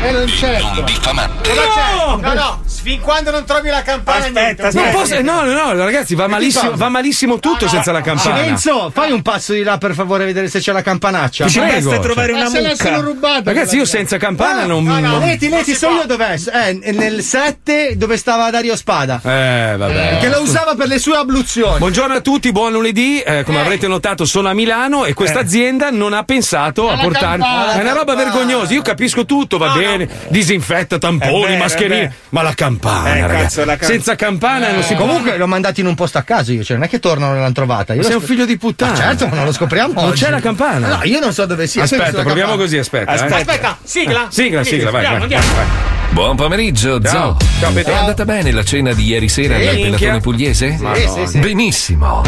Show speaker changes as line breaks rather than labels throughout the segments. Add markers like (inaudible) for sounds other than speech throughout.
E non c'è. Non
diffamante.
No!
No, no, fin quando non trovi la campana niente.
Eh,
Non posso- no, no, no, ragazzi, va malissimo, va malissimo tutto senza la campana.
Ah, Silenzio, fai un passo di là per favore a vedere se c'è la campanaccia.
Ti ci prego. Ma se l'essero
rubata. Ah,
rubata, Ragazzi, io quella- senza campana non-
No, no,
non-
leti, leti, so io dov'è. Eh, nel 7 dove stava Dario Spada.
Eh, vabbè.
Che lo usava per le sue abluzioni.
Buongiorno a tutti, buon lunedì. Eh, come avrete notato, sono a Milano e
Eh.
questa azienda non ha pensato a
Alla
portare.
campana,
È una roba
campana.
vergognosa. Io capisco tutto, va bene. Disinfetta, tamponi,
Eh beh,
Boh, mascherine.
eh beh.
Ma la campana,
Eh,
ragazzi.
cazzo, la cam-
Ah, Senza campana non si può.
Comunque l'ho mandato in un posto a caso io, cioè non è che tornano e l'hanno trovata. Io lo
Ma sei un
scop-
figlio di puttana.
Ma certo, ma non lo scopriamo.
Non
oggi.
c'è la campana.
No, io non so dove sia.
Aspetta,
Penso la
proviamo
campana.
così, aspetta, eh.
Aspetta, sigla.
Eh, sigla, sigla, vai,
Andiamo,
vai,
andiamo.
Buon pomeriggio,
Ciao.
Ciao.
Ciao, Pietro.
È andata bene la cena di ieri sera
Sì,
nel
minchia.
Pelatone Pugliese?
Sì, sì, sì.
Benissimo.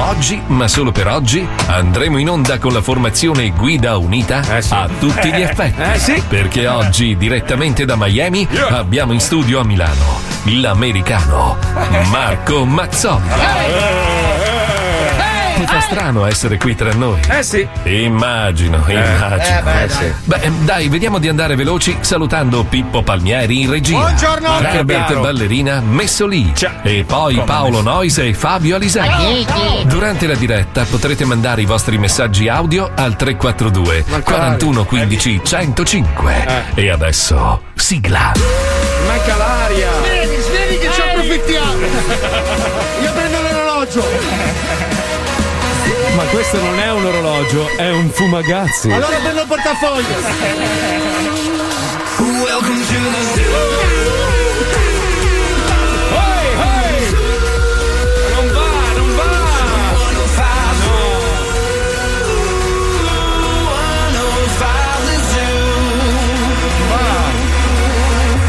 Oggi, ma solo per oggi, andremo in onda con la formazione Guida Unita a tutti gli
Eh,
effetti.
eh, sì.
Perché oggi, direttamente da Miami,
Yeah.
abbiamo in studio a Milano l'americano
Eh.
Marco Mazzoni. Ti fa strano essere qui tra noi.
Eh sì.
Immagino, immagino.
Eh, beh,
Eh, sì. Beh, ehm, dai, vediamo di andare veloci salutando Pippo Palmieri in regia.
Buongiorno. Marco
Herbert
Piaro.
Ballerina messo lì. E poi
Come
Paolo
messo?
Nois e Fabio Alisani. Durante la diretta potrete mandare i vostri messaggi audio al 342 41 15 105.
Eh.
E adesso sigla.
Manca l'aria.
Svegli, svegli che
(laughs)
ci approfittiamo. Io prendo l'orologio.
Ma questo non è un orologio, è un fumagazzi.
Allora prendo il portafoglio. Welcome to the
Non va, non va.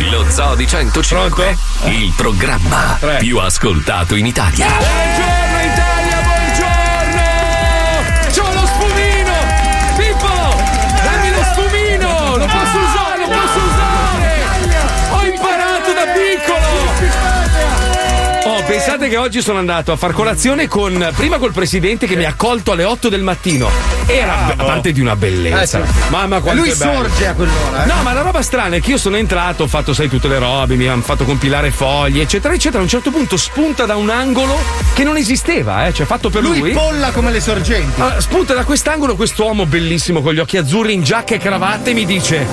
Lo Zoo di 105. Il programma più ascoltato in Italia.
Eh, C'ho lo sfumino! Pippo! Dammi lo sfumino! Lo posso usare, lo posso usare! Ho imparato da piccolo! Oh, pensate che oggi sono andato a far colazione con prima col presidente che mi ha accolto alle 8 del mattino. Era be- a parte di una bellezza.
Eh, sì.
Mamma quanto
Lui
è bello.
sorge a quell'ora. eh.
No, ma la roba strana è che io sono entrato, ho fatto, sai, tutte le robe, mi hanno fatto compilare foglie, eccetera, eccetera. A un certo punto spunta da un angolo che non esisteva, eh, cioè fatto per lui.
Lui polla come le sorgenti.
Ah, spunta da quest'angolo quest'uomo bellissimo con gli occhi azzurri in giacca e cravatta e mi dice: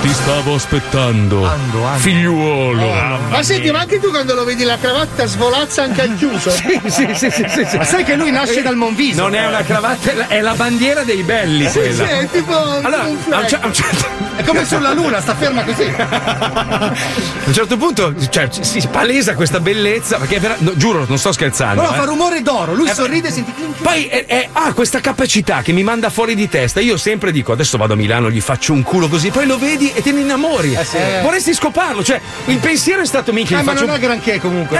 Ti stavo aspettando, figliuolo.
Oh,
Ma senti, ma anche tu quando lo vedi la cravatta svolazza anche al chiuso? sì,
sì, sì, sì, sì, sì.
Ma sai che lui nasce dal Monviso?
Non è una cravatta, è la- è la bandiera dei belli
Eh Sì,
quella.
sì, è tipo-
Allora,
un
a un cer- a un certo
È come sulla luna, sta ferma così.
A un certo punto cioè, si palesa questa bellezza, perché è vera- no, giuro, non sto scherzando.
Però
eh.
fa rumore d'oro, lui sorride e senti. clink, clink.
Poi eh, eh, ha questa capacità che mi manda fuori di testa. Io sempre dico: adesso vado a Milano, gli faccio un culo così, poi lo vedi e te ne innamori.
Eh, sì.
Vorresti scoparlo. Cioè, il pensiero è stato minchia.
Eh,
gli
ma
faccio
non è
un-
granché comunque.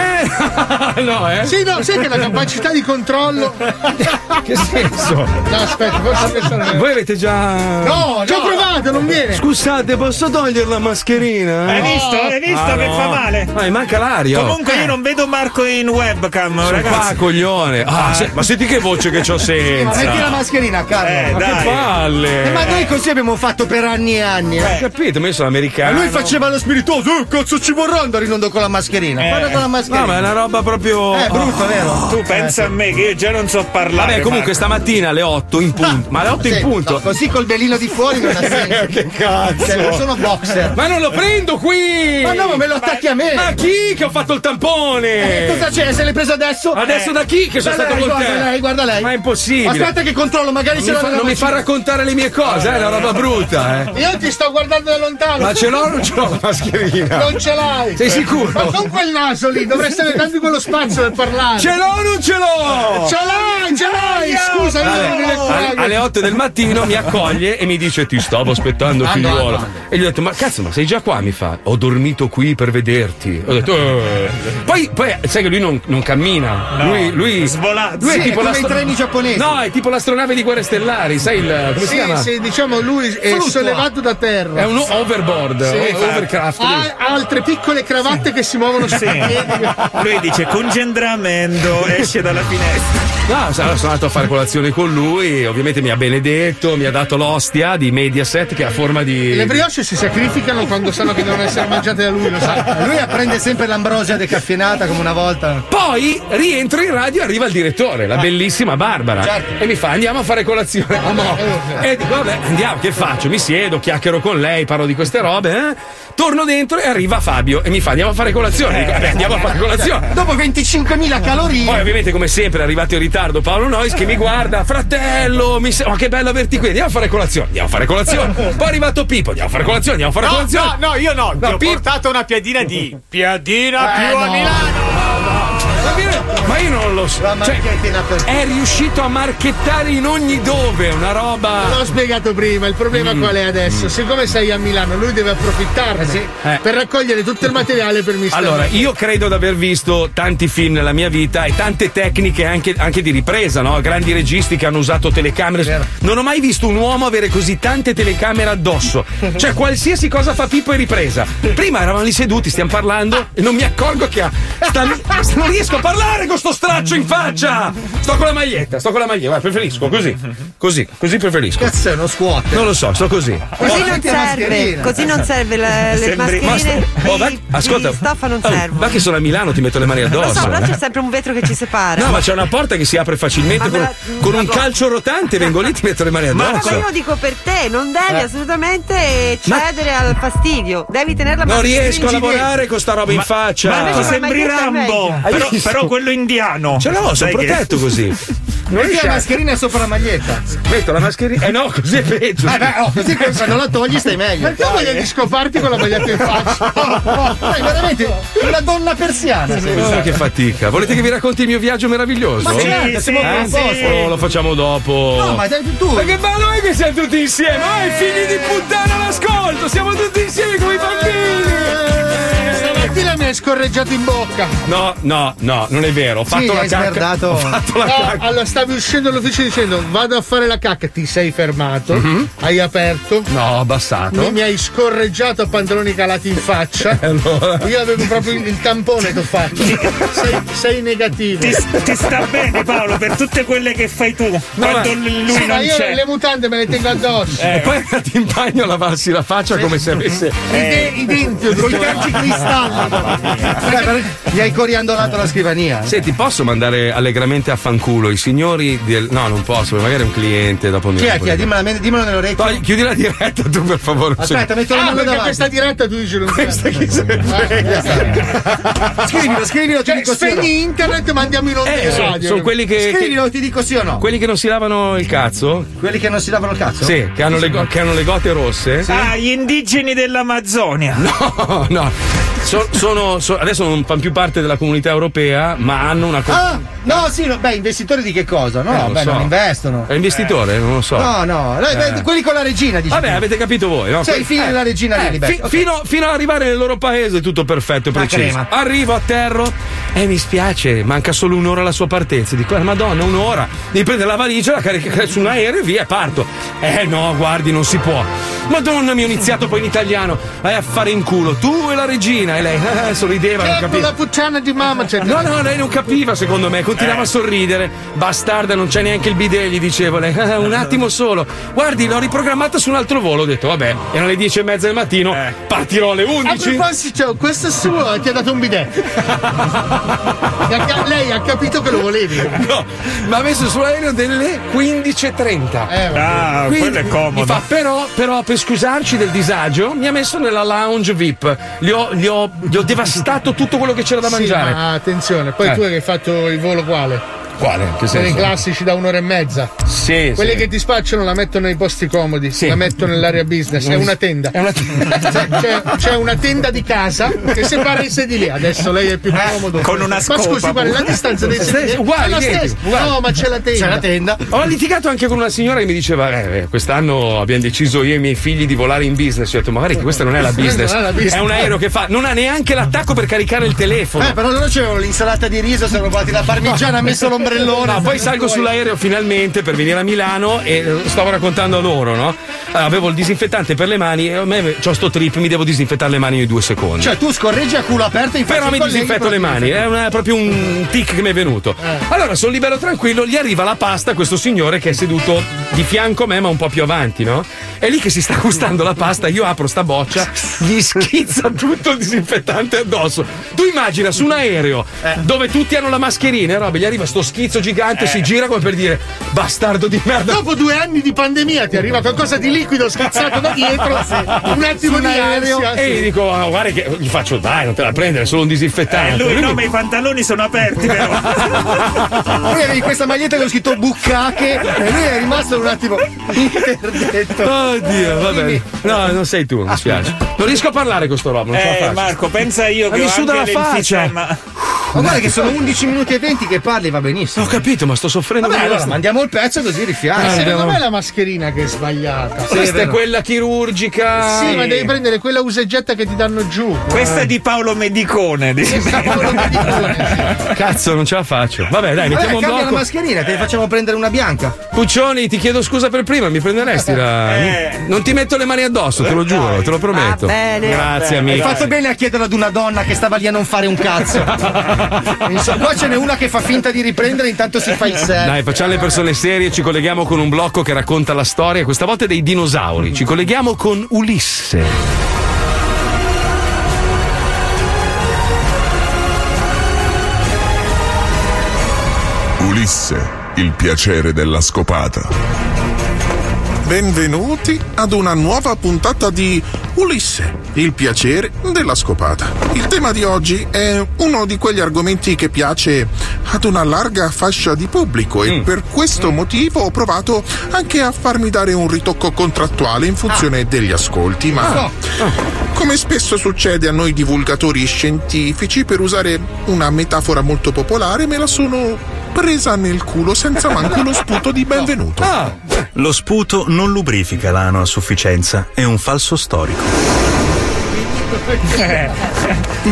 Eh, (laughs) no, eh?
Sì, no, sai che la capacità di controllo.
(laughs) Che senso?
No, aspetta, forse questa non è-
Voi avete già.
No, ci ho provato, non viene.
Scusate, posso togliere la mascherina?
Hai visto? Hai visto
Ah,
che
no.
fa male?
Ma mi manca l'aria. oh.
Comunque io non vedo Marco in webcam,
Sono
ragazzi.
qua, coglione. Ah, se- ma senti che voce che c'ho
Ma metti la
senza.
mascherina, Carlo.
Eh,
Ma che
dai. palle.
Eh, ma noi così abbiamo fatto per anni e anni. eh.
Ho capito, ma io sono
Ma
americano.
lui faceva lo spiritoso, eh, cazzo ci vorrà andare in onda con la mascherina. Guarda con la mascherina.
Eh. No, ma è una roba proprio.
Eh, brutto, vero?
Tu pensa a me che io già non so parlare.
Vabbè, comunque
Marco.
stamattina alle 8 in punto. Ma alle 8 in
Sì,
punto. Eh,
no, così col belino di Ah, fuori
(laughs)
non ha senso.
che cazzo?
Cioè, non sono boxer.
Ma non lo prendo qui!
Ma no, ma me lo attacchi a me.
Ma chi che ho fatto il tampone?
Eh, cosa c'è? Se l'hai preso adesso?
Adesso
Eh.
da chi che sono
Da
stato
lei,
con te?
guarda
Eh,
lei, guarda lei.
Ma è impossibile.
Aspetta che controllo, magari
non
ce
mi,
l'ho
fa,
nella
non mi fa
macchina.
raccontare le mie cose, eh, è una roba brutta, eh.
Io ti sto guardando da lontano.
Ma ce l'ho o non ce l'ho la mascherina?
Non ce l'hai.
Sei sicuro?
Ma con quel naso lì dovresti avere tanto quello spazio per parlare.
Ce l'ho o non ce l'ho?
Ce l'hai, Ah, ce l'hai! Scusa, io non
Vabbè,
le
alle- alle 8 del mattino mi accoglie e mi dice ti stavo aspettando
Ah, no,
figliuolo
no.
e gli ho detto ma cazzo ma sei già qua mi fa ho dormito qui per vederti ho detto "Eh". poi, poi, sai che lui non, non cammina
No,
lui, lui
svolazzo.
lui
Sì, è
tipo
come
l'astro-
i treni giapponesi.
no è tipo l'astronave di guerre stellari sai il come si
Sì,
chiama
sì, diciamo lui è
Fluttua.
sollevato da terra.
è un overboard
Sì.
o- overcraft
Ha, ha altre piccole cravatte che si muovono su
Sì. (laughs) Lui dice congendramento, esce dalla finestra.
No, sono sono andato a fare colazione con lui, ovviamente mi ha benedetto, mi ha dato l'ostia di Mediaset che ha forma di...
Le brioche si sacrificano quando sanno che devono essere mangiate da lui, lo sa.
Lui prende sempre l'ambrosia decaffeinata come una volta.
Poi rientro in radio e arriva il direttore, la bellissima Barbara. E mi fa andiamo a fare colazione. Ah, mo. E dico vabbè andiamo, che faccio? Mi siedo, chiacchiero con lei, parlo di queste robe. eh? Torno dentro e arriva Fabio e mi fa andiamo a fare colazione. Dico, vabbè andiamo a fare colazione.
Cioè, Dopo 25.000 calorie.
Poi ovviamente come sempre è arrivato in ritardo Paolo Nois che mi guarda, fratello, mi se- ma che bello averti qui, andiamo a fare colazione, andiamo a fare
(laughs)
colazione. Poi è arrivato Pippo, andiamo a fare colazione, andiamo a fare colazione.
no, io no, ti ho
Pippo-
portato una piadina di piadina
Eh,
più a Milano.
Ma io- Ma io non lo so.
La
Cioè,
marchettina per
è riuscito a marchettare in ogni dove una roba. Mm.
L'ho spiegato prima, il problema qual è adesso? Siccome sei a Milano, lui deve approfittarne
Eh.
per raccogliere tutto
(laughs)
il materiale per mister.
Allora, io credo di aver visto tanti film nella mia vita e tante tecniche anche, anche di ripresa, no? Grandi registi che hanno usato telecamere. Non ho mai visto un uomo avere così tante telecamere addosso. Cioè, qualsiasi cosa fa Pippo è ripresa. Prima eravamo lì seduti, stiamo parlando e non mi accorgo che ha. sta- non riesco a parlare con sto straccio in faccia! Sto con la maglietta, sto con la maglietta, guarda, preferisco così. Così, così preferisco.
Cazzo è uno squat.
Non lo so, sto così.
Così non
Portati la
serve,
mascherina.
così non serve la- Eh, le
Sembri-
mascherine.
Oh, va-
di-
ascolta,
di stoffa non
Oh,
servono.
va che sono a Milano, ti metto le mani
Lo
addosso. eh.
so, però c'è sempre un vetro che
(laughs)
ci separa.
No, ma c'è una porta che si apre facilmente
Ma me
con,
la-
con un
Madonna.
calcio
(laughs)
rotante, vengo lì ti metto le mani
Ma
addosso.
poi io lo dico per te, non devi
Eh.
assolutamente cedere al fastidio, devi tenerla
non
mascherina
riesco a
in ginocchio.
lavorare con sta roba in faccia.
Ma tu
invece la
sembri
maglietta è
Rambo,
meglio.
però,
visto?
però quello indiano.
Ce l'ho, sono
Sai che- (laughs)
protetto così.
Non Metti la mascherina sopra la maglietta.
Metto la mascherina. Eh no, così è peggio.
Eh beh, oh, così che se non la togli stai meglio.
Perché voglio di scoparti con la maglietta in faccia?
(laughs) Sei veramente una donna persiana.
Oh, che fatica. Volete che vi racconti il mio viaggio meraviglioso?
Ma certo,
Sì,
siamo
sì,
a
sì.
posto.
Oh, lo facciamo dopo.
No, ma dai tu. Eh.
Ma che bello è che siamo tutti insieme! Vai, figli di puttana all'ascolto! Siamo tutti insieme come i bambini!
Eh, Stamattina mi hai scorreggiato in bocca.
No, no, no, non è vero. Ho fatto la
hai
cacca.
smerdato.
Ho fatto la
No,
cacca.
allora stavi uscendo dall'ufficio dicendo vado a fare la cacca, ti sei fermato,
Mhm.
hai aperto,
No, ho abbassato.
mi, mi hai scorreggiato a pantaloni calati in
(laughs)
faccia.
Allora.
Io avevo proprio il tampone che ho fatto. Sei, sei negativo.
Ti, ti sta bene Eh, Paolo per tutte quelle che fai tu quando l- lui
Sì, ma
non
io
c'è.
le mutande me le tengo addosso.
E Eh, poi (laughs) è andato in bagno a lavarsi la faccia come se avesse. eh.
I, de- i denti,
Diciamo-
con i calci
Ah,
cristalli.
Dai, però Gli hai coriandolato la scrivania.
Senti, posso mandare allegramente a fanculo i signori del. No, non posso, magari è un cliente dopo mi.
Chi è? Chi è? Dimmela, dimmelo nell'orecchio.
Togli- chiudi la diretta tu per favore. un
Aspetta, metto la
Ah,
mano
perché
davanti.
questa diretta tu dici non c'è. Ah, eh,
secondo. Chi se ne frega?
Scrivilo, scrivilo, ti
Cioè,
dico sì. o no.
spegni internet ma andiamo in onda
Eh,
in
sono-
radio.
sono quelli che, che-
Scrivilo, ti dico sì o no.
quelli che non si lavano il cazzo?
Quelli che non si lavano il cazzo?
Sì, che hanno le, go- che hanno le gote rosse.
Ah, gli indigeni dell'Amazzonia.
No, no. So- sono, so- adesso non fanno più parte della comunità europea, ma hanno una. co- Eh,
Ah, no, sì, no, beh, investitori di che cosa? No,
non lo
beh,
so.
non investono. Eh.
È investitore? Non lo so. Eh.
No, no, la- beh, quelli con la regina, dici.
Vabbè,
tu.
avete capito voi, no?
Sei
Que-
il figlio della regina
eh,
Lilibet.
fi-
Ok.
fino, fino ad arrivare nel loro paese è tutto perfetto e preciso.
crema.
Arrivo a terra e mi spiace, manca solo un'ora alla sua partenza. Dico, eh, madonna, un'ora. Devi prendere la valigia, la caricare su un aereo e via, parto. Eh no, guardi, non si può. Madonna, mi ho iniziato poi in italiano. Vai a fare in culo, tu e la regina. E lei (laughs) eh, sorrideva, non
Certo,
capiva.
la puttana di mamma cioè. c'è.
No, no, lei non capiva, secondo me,
Eh.
continuava a sorridere. Bastarda, non c'è neanche il bidet, gli dicevo. lei, (laughs) "Ah, un attimo solo. Guardi, l'ho riprogrammata su un altro volo. Ho detto, vabbè, erano le 10 e mezza del mattino,
Eh.
partirò (laughs) alle
A
11.
proposito, questo è suo e ti ha dato un
(laughs)
bidet. Perché lei ha capito che lo volevi. Eh,
No, mi ha messo sull'aereo delle 15.30.
vabbè.
Ah,
Quindi
quello è
mi
comodo.
fa, però, però, per scusarci del disagio, mi ha messo nella lounge VIP. Gli ho, gli ho- gli ho devastato tutto quello che c'era da
Sì,
mangiare.
ma attenzione, poi
Eh.
tu hai fatto il volo quale?
Quale? Che
Sono i
senso?
classici da un'ora e mezza.
Sì,
Quelli
sì.
che ti spacciano la mettono nei posti comodi, la mettono nell'area business, è una tenda. (laughs) Cioè, c'è, c'è una tenda di casa che separa i sedili. Adesso lei è più comodo.
Eh, Con una
Ma
scopa,
scusi, guarda, la
pure.
distanza dei sedili
Stessa-
è
uguale,
la
identico,
stessa.
uguale.
No, ma c'è la tenda.
Ho litigato anche con una signora che mi diceva: "Eh, eh, quest'anno abbiamo deciso io e i miei figli di volare in business. Io ho detto, magari che questa non è la business.
Non è la
È
business."
un aereo che fa, non ha neanche l'attacco per caricare il telefono.
Eh, però loro c'erano l'insalata di riso, sono provati la parmigiana, ha messo l'ombrellone.
No, poi salgo sull'aereo finalmente per venire a Milano e eh, stavo raccontando a loro, no? Allora, Avevo il disinfettante per le mani e a me c'ho sto trip, mi devo disinfettare le mani ogni due secondi.
Cioè, tu scorreggi a culo aperto in faccia
Però
ai
mi
colleghi,
disinfetto
però
le
ti
mani, eh, è una- proprio un tic che mi è venuto.
Eh.
Allora sono libero tranquillo, gli arriva la pasta a questo signore che è seduto di fianco a me ma un po' più avanti, no? È lì che si sta gustando la pasta, io apro sta boccia, gli schizza tutto il disinfettante addosso. Tu immagina su un aereo
Eh.
dove tutti hanno la mascherina e roba, gli arriva sto schizzo gigante, si gira come per dire bastardo di merda.
Dopo due anni di pandemia ti arriva qualcosa di liquido schizzato da dietro, un attimo di ansia.
E gli dico, "Ah, guarda che gli faccio, dai, non te la prendere, è solo un
Eh,
disinfettante.
lui
Lui
no,
mi-
ma i pantaloni sono aperti, però.
Poi avevi questa maglietta che ho scritto buccache e lui è rimasto un attimo interdetto.
Oddio, va bene. No, non sei tu, mi spiace. Non riesco a parlare con sto roba, non ce la
Eh,
faccio.
Marco,
(laughs)
pensa io
Ma
che
mi
ho
suda
anche
la faccia.
l'emfisema.
Ma guarda che sono 11 minuti e 20 che parli, va benissimo.
Ho capito, ma sto soffrendo.
Vabbè,
di
allora
questo.
mandiamo il pezzo così
Ah,
rifiamma.
Secondo
andiamo.
me è la mascherina che è sbagliata. Sì,
Questa è quella chirurgica.
ma devi prendere quella usegetta che ti danno giù.
Questa è di Paolo Medicone. di-
Cazzo, non ce la faccio. Vabbè,
Vabbè,
dai, mettiamo un
Eh, cambia la
blocco.
mascherina, te ne facciamo prendere una bianca.
Puccioni, ti chiedo scusa per prima, mi prenderesti la.
Eh.
Non ti metto le mani addosso, te lo giuro, te lo prometto.
Va bene.
Grazie,
Hai
amico.
fatto bene a chiederlo ad una donna che stava lì a non fare un
(laughs)
cazzo. Insomma, qua ce n'è una che fa finta di riprendere, intanto si fa il set.
Dai, facciamo le persone serie, ci colleghiamo con un blocco che racconta la storia, questa volta dei dinosauri. Ci colleghiamo con Ulisse.
Ulisse, il piacere della scopata. Benvenuti ad una nuova puntata di Ulisse, il piacere della scopata. Il tema di oggi è uno di quegli argomenti che piace ad una larga fascia di pubblico e per questo motivo ho provato anche a farmi dare un ritocco contrattuale in funzione degli ascolti, ma come spesso succede a noi divulgatori scientifici, per usare una metafora molto popolare, me la sono presa nel culo senza manco lo sputo di benvenuto.
Lo sputo non lubrifica l'ano a sufficienza, è un falso storico.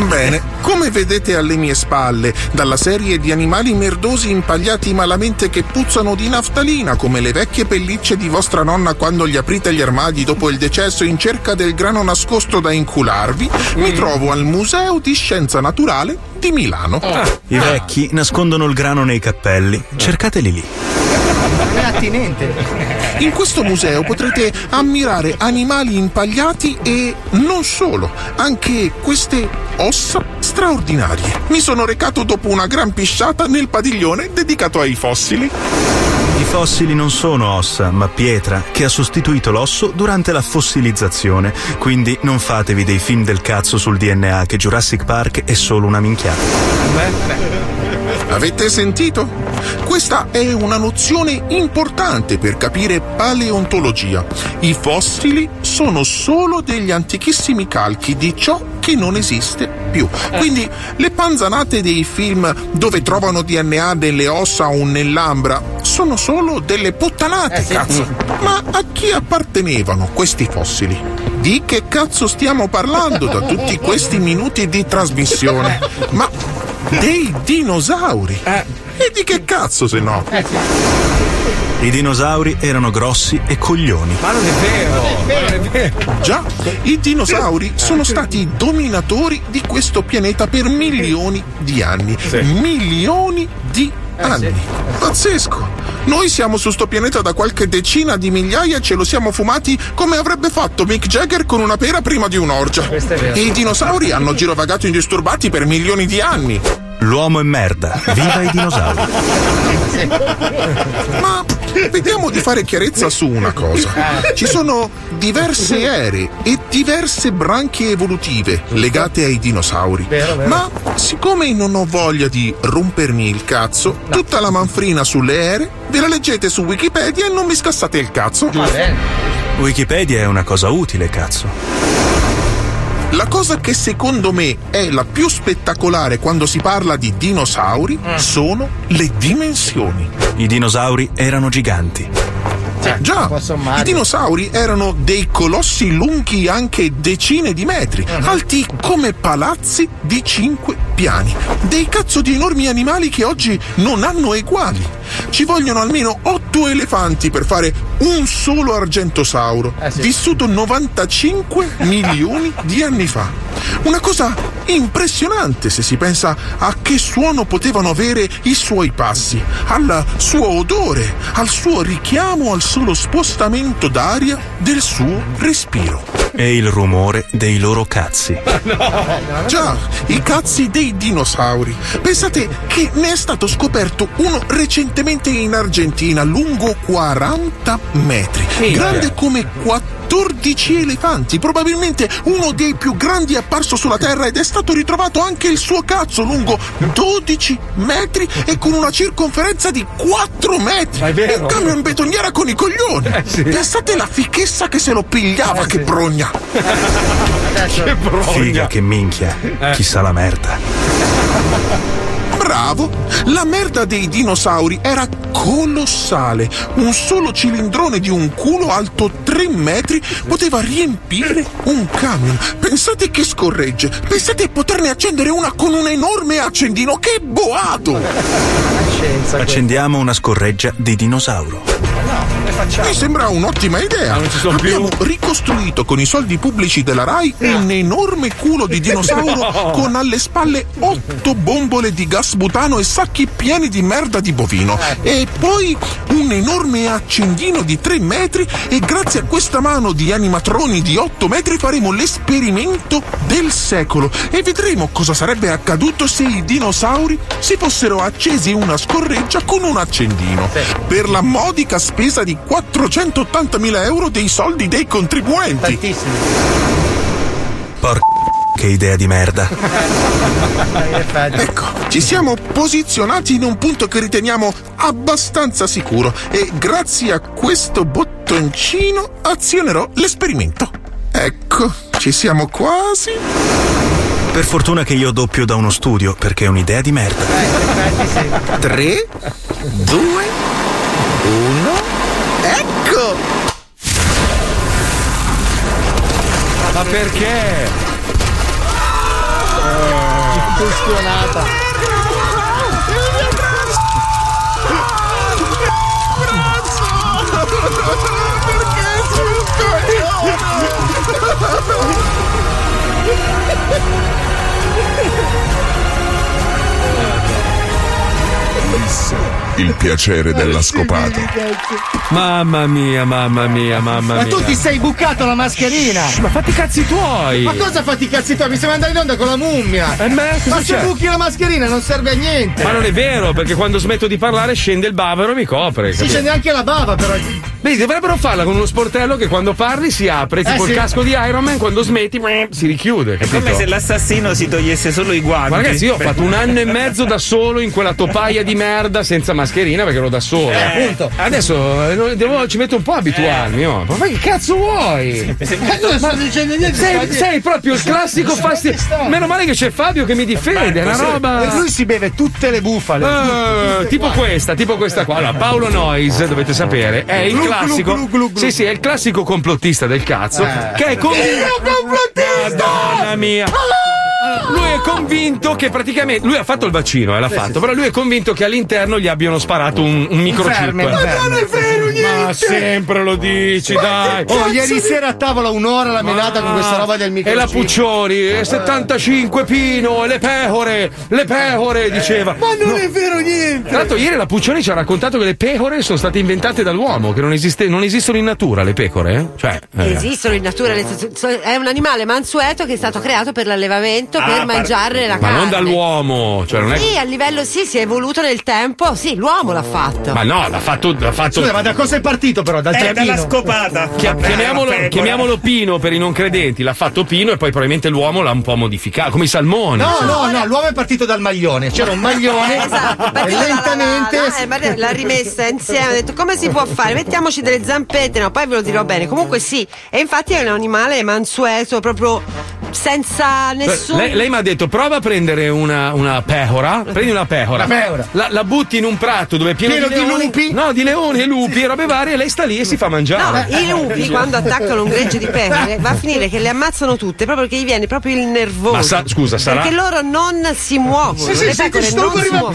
Bene, come vedete alle mie spalle, dalla serie di animali merdosi impagliati malamente che puzzano di naftalina, come le vecchie pellicce di vostra nonna quando gli aprite gli armadi dopo il decesso in cerca del grano nascosto da incularvi, mi trovo al Museo di Scienza Naturale di Milano.
I vecchi nascondono il grano nei cappelli. Cercateli lì.
Non è attinente.
In questo museo potrete ammirare animali impagliati e non solo, anche queste ossa straordinarie. Mi sono recato dopo una gran pisciata nel padiglione dedicato ai fossili.
I fossili non sono ossa, ma pietra, che ha sostituito l'osso durante la fossilizzazione. Quindi non fatevi dei film del cazzo sul DNA che Jurassic Park è solo una minchiata.
Avete sentito? Questa è una nozione importante per capire paleontologia. I fossili sono solo degli antichissimi calchi di ciò che non esiste più. Quindi le panzanate dei film dove trovano DNA nelle ossa o nell'ambra sono solo delle puttanate, cazzo. Ma a chi appartenevano questi fossili? Di che cazzo stiamo parlando da tutti questi minuti di trasmissione?
(laughs)
Ma dei dinosauri?
Eh.
E di che cazzo se no?
I dinosauri erano grossi e coglioni.
Ma non è vero, ma non è vero. Eh.
Già, i dinosauri sono stati i dominatori di questo pianeta per milioni di anni. Milioni di anni. Pazzesco! Noi siamo su sto pianeta da qualche decina di migliaia e ce lo siamo fumati come avrebbe fatto Mick Jagger con una pera prima di un'orgia. E i dinosauri hanno girovagato indisturbati per milioni di anni.
L'uomo è merda. Viva i dinosauri.
Ma Vediamo di fare chiarezza su una cosa. Ci sono diverse ere e diverse branche evolutive legate ai dinosauri. Ma siccome non ho voglia di rompermi il cazzo, tutta la manfrina sulle ere ve la leggete su Wikipedia e non mi scassate il cazzo.
Wikipedia è una cosa utile, cazzo.
La cosa che secondo me è la più spettacolare quando si parla di dinosauri sono le dimensioni.
I dinosauri erano giganti.
Già, i dinosauri erano dei colossi lunghi anche decine di metri, alti come palazzi di cinque piani. Dei cazzo di enormi animali che oggi non hanno eguali. Ci vogliono almeno otto elefanti per fare un solo argentosauro, vissuto 95 milioni di anni fa. Una cosa impressionante se si pensa a che suono potevano avere i suoi passi, al suo odore, al suo richiamo, al solo spostamento d'aria del suo respiro.
E il rumore dei loro cazzi.
Già, i cazzi dei dinosauri. Pensate che ne è stato scoperto uno recentemente in Argentina, lungo 40 metri, grande come 14 elefanti, probabilmente uno dei più grandi apparso sulla Terra ed è stato ritrovato anche il suo cazzo lungo 12 metri e con una circonferenza di 4 metri. Un camion in betoniera con i coglioni. Pensate la fichessa che se lo pigliava, che brogna.
Che Figa che minchia. Chissà la merda.
Bravo! La merda dei dinosauri era colossale. Un solo cilindrone di un culo alto 3 metri poteva riempire un camion. Pensate che scorregge! Pensate di poterne accendere una con un enorme accendino! Che boato!
Accendiamo una scorreggia di dinosauro.
Mi sembra un'ottima idea. Abbiamo ricostruito con i soldi pubblici della RAI un enorme culo di dinosauro
No.
con alle spalle otto bombole di gas butano e sacchi pieni di merda di bovino. E poi un enorme accendino di 3 metri e grazie a questa mano di animatroni di 8 metri faremo l'esperimento del secolo e vedremo cosa sarebbe accaduto se i dinosauri si fossero accesi una scorreggia con un accendino. Per la modica spesa di 480.000 euro dei soldi dei contribuenti.
Porca (laughs) che idea di merda.
Ecco, ci siamo posizionati in un punto che riteniamo abbastanza sicuro e grazie a questo bottoncino azionerò l'esperimento. Ecco, ci siamo quasi.
Per fortuna che io doppio da uno studio perché è un'idea di merda.
3, 2, 1. Ecco!
Ma perché?
Pustionata.
Il piacere della scopata.
Mamma mia, mamma mia, mamma
Ma
mia. Ah,
tu ti sei bucato la mascherina!
Ma fatti i cazzi tuoi!
Ma cosa fatti i cazzi tuoi? Mi sembra andare in onda con la mummia!
Eh, ma cosa
se
c'è?
buchi la mascherina non serve a niente!
Ma non è vero, perché quando smetto di parlare scende il bavero e mi copre.
Sì,
capito?
c'è neanche la bava però!
Vedi, dovrebbero farla con uno sportello che quando parli si apre, tipo
Eh, sì.
il casco di Iron Man, quando smetti meh, si richiude.
È come se l'assassino si togliesse solo i guanti.
Ma ragazzi, io ho fatto
(laughs)
un anno e mezzo da solo in quella topaia di merda senza mascherina perché ero da solo.
appunto.
Adesso eh, non- devo- ci metto un po' a abituarmi. oh. Ma che cazzo vuoi?
Eh,
Eh,
non sto dicendo niente, sta
Sei,
dire-
sei proprio
cioè,
il classico
Sono
fastidio.
pistola.
Meno male che c'è Fabio che mi difende. È una roba.
E Lui si beve tutte le bufale!
Eh,
Tutte
tipo
quante.
questa, tipo questa qua. Allora, Paolo Noyes, dovete sapere, è il
Glu, glu,
classico.
glu, glu, glu.
Sì, sì, è il classico complottista del cazzo.
Eh.
Che è con.
complottista!
Madonna mia!
Ah!
Allora, Lui è convinto che praticamente. Lui ha fatto il vaccino, eh, l'ha fatto, però lui è convinto che all'interno gli abbiano sparato un, un microchip.
fermo, un fermo. Ma non è vero,
niente.
Ma sempre lo dici, dai.
Oh, ieri sera a tavola un'ora la menata con questa roba del Eh. micro.
Ah. E la Puccioni, e 75 Pino, e le pecore, le
Eh.
pecore, diceva.
Ma non è vero niente.
Tra l'altro ieri la Puccioni ci ha raccontato che le pecore sono state inventate dall'uomo, che non, esiste- non esistono in natura le pecore. eh? Cioè, eh.
Esistono in natura, nel senso- so- è un animale mansueto che è stato creato per l'allevamento,
Ah,
per mangiare la
Ah, ma
carne.
non dall'uomo. Cioè, non è...
Sì, a livello sì, si è evoluto nel tempo. Sì, l'uomo l'ha fatto.
Ma no, l'ha fatto. L'ha fatto...
Scusa, ma da cosa è partito però? Dal
Eh, dalla
scopata.
Chia- chiamiamolo, chiamiamolo Pino per i non credenti, l'ha fatto Pino e poi probabilmente l'uomo l'ha un po' modificato, come i salmoni.
No,
insomma.
no, no, l'uomo è partito dal maglione. C'era un
(laughs)
maglione.
(laughs) Esatto,
e
partita
lentamente.
la- la- la- la- eh, ma l'ha rimessa insieme, ha detto come si può fare? Mettiamoci delle zampette, no, poi ve lo dirò bene. Comunque sì, e infatti è un animale mansueto, proprio senza nessun
Lei, lei mi ha detto prova a prendere una, una pecora, prendi una pecora,
Una pecora.
La, la butti in un prato dove è pieno,
Pieno di
leoni, No, di leoni e lupi e robe varie e lei sta lì e si fa
No,
mangiare. Eh,
i lupi quando attaccano un greggio di pecore va a finire che le ammazzano tutte proprio perché gli viene proprio il nervoso.
Ma sa- scusa, sarà-
Perché loro non si muovono.
Sì, sì,
le
sì,
pecore
ti sto
non
per
si
arrivare.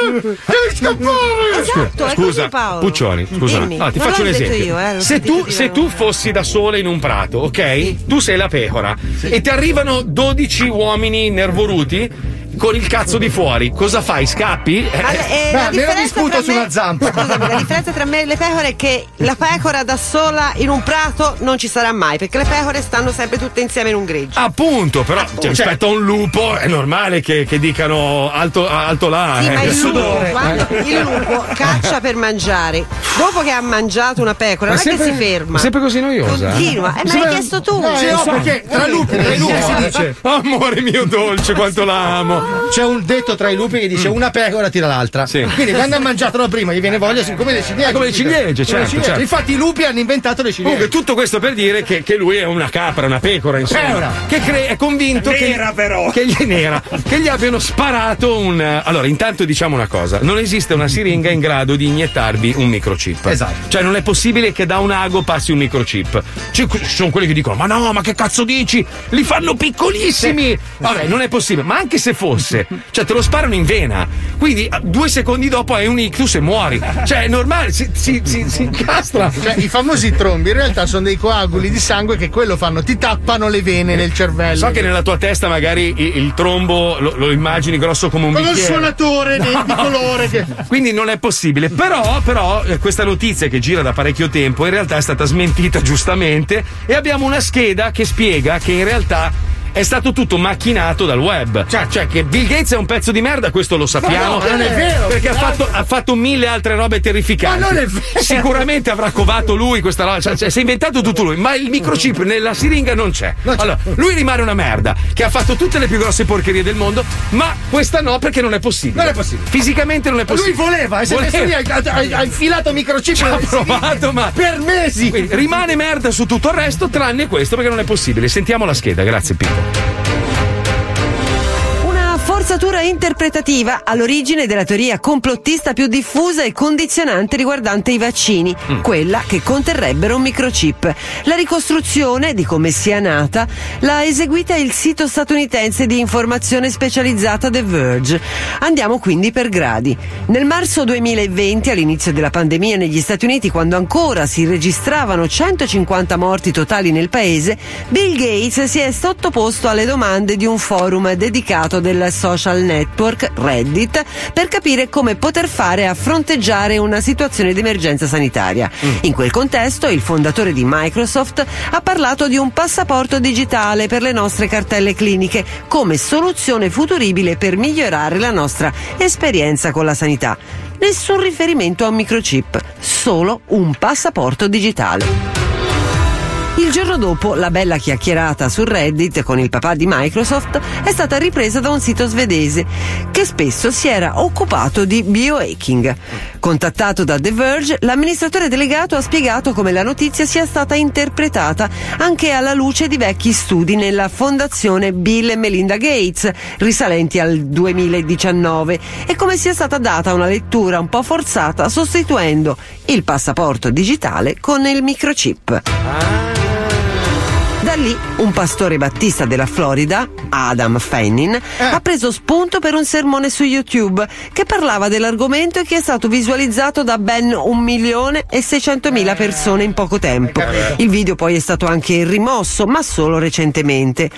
muovono.
Devi scappare.
Esatto, è
scusa,
così Paolo.
Puccioni, scusa,
Dimmi.
no, ti
Non
faccio un
l'ho detto
esempio.
io, eh, l'ho
se,
sentito
tu,
dire
se
una
tu fossi da sola in un prato, ok? Tu sei la pecora e ti arrivano 12 uomini nervoruti con il cazzo di fuori, cosa fai? Scappi?
Allora, eh, la differenza tra me- Scusami, la differenza tra me e le pecore è che la pecora da sola in un prato non ci sarà mai, perché le pecore stanno sempre tutte insieme in un greggio.
Appunto, però cioè, rispetto a un lupo è normale che, che dicano alto, alto là.
Sì,
eh.
ma il lupo,
sudore.
quando
Eh.
il lupo caccia per mangiare. Dopo che ha mangiato una pecora, non è che si ferma.
Sempre così noiosa.
Continua. Eh, ma l'hai chiesto tu.
Sì, no, perché tra lupi, tra i lupi si dice.
Amore mio dolce, quanto Mm. la amo.
C'è un detto tra i lupi che dice una pecora tira l'altra. Quindi quando ha mangiato la prima gli viene voglia, siccome le ciliegie.
Ah, come le ciliegie,
Come le
certo, certo. Oh,
Infatti i lupi hanno inventato le ciliegie.
Comunque, tutto questo per dire che, che lui è una capra, una pecora, insomma.
Pecora.
Eh, Che cre- è convinto
Nera,
che, che gli nera, che gli abbiano sparato un. Allora, intanto diciamo una cosa: non esiste una siringa in grado di iniettarvi un microchip.
Esatto.
Cioè, non è possibile che da un ago passi un microchip. Ci ci sono quelli che dicono: Ma no, ma che cazzo dici? Li fanno piccolissimi! Vabbè, non è possibile, ma anche se fosse, cioè, te lo sparano in vena. Quindi, a- due secondi dopo hai un ictus e muori. Cioè, è normale, si, si, si, si incastra.
Eh. Cioè, i famosi trombi in realtà sono dei coaguli di sangue che quello fanno, ti tappano le vene nel cervello.
So che nella tua testa magari i- il, trombo lo, lo immagini grosso come un
Con il
bicchiere.
suonatore di- di colore che.
(laughs) Quindi non è possibile. Però, però, eh, questa notizia che gira da parecchio tempo in realtà è stata smentita giustamente e abbiamo una scheda che spiega che in realtà è stato tutto macchinato dal web. Cioè, cioè che Bill Gates è un pezzo di merda, questo lo sappiamo.
Ma
Eh,
no, non è vero.
Perché ha fatto, ha fatto mille altre robe terrificanti.
Ma non è vero.
Sicuramente avrà covato lui questa roba. Cioè, cioè, si è inventato tutto lui, ma il microchip nella siringa non c'è. Allora, lui rimane una merda che ha fatto tutte le più grosse porcherie del mondo, ma questa no perché non è possibile.
Non è possibile.
Fisicamente non è
Lui
possibile.
voleva, e si è messo lì,
Voleva.
ha, ha- ha infilato microchip.
Ci ha
nel-
provato, ma.
Per mesi!
Quindi rimane merda su tutto il resto, tranne questo, perché non è possibile. Sentiamo la scheda, grazie Pippo.
Una forzatura interpretativa all'origine della teoria complottista più diffusa e condizionante riguardante i vaccini, quella che conterrebbero un microchip. La ricostruzione di come sia nata l'ha eseguita il sito statunitense di informazione specializzata The Verge. Andiamo quindi per gradi. Nel marzo 2020, all'inizio della pandemia negli Stati Uniti, quando ancora si registravano 150 morti totali nel paese, Bill Gates si è sottoposto alle domande di un forum dedicato del social network Reddit per capire come poter fare a fronteggiare una situazione di emergenza sanitaria. In quel contesto, il fondatore di Microsoft ha parlato di un passaporto digitale per le nostre cartelle cliniche come soluzione futuribile per migliorare la nostra esperienza con la sanità. Nessun riferimento a un microchip, solo un passaporto digitale. Il giorno dopo, la bella chiacchierata su Reddit con il papà di Microsoft è stata ripresa da un sito svedese che spesso si era occupato di biohacking. Contattato da The Verge, l'amministratore delegato ha spiegato come la notizia sia stata interpretata anche alla luce di vecchi studi nella fondazione Bill e Melinda Gates, risalenti al 2019, e come sia stata data una lettura un po' forzata sostituendo il passaporto digitale con il microchip. Da lì un pastore battista della Florida, Adam Fannin, ha preso spunto per un sermone su YouTube che parlava dell'argomento e che è stato visualizzato da ben 1.600.000 persone in poco tempo. Il video poi è stato anche rimosso, ma solo recentemente.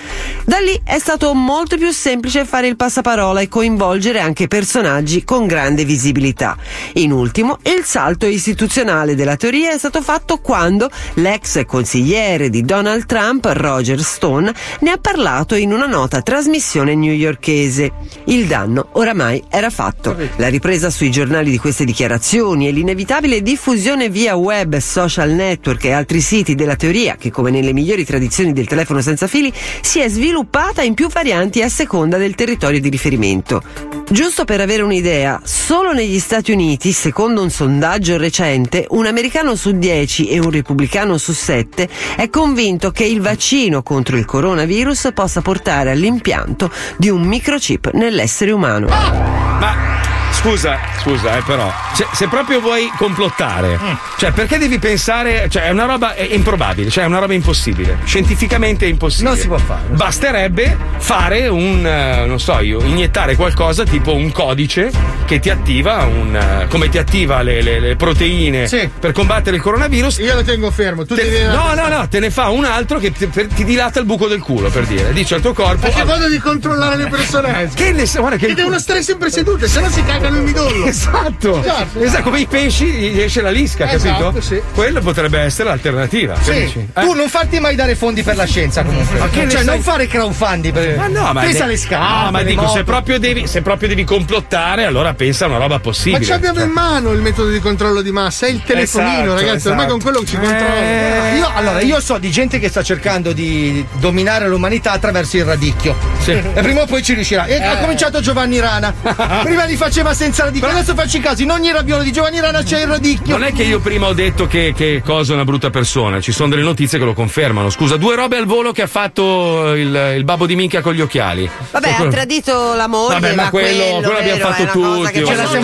Da lì è stato molto più semplice fare il passaparola e coinvolgere anche personaggi con grande visibilità. In ultimo, il salto istituzionale della teoria è stato fatto quando l'ex consigliere di Donald Trump, Roger Stone, ne ha parlato in una nota trasmissione newyorchese. Il danno oramai era fatto. La ripresa sui giornali di queste dichiarazioni e l'inevitabile diffusione via web, social network e altri siti della teoria, che come nelle migliori tradizioni del telefono senza fili, si è sviluppata in più varianti a seconda del territorio di riferimento. Giusto per avere un'idea, solo negli Stati Uniti, secondo un sondaggio recente, un americano su 10 e un repubblicano su 7 è convinto che il vaccino contro il coronavirus possa portare all'impianto di un microchip nell'essere umano.
Ah! Scusa, scusa, eh, però. Cioè, se proprio vuoi complottare,
Mm.
cioè, perché devi pensare. Cioè, è una roba è improbabile, cioè, è una roba impossibile. Scientificamente è impossibile. Non si può fare. Basterebbe fare un. eh, non so io, iniettare qualcosa tipo un codice che ti attiva un. eh, come ti attiva le, le- le proteine Eh, per combattere il coronavirus.
Io lo tengo fermo, tu
Te-
devi.
no, no, no, te ne fa un altro che ti, per- ti dilata il buco del culo, per dire. Dice al tuo corpo.
Perché
"Ah,
vado di controllare le persone.
Che ne sa, guarda che.
Che devono stare sempre sedute, se no si cagano il midollo.
Esatto.
Certo.
Esatto, come i pesci gli esce la lisca,
Esatto,
capito?
sì.
Quella potrebbe essere l'alternativa. che dici?
Sì. Tu non farti mai dare fondi per la scienza comunque.
Ma che ne
cioè,
sai-
non fare crowdfunding. Per...
Eh, Ma no, ma
Pensa
ne-
alle scarpe.
No, ma
alle
dico, se
moto.
proprio, devi, se proprio devi complottare, allora pensa a una roba possibile. Cioè.
Ma ci abbiamo in mano il metodo di controllo di massa, è il telefonino,
Esatto,
ragazzi. Ormai
esatto.
con quello ci controllo.
Eh, Io, allora, io so di gente che sta cercando di dominare l'umanità attraverso il radicchio. E prima o poi ci riuscirà. E
Eh.
ha cominciato Giovanni
(laughs)
Rana. prima li faceva senza radicchio, adesso facci caso. In ogni raviolo di Giovanni Rana c'è il radicchio.
Non è che io prima ho detto che, che cosa è una brutta persona, ci sono delle notizie che lo confermano. Scusa, due robe al volo che ha fatto il, il babbo di minchia con gli occhiali.
Vabbè, ha tradito la moglie,
Vabbè, ma quello, quello l'abbiamo
vero,
fatto
è una cosa
tutti.
che
oh.
ci sono-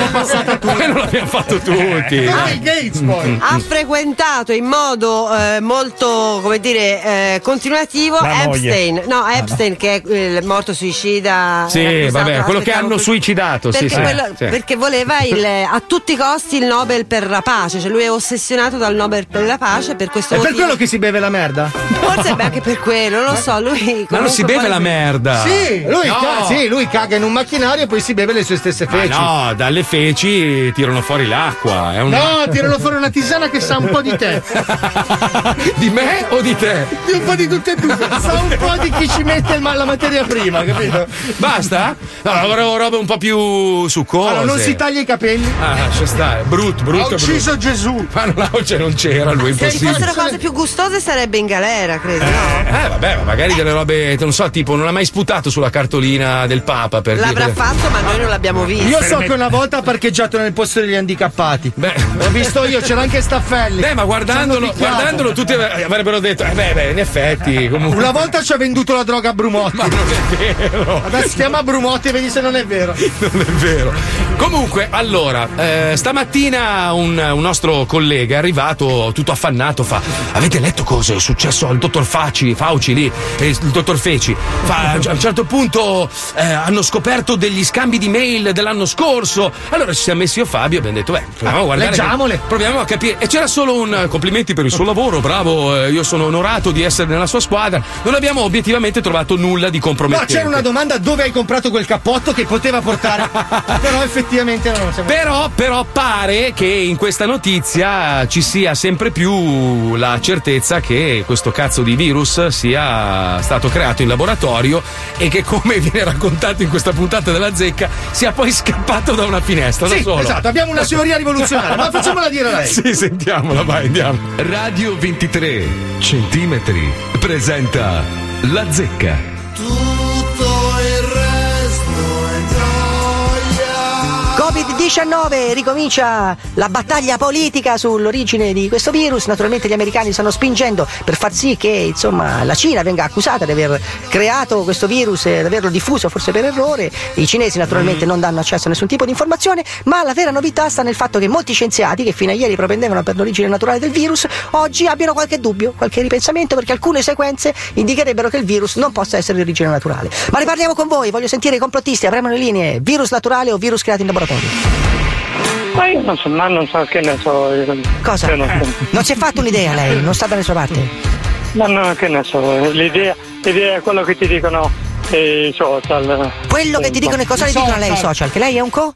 Quello l'abbiamo fatto tutti.
Ah,
dai.
Gates
poi.
ha frequentato in modo eh, molto come dire eh, continuativo
La moglie. Ah,
Epstein no Epstein che è eh, il morto suicida era
Sì,
accusato-
vabbè, quello che
aspetta,
hanno suicidato. sì,
perché,
sì,
quello-
sì.
perché voleva il- a tutti i costi il Nobel per la pace cioè lui è ossessionato dal Nobel per la pace per questo
È per
motivo
quello che si beve la merda?
forse beh, anche per quello non lo so lui
Ma non si
comunque
beve
poi-
la merda.
Sì lui,
No.
ca- sì, lui caga in un macchinario e poi si beve le sue stesse
Ma
feci.
Ah, no, dalle feci tirano fuori l'acqua. È un...
No, tirano fuori una tisana che sa un po' di
(laughs)
te.
Di me o di te?
Di un po' di tutte e due.
Sa un po' di chi ci mette il ma- la materia prima, capito?
Basta? No, volevo robe un po' più succose.
Allora, non si taglia i capelli.
Ah, lascia stare. Brutto, brutto.
Ha ucciso
Gesù. (laughs) Ma no, cioè, non c'era lui,
se ci
impossibile.
fossero cose più gustose sarebbe in galera credo no?
Eh, vabbè, ma magari delle robe, non so, tipo, non ha mai sputato sulla cartolina del Papa per
l'avrà
dire-
fatto ma noi non l'abbiamo visto
Io so che una volta ha parcheggiato nel posto degli handicappati. L'ho visto io, c'era anche Staffelli.
Eh, ma
Ci
guardandolo,
hanno picchiato.
guardandolo tutti av- avrebbero detto, eh beh, beh, in effetti, comunque.
Una volta ci ha venduto la droga a Brumotti.
è (laughs) vero.
Adesso si chiama Brumotti e vedi se non è vero.
(laughs) Non è vero. Comunque, allora, eh, stamattina un, un nostro collega è arrivato tutto affannato, fa: Avete letto cosa è successo al dottor Faci, Fauci lì? E il dottor Feci. Fa, a un certo punto eh, hanno scoperto degli scambi di mail dell'anno scorso. Allora ci siamo messi io e Fabio e abbiamo detto: Beh, proviamo a guardare.
Leggiamole.
proviamo a capire. E c'era solo un eh, complimenti per il suo lavoro, bravo, eh, io sono onorato di essere nella sua squadra. Non abbiamo obiettivamente trovato nulla di
No,
compromettente.
c'era una domanda dove hai comprato quel cappotto che poteva
(laughs)
portare. Però effettivamente non lo siamo.
Però, però pare che in questa notizia ci sia sempre più la certezza che questo cazzo di virus sia stato creato in laboratorio e che come (laughs) viene raccontato in questa puntata della zecca sia poi scappato da una finestra da
Sì,
solo.
esatto,
(laughs)
abbiamo una teoria rivoluzionaria, ma facciamola dire a lei.
Sì, sentiamola, vai, andiamo.
Radio 23 centimetri presenta La zecca.
Tutto il resto è gioia. Covid-19 ricomincia la battaglia politica sull'origine di questo virus. Naturalmente gli americani stanno spingendo per far sì che insomma, la Cina venga accusata di aver creato questo virus e di averlo diffuso forse per errore. I cinesi naturalmente
Mm.
non danno accesso a nessun tipo di informazione, ma la vera novità sta nel fatto che molti scienziati che fino a ieri propendevano per l'origine naturale del virus, oggi abbiano qualche dubbio, qualche ripensamento perché alcune sequenze indicherebbero che il virus non possa essere di origine naturale. Ma ne parliamo con voi, voglio sentire i complottisti, avremo le linee, virus naturale o virus creato in laboratorio.
Ma io non so, ma non so che ne so. io-
Cosa?
Io non so.
Non si è fatta un'idea lei, non sta da nessuna parte.
Ma no, che ne so, l'idea, l'idea è quello che ti dicono eh, i social.
Quello che ti dicono e cosa le dicono a lei i social? Che lei è un co?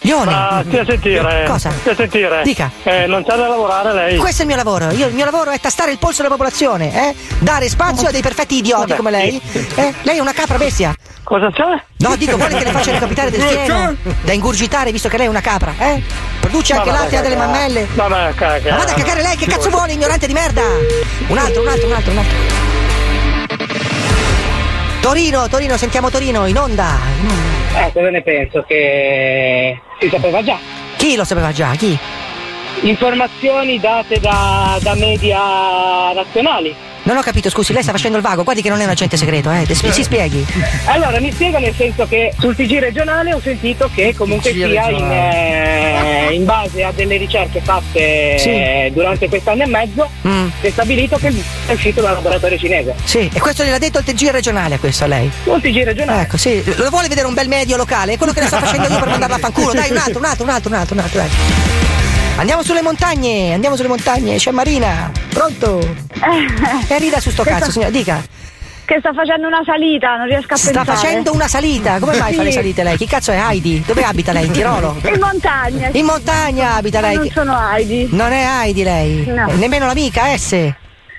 Lione.
Ma stia a Ah, sentire.
Cosa?
Stia a sentire.
Dica.
Eh, non c'è da lavorare lei.
Questo è il mio lavoro, Io- il mio lavoro è tastare il polso della popolazione, eh? dare spazio a dei perfetti idioti come lei. eh? Lei è una capra bestia.
Cosa c'è?
No, dico, vuole che le faccia recapitare del fieno da ingurgitare visto che lei è una capra, eh? Produce
Ma
anche
vada
latte e ha
a
delle
cagare.
mammelle.
Ma vada a cagare.
Ma vada a cagare
Eh,
lei, che cazzo vuole, ignorante di merda? Un altro, un altro, un altro, un altro. Torino, Torino, sentiamo Torino, in onda.
Eh, cosa ne penso? Che si sapeva già.
Chi lo sapeva già? Chi?
Informazioni date da, da media nazionali.
Non ho capito, scusi, lei sta facendo il vago, guardi che non è un agente segreto, eh? Des- Si spieghi.
Allora, mi spiego nel senso che sul TG regionale ho sentito che comunque
TG
sia in,
regionale.
eh, in base a delle ricerche fatte
Sì.
eh, durante quest'anno e mezzo
Mm.
si è stabilito che il virus è uscito dal laboratorio cinese.
Sì, e questo gliel'ha detto il TG regionale a questo a lei.
Oh,
Un TG regionale.
Ecco, sì. Lo vuole vedere un bel medio locale? È quello che le sto facendo io per mandarla a fanculo. Dai, un altro, un altro, un altro, un altro, un altro, dai. Andiamo sulle montagne, andiamo sulle montagne, c'è Marina,
(laughs)
pronto? E rida su sto
Che
cazzo,
sta-
signora, dica.
Che sta facendo una salita, non riesco a
Sta
pensare.
facendo una salita, come mai
eh. Sì.
fa le salite lei? Chi cazzo è Heidi? Dove abita lei? In Tirolo?
In montagna.
In montagna abita
Ma
lei.
non sono Heidi.
Non è Heidi lei?
No.
Nemmeno l'amica S?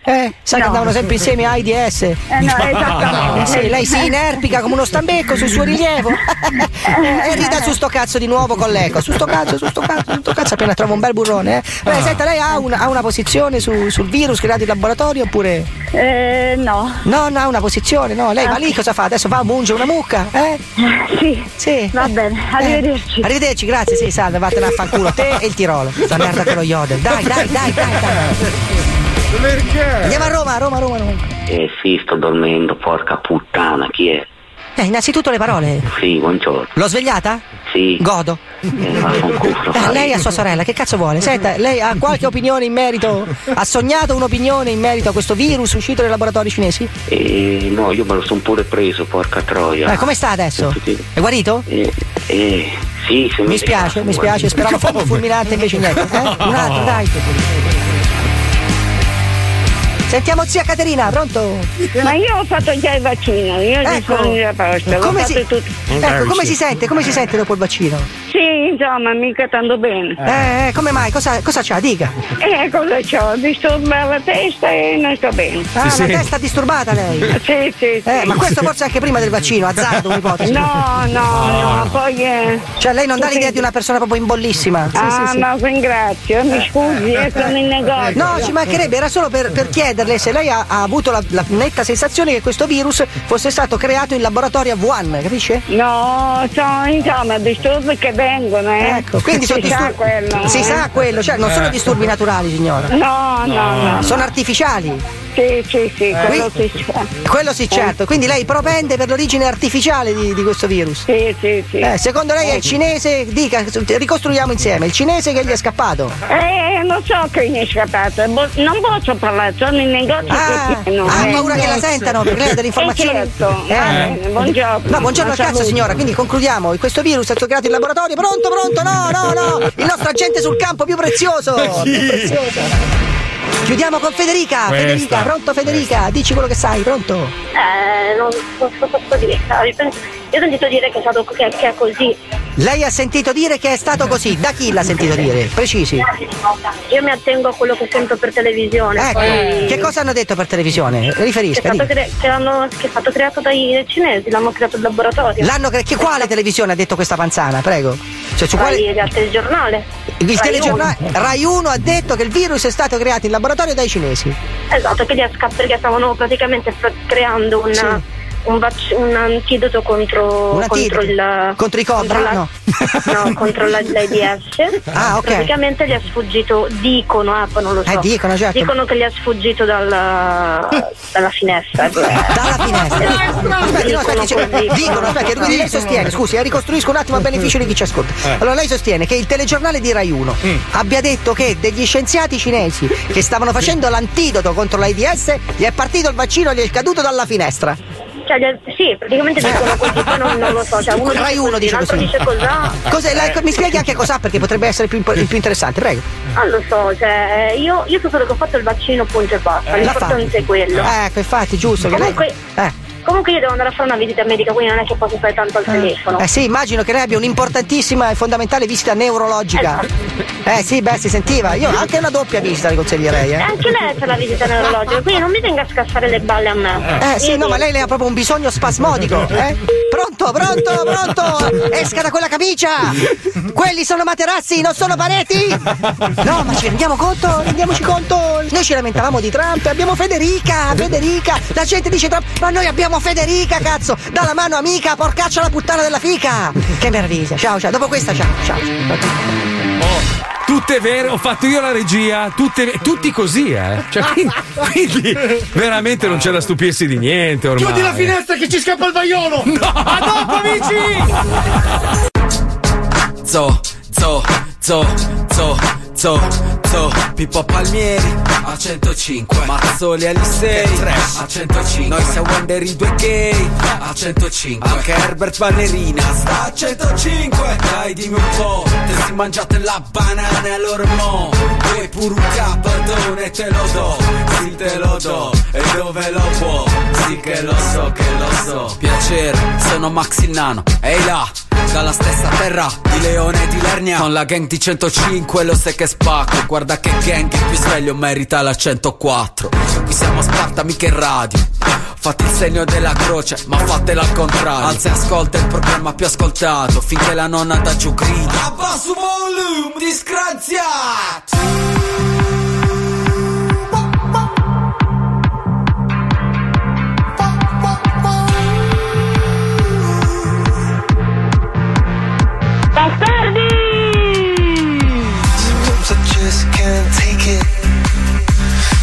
Eh, sai che
No.
andavano sempre insieme Heidi e S? Eh
no, esattamente.
(laughs) Sì, lei si inerpica come uno stambecco sul suo
(laughs)
rilievo. (laughs) Eh, e rida su sto cazzo di nuovo con l'eco. Su sto cazzo, su sto cazzo, su sto cazzo appena trova un bel burrone. Eh.
Ah.
Beh, senta, lei ha una, ha una posizione su- sul virus creato in laboratorio oppure...
Eh, no. Ah.
No, no, ha una posizione, no. Lei va lì, cosa fa? Adesso va, munge una mucca, eh?
Sì.
Sì. Eh.
Va bene, arrivederci.
Arrivederci, grazie, sì, salve, vattene a fanculo. Te e il
(laughs)
Tirolo. La merda con lo yodel. Dai, dai, dai, dai, dai.
Perché?
Andiamo a Roma, a Roma, a Roma, a Roma.
Eh sì, sto dormendo, porca puttana, chi è?
Eh, innanzitutto le parole.
Sì, buongiorno.
L'ho svegliata?
Sì.
Godo.
Eh, vaffanculo.
Eh, lei a sua sorella, che cazzo vuole? Senta, lei ha qualche opinione in merito? Ha sognato un'opinione in merito a questo virus uscito dai laboratori cinesi?
Eh, no, io me lo sono pure preso, porca troia.
Eh, come sta adesso? È guarito?
Eh, eh, sì, se
Mi spiace, mi spiace, speravo fosse fulminante invece niente. Eh? Un altro, dai. Sentiamo zia Caterina, pronto?
Ma io ho fatto già il vaccino, io non
Ecco.
sono già posto, l'ho
Come
fatto
si-
tutto.
Ecco, come si sente? Come si sente dopo il vaccino?
Sì, insomma, mica tanto bene.
Eh, eh, come mai? Cosa, cosa c'ha? Dica.
Eh, cosa c'ho? Disturba la testa e non sto bene.
Ah, la testa disturbata lei.
Sì, sì,
Eh,
sì.
ma questo forse anche prima del vaccino, azzardo un'ipotesi.
No, no,
Ah.
no, poi eh.
Cioè lei non dà l'idea di una persona proprio in bollissima. Sì,
Ah,
sì, sì.
ma ringrazio, mi scusi, eh, sono (laughs)
(laughs)
in negozio.
No, ci mancherebbe, era solo per, per chiederle se lei ha, ha avuto la, la netta sensazione che questo virus fosse stato creato in laboratorio a Wuhan, capisce?
No, sono insomma disturbi che vengono, eh.
Ecco, quindi
si
sono
sa
disturbi.
quello.
si
eh.
sa quello, cioè non sono disturbi naturali, signora.
No, no, no.
Sono artificiali. Eh.
Sì, sì, sì, Eh. quello
Qui-
si sa.
Quello sì, certo. Quindi lei propende per l'origine artificiale di, di questo virus.
Sì, sì, sì.
Eh, secondo lei è il cinese, dica, ricostruiamo insieme, il cinese che gli è scappato.
Eh, non so che mi è scappata, bo- non posso parlare, sono in negozio
Ah,
che pieno.
ha
eh.
paura che la sentano perché lei ha delle informazioni.
Eh, certo.
Eh.
Va bene, buongiorno.
No, buongiorno al
Una
cazzo
salute.
signora, quindi concludiamo. Questo virus è stato creato in laboratorio. Pronto, pronto, no, no, no. Il nostro agente sul campo più prezioso.
Eh,
Più prezioso. Chiudiamo con Federica.
Questa.
Federica, pronto Federica, dici quello che sai, pronto?
Eh, non so cosa posso dire. Io penso- io ho sentito dire che è, stato, che, che è così.
Lei ha sentito dire che è stato così, da chi l'ha sentito dire? Precisi.
Io mi attengo a quello che sento per televisione.
Ecco,
poi- eh,
che cosa hanno detto per televisione?
Che, è
Riferisca.
stato
dica.
cre- che, l'hanno- che è stato creato dai cinesi, l'hanno creato il laboratorio.
L'hanno cre- che quale televisione ha detto questa panzana, prego? Cioè, su quale...
Dai, dal telegiornale.
Il
Rai
telegiornale
Uno.
Rai 1 ha detto che il virus è stato creato in laboratorio dai cinesi.
Esatto, che li ha sca- perché stavano praticamente fa- creando una- un, vac- un antidoto contro,
Un
contro
antidoto.
il
Contro i cobra?
contro la-
No.
no, contro la- l'AIDS.
(laughs) Ah, ok.
Praticamente gli è sfuggito, dicono, ah, poi non lo so.
Eh, dicono, certo.
Dicono che gli è sfuggito dalla, dalla finestra. eh. dalla
(laughs)
finestra.
Aspetti, no, aspetti, cioè, dicono, aspetta, quindi lei sostiene, scusi, eh, ricostruisco un attimo a beneficio di chi ci ascolta.
Eh.
Allora lei sostiene che il telegiornale di Rai 1 abbia detto che degli scienziati cinesi che stavano facendo l'antidoto contro l'AIDS gli è partito il vaccino e gli è caduto dalla finestra.
Cioè, gli- sì, praticamente dicono così, poi non, non lo so. Cioè, uno
Rai
dice
1
così,
dice
l'altro
così.
dice cos'ha.
Cos'è? La-
Eh,
mi spieghi anche cos'ha perché potrebbe essere più, impo- più interessante, prego.
Ah, lo so, cioè, eh, io, io so solo che ho fatto il vaccino, punto e basta.
Eh,
L'importante è quello.
Ecco, infatti, giusto. che lei- Eh,
Comunque, comunque io devo andare a fare una visita medica, quindi non è che posso stare tanto al telefono.
Eh sì, immagino che lei abbia un'importantissima e fondamentale visita neurologica.
Esatto.
Eh sì, beh, si sentiva. Io anche una doppia visita le consiglierei,
E
eh.
Anche lei fa la visita neurologica, quindi non mi venga a scassare le balle a me.
Eh sì, no, ma lei, lei ha proprio un bisogno spasmodico, eh? Pronto, pronto, pronto! Esca da quella camicia! Quelli sono materassi, non sono pareti! No, ma ci rendiamo conto, rendiamoci conto! Noi ci lamentavamo di Trump, abbiamo Federica, Federica! La gente dice Trump, ma noi abbiamo Federica, cazzo! Dalla mano amica, porcaccia la puttana della fica! Che meraviglia, ciao, ciao, dopo questa, ciao, ciao!
Tutte vere, ho fatto io la regia, tutte, tutti così, eh. Cioè, quindi, quindi veramente non c'è da stupirsi di niente ormai.
Chiudi la
finestra che ci scappa il vaiolo!
No! A dopo, amici!
Zo, zo, zo, zo, zo, zo Pippo Palmieri a 105 Mazzoli Alisei a 105 Noi siamo Wonder i due gay a 105 Anche Herbert Ballerina sta a 105 Dai dimmi un po' Te si mangiate la banana e allora mo Vuoi pure un capatone te lo do Sì te lo do E dove lo può Sì che lo so che lo so Piacere sono Max il Nano Ehi là dalla stessa terra di Leone e di Lernia Con la gang di 105 lo sai che spacco Guarda che gang il più sveglio merita la 104 Qui siamo a Sparta mica in radio Fate il segno della croce ma fatela al contrario Alza e ascolta il programma più ascoltato Finché la nonna da giù grida
Abbasso volume, disgraziato!
Sometimes I just can't take it.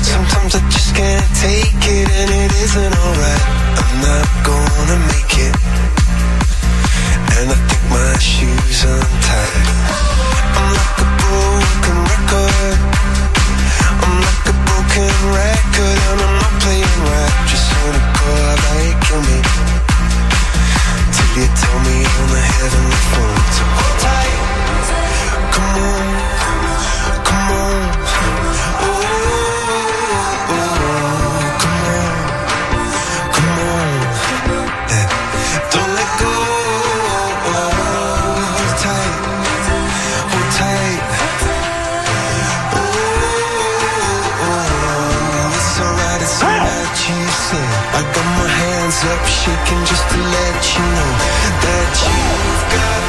Sometimes I just can't take it, and it isn't alright. I'm not gonna make it. And I think my shoes untied. I'm like a broken record. I'm like a broken record, and I'm not playing right. Just wanna call out like kill me. Till you tell me on the heavenly phone to hold tight. Come on. Come on, oh, oh, oh, come on, come on, Eh, don't let go. Hold tight, hold tight. Oh, oh, oh, it's alright, it's alright. You said I got my hands up, shaking just to let you know that you've got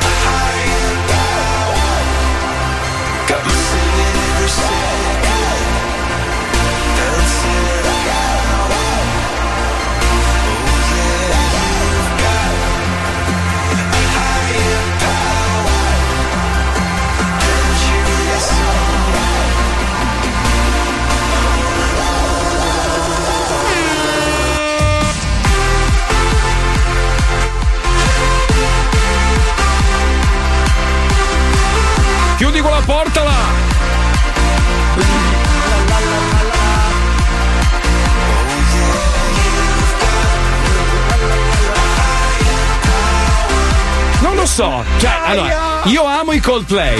a higher power. Got me singing every second, dancing every hour. Oh yeah, you've got a higher power, and you got
Chiudi quella porta là! Non lo so, cioè, allora, io amo i Coldplay,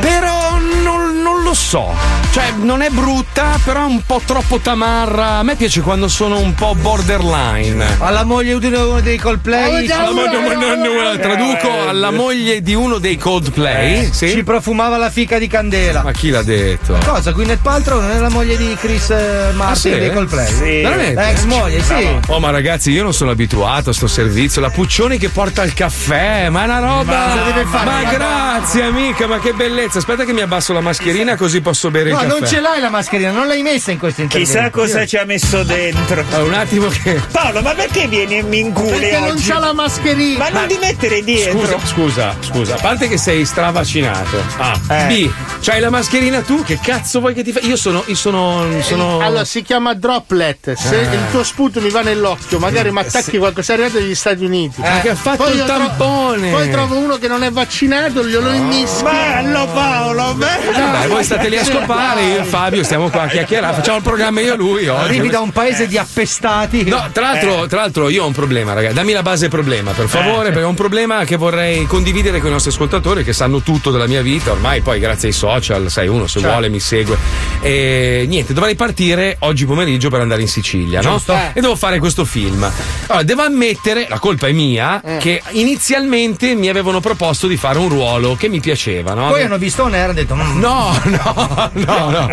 però non, non lo so. Cioè, non è brutta, però è un po' troppo tamarra. A me piace quando sono un po' borderline.
Alla moglie di uno dei Coldplay.
Alla moglie- no, no, no, Traduco alla moglie di uno dei Coldplay.
Eh,
sì?
Ci profumava la fica di candela. Ah,
Ma chi l'ha detto?
Cosa? Qui nel paltro non è la moglie di Chris eh, Martin
Ah, sì?
dei Coldplay?
Sì. Veramente?
Ex moglie, sì.
Oh, ma ragazzi, io non sono abituato a sto servizio. La Puccioni che porta il caffè, ma è una roba.
Ma cosa deve fare?
ma grazie, amica, ma che bellezza. bellezza, aspetta che mi abbasso la mascherina così posso bere il
No,
caffè.
non ce l'hai la mascherina, non l'hai messa in questa intervista.
Chissà cosa
ci
ha messo dentro.
un attimo che.
Paolo, ma perché vieni e mi inculi
Perché non
oggi?
c'ha la mascherina.
Ma non ti mettere dietro.
Scusa, scusa, scusa, a parte che sei stravaccinato.
Eh.
A. B. C'hai la mascherina tu? Che cazzo vuoi che ti fai? Io sono. Io sono. sono...
Eh,
Allora si chiama droplet. Se
Eh.
il tuo sputo mi va nell'occhio, magari mi attacchi qualcosa arrivato dagli Stati Uniti.
Ma che Eh. ha fatto
Poi
il
io tro-
tampone?
poi trovo uno che non è vaccinato, glielo immischio.
Bello Paolo, bello!
Dai, voi state lì a scopare, io e Fabio stiamo qua a chiacchierare, facciamo il programma io e lui oggi.
Arrivi da un paese di appestati.
Eh. No, tra
Eh.
l'altro, tra l'altro io ho un problema, ragazzi. Dammi la base problema, per favore, perché è un problema che vorrei condividere con i nostri ascoltatori che sanno tutto della mia vita. Ormai poi grazie ai social, sai, uno
Certo.
se vuole mi segue. E niente, dovrei partire oggi pomeriggio per andare in Sicilia, no?
Giusto.
E devo fare questo film. Allora, devo ammettere, la colpa è mia,
Eh.
che inizialmente mi avevano proposto di fare un ruolo che mi piaceva, no?
Poi hanno visto un air e hanno detto: "Mm,
No, no, no,
(laughs)
no, no,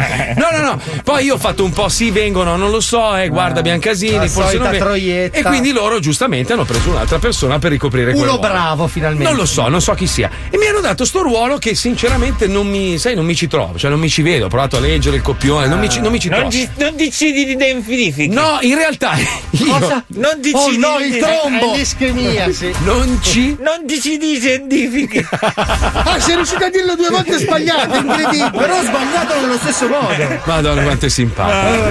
no, no. Poi io ho fatto un po' sì, vengono, non lo so, eh, guarda Biancasini,
Ah, la
forse non
solita
ven-
troietta.
E quindi loro giustamente hanno preso un'altra persona per ricoprire quel
Uno
ruolo.
bravo finalmente.
Non lo so, non so chi sia. E mi hanno dato sto ruolo che sinceramente non mi, sai, non mi ci trovo, cioè non mi ci vedo. Ho provato a leggere il copione, non mi ci, non mi ci
Non,
trovo.
di- non decidi di identificare.
No, in realtà. (laughs) Io...
Cosa? Non
Oh,
decidi.
no, il trombo!
È l'ischemia, sì.
Non ci.
Non decidi di identifichi.
(laughs) Ah, sei riuscito a dirlo due volte sbagliato, incredibile.
Però sbagliato nello stesso modo.
Madonna, quanto è
(laughs)
Ah,
simpatico.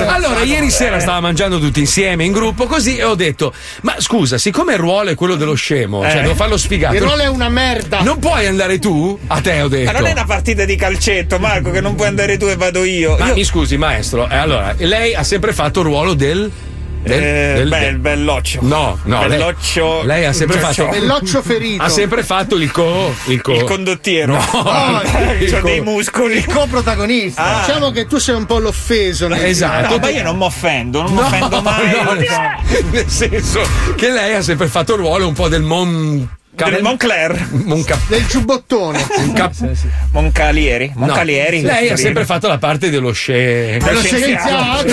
cazzo.
allora, ieri
Eh.
sera stava mangiando tutti insieme in gruppo, così e ho detto: Ma scusa, siccome il ruolo è quello dello scemo,
Eh.
cioè devo farlo sfigato.
Il ruolo è
una merda.
Non puoi andare tu? A te ho detto.
Ma non è una partita di calcetto, Marco, che non puoi andare tu e vado io.
Ma
Io-
mi scusi, maestro, eh, allora, lei ha sempre fatto il ruolo del. Del,
Eh, bel- belloccio.
No, no. lei-
Belloccio-
Lei, ha sempre
Belloccio.
fatto.
Belloccio ferito.
Ha sempre fatto il co. Il, Ah, co-
Il condottiero.
(laughs) No,
Oh, (laughs)
il
c'ho
co-
dei muscoli.
Il coprotagonista.
Ah.
Diciamo che tu sei un po' l'offeso. nel-
Esatto.
No, ma io non mi offendo, non mi
No,
offendo mai.
no, nel, nel senso che lei ha sempre fatto il ruolo un po' del Mon. Del
Moncler.
Del
(laughs)
giubbottone.
Moncalieri. Moncalieri.
Lei ha sempre fatto la parte dello sce.
Dello scienziato.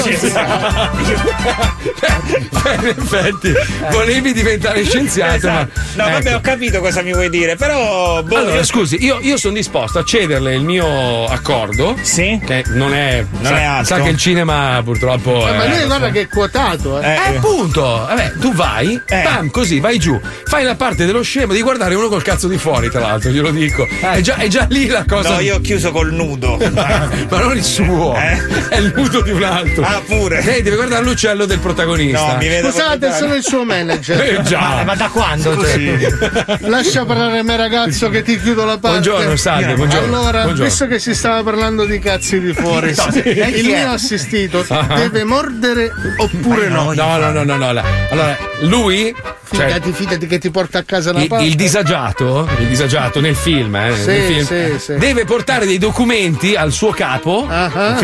(laughs) Beh, Eh, in effetti, volevi diventare scienziato.
Esatto. No,
ma... ecco.
vabbè, ho capito cosa mi vuoi dire, però. boh,
Allora,
io-
scusi, io, io sono disposto a cederle il mio accordo. Sì. Che non è.
Non
sa,
è alto.
Sa che il cinema purtroppo.
Eh, ma
è-
lui guarda che è quotato, eh.
Eh, appunto, vabbè, tu vai,
Eh.
pam, così, vai giù, fai la parte dello scemo di guardare uno col cazzo di fuori, tra l'altro, glielo dico. È già, è già lì la cosa.
Eh. No, io ho chiuso col nudo.
(laughs)
Eh.
Ma non il suo, è il nudo di un altro.
Ah, pure.
Lei deve guardare l'uccello del protagonista.
No, mi vedo
Scusate, sono il suo manager.
Eh, già. Ma- ma da quando, te?
(laughs)
Lascia parlare me, ragazzo, che ti chiudo la parte.
Buongiorno, salve, buongiorno.
Allora,
Buongiorno.
visto che si stava parlando di cazzi di fuori,
(laughs) No, sì. Eh,
il
chi è?
mio assistito
Ah.
deve mordere oppure no?
no, no, no, no, no, no, la- Allora, lui. cioè,
Fidati, fidati che ti porta a casa la
il,
parte.
il disagiato, il disagiato nel film, eh,
Sì,
nel film,
sì, sì.
deve portare dei documenti al suo capo, ok?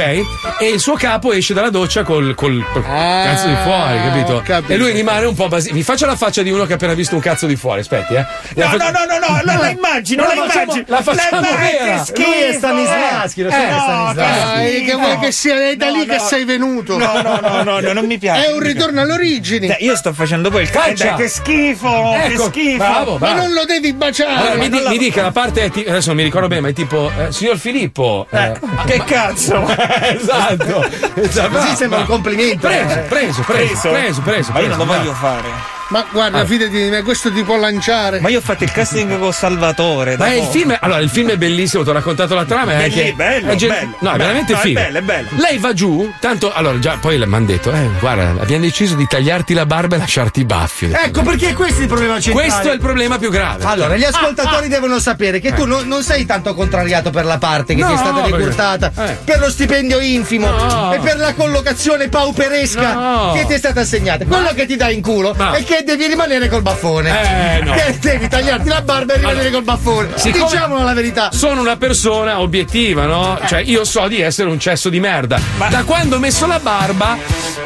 E il suo capo esce dalla doccia col, col- col cazzo di fuori, capito?
capito.
E lui rimane un po' basito. Vi faccio la faccia di uno che ha appena visto un cazzo di fuori, aspetti, eh.
No,
La Eh.
no,
faccio-
no, no, no, la, la immagino, la,
La facciamo-
immagino.
la facciamo
immagino,
vera.
che
Lui è
schifo,
Stanislavski, lo so
eh.
che è
No,
Stanislavski.
Dai, Eh, che vuoi che sia è da lì che sei venuto?
No, no, no, no, no, non mi piace.
È un
Eh,
ritorno all'origine.
Cioè, io sto facendo poi il
Caccia.
calcio. Che schifo,
Ecco,
che schifo.
bravo, bravo.
Ma non lo devi baciare.
Allora, mi,
Ma
di-
non la-
mi dica la parte è ti- adesso non mi ricordo bene, ma è tipo eh, signor Filippo. eh,
Che cazzo?
(laughs) esatto.
Così sembra un complimento.
Preso, preso, preso, preso, preso,
Ma io non lo
preso,
voglio
bravo.
fare.
Ma guarda,
Allora.
fidati di me, questo ti può lanciare.
Ma io ho fatto il casting con Salvatore. da
Ma è il
poco.
film, allora, il film è bellissimo, ti ho raccontato la trama.
Belli-
è che-
bello,
è gen-
bello.
no, è
Bello,
veramente
no, è
figo.
bello, è bello.
Lei va giù, tanto, allora, già poi mi hanno detto, eh, guarda, abbiamo deciso di tagliarti la barba e lasciarti i baffi. Ho detto,
Ecco perché questo è il problema centrale.
Questo è il problema più grave.
Allora, gli
Ah,
ascoltatori devono sapere che tu
Eh.
non, non sei tanto contrariato per la parte che ti è
No,
stata
perché-
ricurtata,
eh.
per lo stipendio infimo
No.
e per la collocazione pauperesca
No.
che ti è stata assegnata. Quello che ti dà in culo è che devi rimanere col baffone.
Eh, no.
(laughs) Che devi tagliarti la barba e rimanere col baffone.
siccome-
Diciamolo la verità.
Sono una persona obiettiva, no?
Eh.
Cioè, io so di essere un cesso di merda. Ma da quando ho messo la barba,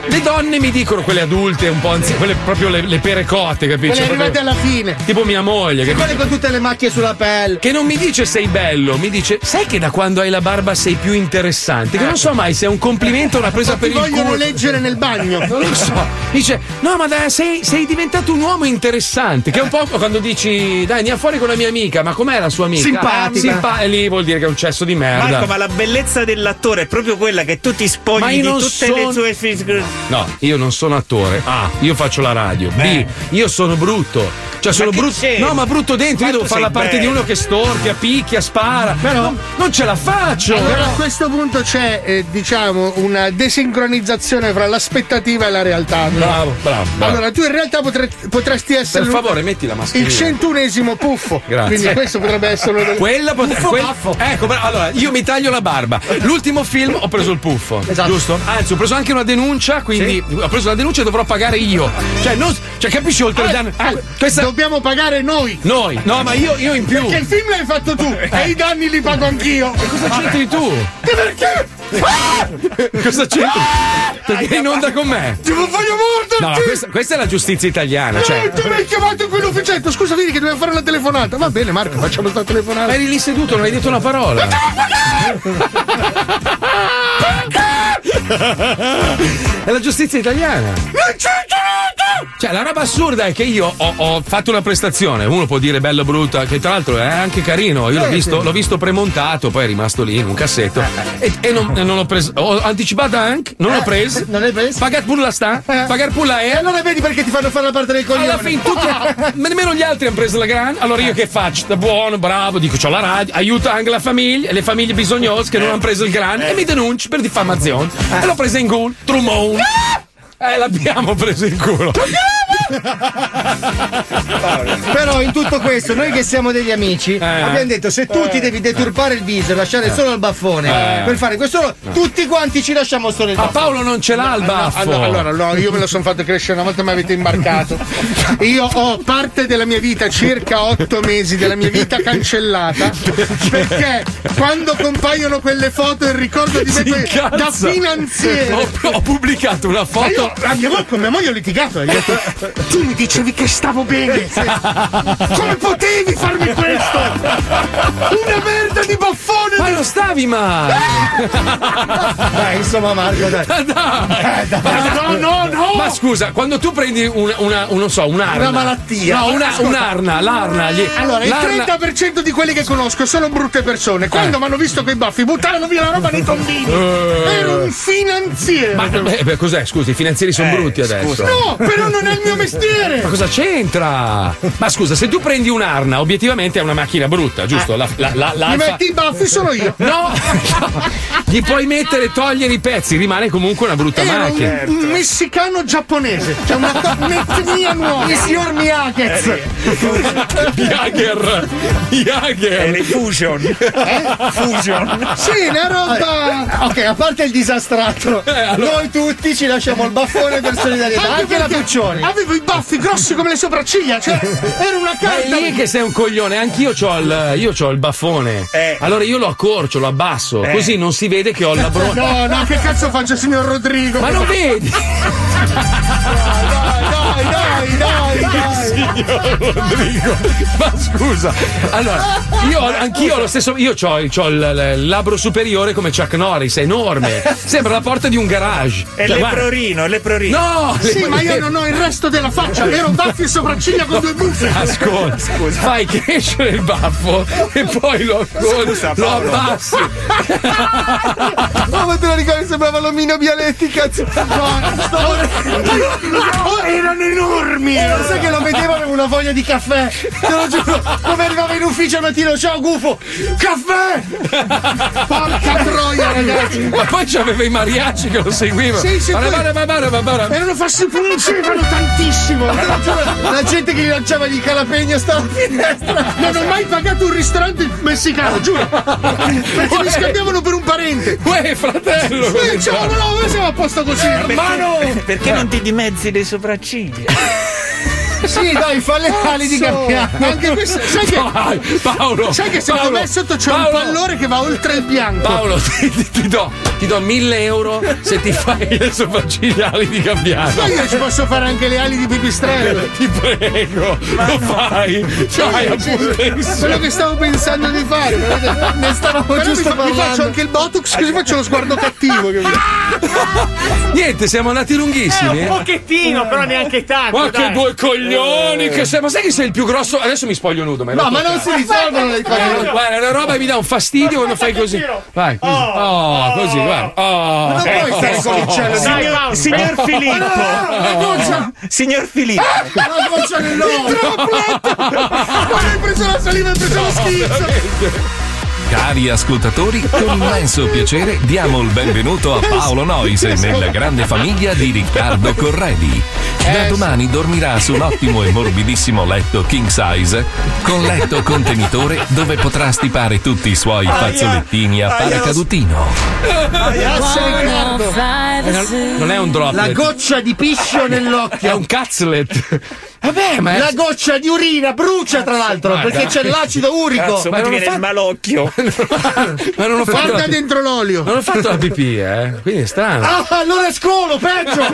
le donne mi dicono, quelle adulte, un po' anziane, quelle proprio le, le pere cotte, capisci?
Quelle
Proprio-
arrivate alla fine.
Tipo mia moglie,
Sì,
capisci?
quelle con tutte le macchie sulla pelle.
Che non mi dice sei bello, mi dice sai che da quando hai la barba sei più interessante. Che non so mai se è un complimento o una presa
Ti
per il
vogliono
culo.
leggere nel bagno.
Non lo so. Dice no ma dai, sei, sei diven- diventato un uomo interessante, che è un po' quando dici, dai, andiamo fuori con la mia amica, ma com'è la sua amica?
Simpatica.
Simpa- Ah, e lì vuol dire che è un cesso di merda.
Marco, ma la bellezza dell'attore è proprio quella che tu ti
Ma
spogli di
io non
tutte
sono-
le sue fisiche.
No, io non sono attore.
Ah.
A, io faccio la radio. B, io sono brutto. Cioè, sono
che
brutto.
c'è?
No, ma brutto dentro.
Ma
Io devo
tu
fare la
sei
parte di
bello.
uno che storpia, picchia, spara. No, non ce la faccio.
Allora, a questo punto c'è, eh, diciamo, una desincronizzazione fra l'aspettativa e la realtà. no?
Bravo, bravo, bravo.
Allora, tu in realtà potre- potresti essere.
Per
un-
favore, metti la mascherina.
Il centunesimo puffo.
Grazie.
Quindi questo potrebbe essere uno dei-
Quella potrebbe.
Puffo
quel-
baffo.
Ecco, bra- allora, io mi taglio la barba. L'ultimo film ho preso il puffo.
Esatto.
Giusto? Anzi, ho preso anche una denuncia, quindi ho preso una denuncia e dovrò pagare io. Cioè, non, cioè capisci
Ah,
oltre il danno.
Dobbiamo pagare noi.
Noi, no, ma io, io in più.
Perché il film l'hai fatto tu e i danni li pago anch'io. E
cosa c'entri tu?
Perché? Ah!
Cosa c'è? Perché è in onda con me?
Ti voglio morderti!
No, ma questa, questa è la giustizia italiana.
Eh,
(laughs)
Cioè,
tu mi hai chiamato quell'ufficetto, scusa, vieni che dobbiamo fare una telefonata. Va bene, Marco, facciamo sta telefonata.
Eri lì seduto, non hai detto una parola. è la giustizia italiana. Cioè, la roba assurda è che io ho, ho fatto una prestazione. Uno può dire bella o brutta, che tra l'altro è anche carino. Io l'ho
Eh,
visto,
sì. Eh,
l'ho visto premontato, poi è rimasto lì in un cassetto. E, e non, e non l'ho preso. Ho anticipato anche, non
Eh,
l'ho preso. Non l'hai preso? Pagat pur la sta. Pagar pur la è. E
allora vedi perché ti fanno fare la parte del coglione.
Alla fine tutti,
(laughs)
ma nemmeno gli altri hanno preso la gran. Allora
Eh.
io che faccio? Da buono, bravo, dico c'ho la radio, aiuto anche la famiglia, le famiglie bisognose
Eh.
che non hanno preso il gran e mi denuncio per diffamazione. E l'ho presa in culo, trumone. Eh, l'abbiamo preso in culo.
(laughs) Però in tutto questo, noi che siamo degli amici, abbiamo detto: se tu ti devi deturpare il viso e lasciare
Eh.
solo il baffone
Eh.
per fare questo,
No.
tutti quanti ci lasciamo solo il
Ma
baffone.
Paolo non ce l'ha il baffo.
Allora, allora, no, io me lo sono fatto crescere una volta mi avete imbarcato. Io ho parte della mia vita, circa otto mesi della mia vita cancellata. Perché quando compaiono quelle foto il ricordo di me
Si incazza.
da finanziere.
Ho, ho pubblicato una
Ma
foto.
io, a mia moglie- con mia moglie ho litigato, gli ho detto, tu mi dicevi che stavo bene.
(laughs)
Come potevi farmi questo? Una merda di baffone!
Ma non stavi (laughs) mai!
dai, insomma, Marco, dai.
Ah, No, no, no!
Eh, Ma scusa, quando tu prendi un- una, un- non so, un'arna.
Una malattia.
No, una-
Ascolta.
un'arna, l'arna. gli-
Allora,
l'arna-
il 30% di quelli che conosco sono brutte persone. Quando mi hanno visto quei baffi, buttarono via la roba nei tombini.
Eh.
Ero un finanziere.
Ma eh, beh, cos'è? Scusi, i finanzieri sono brutti adesso.
Eh, No, però non è il mio
Ma
mestiere.
cosa c'entra? Ma scusa, se tu prendi un'arna, obiettivamente è una macchina brutta,
Eh.
giusto? La, la, la-
Mi
l'alfa-
metti i baffi sono io.
No, Gli puoi mettere e togliere i pezzi, rimane comunque una brutta
Era un,
macchina.
Eh, un messicano giapponese. Cioè una to- un'etnia nuova. Eh,
Il signor Miyakez.
Jagger! Jagger!
Fusion!
Eh?
Fusion!
(laughs) Sì, una roba. Eh, Ok, a parte il disastrato,
Eh, allora-
noi tutti ci lasciamo il baffone per solidarietà, anche, la
perché
Puccioni.
Avevo i baffi grossi come le sopracciglia,
(laughs)
cioè era una
Ma è
carta.
lì che sei un coglione, anch'io ho il, io c'ho il baffone. Allora io lo accorcio, lo abbasso,
Eh.
così non si vede che ho il labrone.
(laughs) No, no, che cazzo faccio, signor Rodrigo?
Ma non vedi?
dai, dai, dai, dai.
Signor Rodrigo, ma scusa, allora io ho- anch'io ho lo stesso. Io ho, il, il labbro superiore come Chuck Norris, è enorme. Sembra la porta di un garage.
È
Cioè, guarda-
leprorino, è leprorino.
No!
Sì, ma io non ho il resto della
(laughs)
faccia, ero baffi e sopracciglia con due buffe.
Ascolta, fai crescere il baffo e poi lo, accorci, lo
Paolo.
abbassi.
Oh, ma te la ricordi? Sembrava l'omino Bialetti, cazzo. No,
Oh, erano enormi!
Eh, lo sai che lo vedevo avevo una voglia di caffè! Te lo giuro! Come arrivavo in ufficio al mattino, ciao gufo! Caffè!
Porca
(laughs)
troia, ragazzi!
Ma poi c'aveva i mariachi che lo seguivano.
Sì, sì,
Bara,
poi-
bara, bara, bara, bara.
Erano farsi puncevano tantissimo!
Te lo giuro, La gente che gli lanciava gli calapegna stava finestra!
Non ho mai pagato un ristorante messicano, giuro! Perché mi scambiavano per un parente!
Uè, fratello! Eh,
Sì, diciamo, cioè, ciao,
Eh,
no, no, noi siamo a posto così!
Perché, perché non ti dimezzi dei sopracciglia?
Sì, dai, fa le ali di gabbiano. Anche questo. Sai che,
Dai, Paolo,
sai che secondo
Paolo,
me sotto c'è un
Paolo.
pallore che va oltre il bianco.
Paolo, (laughs) ti, ti- ti do, ti do 1000 euro se ti fai le sopraccigliali di gabbiano.
Ma io ci posso fare anche le ali di pipistrello.
Eh, Ti prego, lo fai.
Sì,
C'hai
sì,
appunto.
quello che stavo pensando di fare, ma vedete, ne stavo
Però
giusto
mi fa- mi
parlando.
faccio anche
il botox, così faccio lo sguardo cattivo.
(laughs) Niente, siamo andati lunghissimi. eh.
un pochettino, però neanche tanto.
Ma che
dai. Eh.
due coglioni che sei, ma sai che sei il più grosso? Adesso mi spoglio nudo, ma
No, ma non si risolvono le cose.
Eh, Guarda, è una roba che mi dà un fastidio quando fai così. Vai, così. Oh, così, guarda. Oh.
Ma non puoi
Oh.
stare con il cielo.
Dai,
Signor-
Paolo.
signor
Oh.
Filippo.
Ah,
No, no, no, no.
Signor Filippo.
Eh, La goccia nell'uovo. Il tropletto. Guarda, hai preso la saliva, hai preso lo schizzo.
Cari ascoltatori, con immenso piacere diamo il benvenuto a Paolo Nois nella grande famiglia di Riccardo Corredi.
Eh,
Da domani dormirà su un ottimo e morbidissimo letto king size con letto contenitore dove potrà stipare tutti i suoi fazzolettini a paracadutino.
Eh, non- Non è un drop.
La goccia di piscio nell'occhio.
È un cazzlet.
Eh
Vabbè, ma è-
La goccia di urina brucia, tra l'altro,
Guarda.
perché c'è l'acido urico.
Cazzo, ma ti viene il
malocchio.
Ma non ho fatto.
Guarda
dentro l'olio.
Non ho fatto la pipì, eh. Quindi è strano.
Ah, allora è scolo, peggio!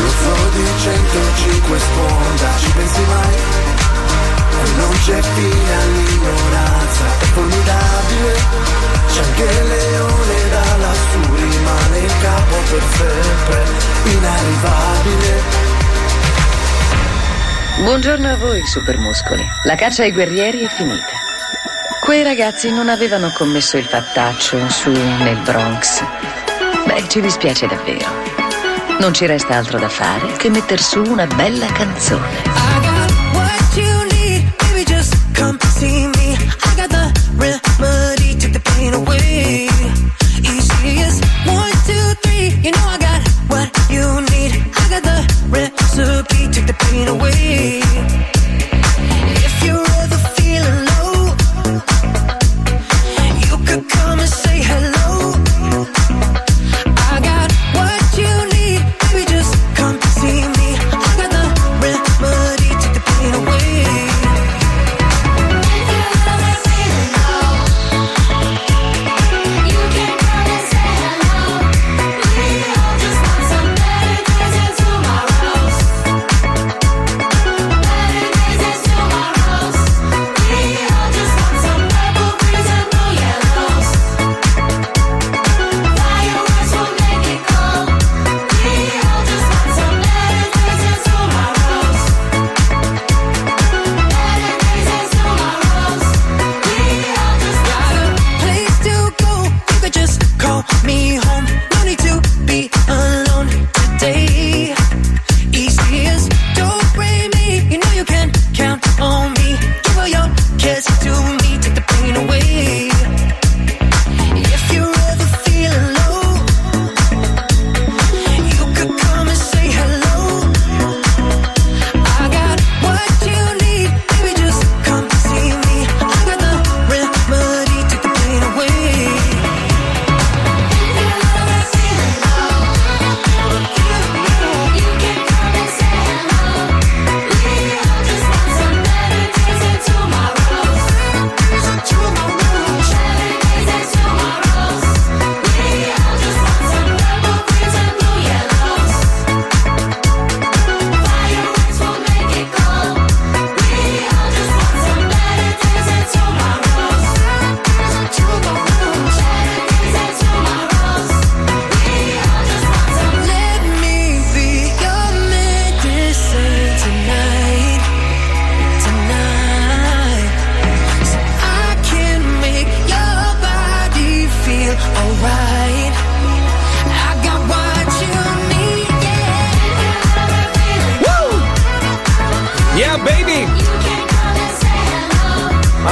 lo zoo di 105 sponda, ci pensi mai? E non c'è fine all'ignoranza, è formidabile, c'è anche il leone da lassù, rimane il capo per sempre, inarrivabile.
Buongiorno a voi, supermuscoli. La caccia ai guerrieri è finita. Quei ragazzi non avevano commesso il fattaccio su nel Bronx. Beh, ci dispiace davvero. Non ci resta altro da fare che metter su una bella canzone.
I got what you need, baby. Just come see me. I got the remedy, take the pain away. Easy is one, two, three. You know I got what you need. I got the recipe, take the pain away. If you're ever feeling low, you could come and say hello. I got what you need, baby. Just come see me. I got the remedy.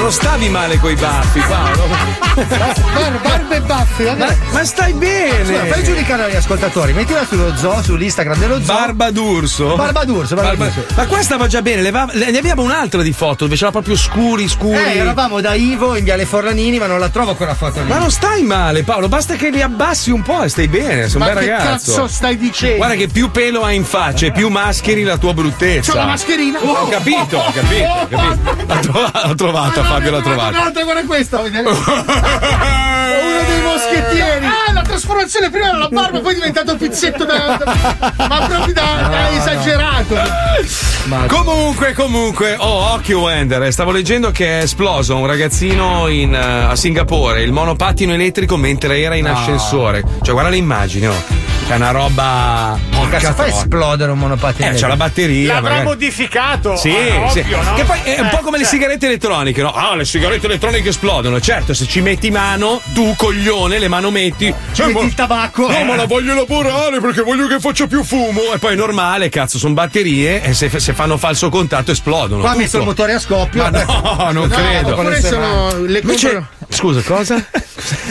stavi male coi baffi, Paolo.
Barba e baffi,
Ma- stai bene!
fai giudicare agli ascoltatori, mettila sullo zoo, sull'Instagram dello zoo.
Barba d'urso?
Barba d'urso, barba
Barba-
d'urso.
Ma qua stava già bene, leva- le- ne abbiamo un'altra di foto dove c'era proprio scuri, scuri.
Eh, eravamo da Ivo in Viale Forlanini, ma non la trovo quella foto lì.
Ma non stai male, Paolo, basta che li abbassi un po' e stai bene, sei un
Ma
bel
che
ragazzo.
cazzo stai dicendo?
Guarda che più pelo hai in faccia e più mascheri la tua bruttezza.
C'ho la mascherina.
Ho capito, ho capito, ho capito. L'ho trovata, l'ho trovata Fabio, l'ho trovata.
Guarda, guarda questo. Uno dei moschettieri. Ah, la trasformazione prima era la barba, poi è diventato il pizzetto da. da- ma proprio da, da esagerato.
Comunque, comunque, oh, occhio Wender, eh, stavo leggendo che è esploso un ragazzino in, eh, a Singapore, il monopattino elettrico mentre era in
Ah.
No.
ascensore. Cioè, guarda le immagini, oh. C'è una roba.
Cazzo, fa
porca troia.
esplodere un monopattino.
Eh, c'è la batteria.
L'avrà
magari.
modificato.
Sì,
Ah,
sì.
ovvio, no?
che poi è un
Eh,
po' come le
cioè,
sigarette elettroniche, no? Ah, le sigarette elettroniche esplodono. Certo, se ci metti mano, tu coglione, le mano metti. Ci
metti il tabacco.
Cioè, No,
Eh.
ma la voglio lavorare perché voglio che faccia più fumo. E poi è normale, cazzo, sono batterie e se, se fanno falso contatto esplodono.
Qua ha
Tutto.
messo il motore a scoppio.
Ma no, non credo.
oppure sono le
Invece-
contro-
Scusa, cosa?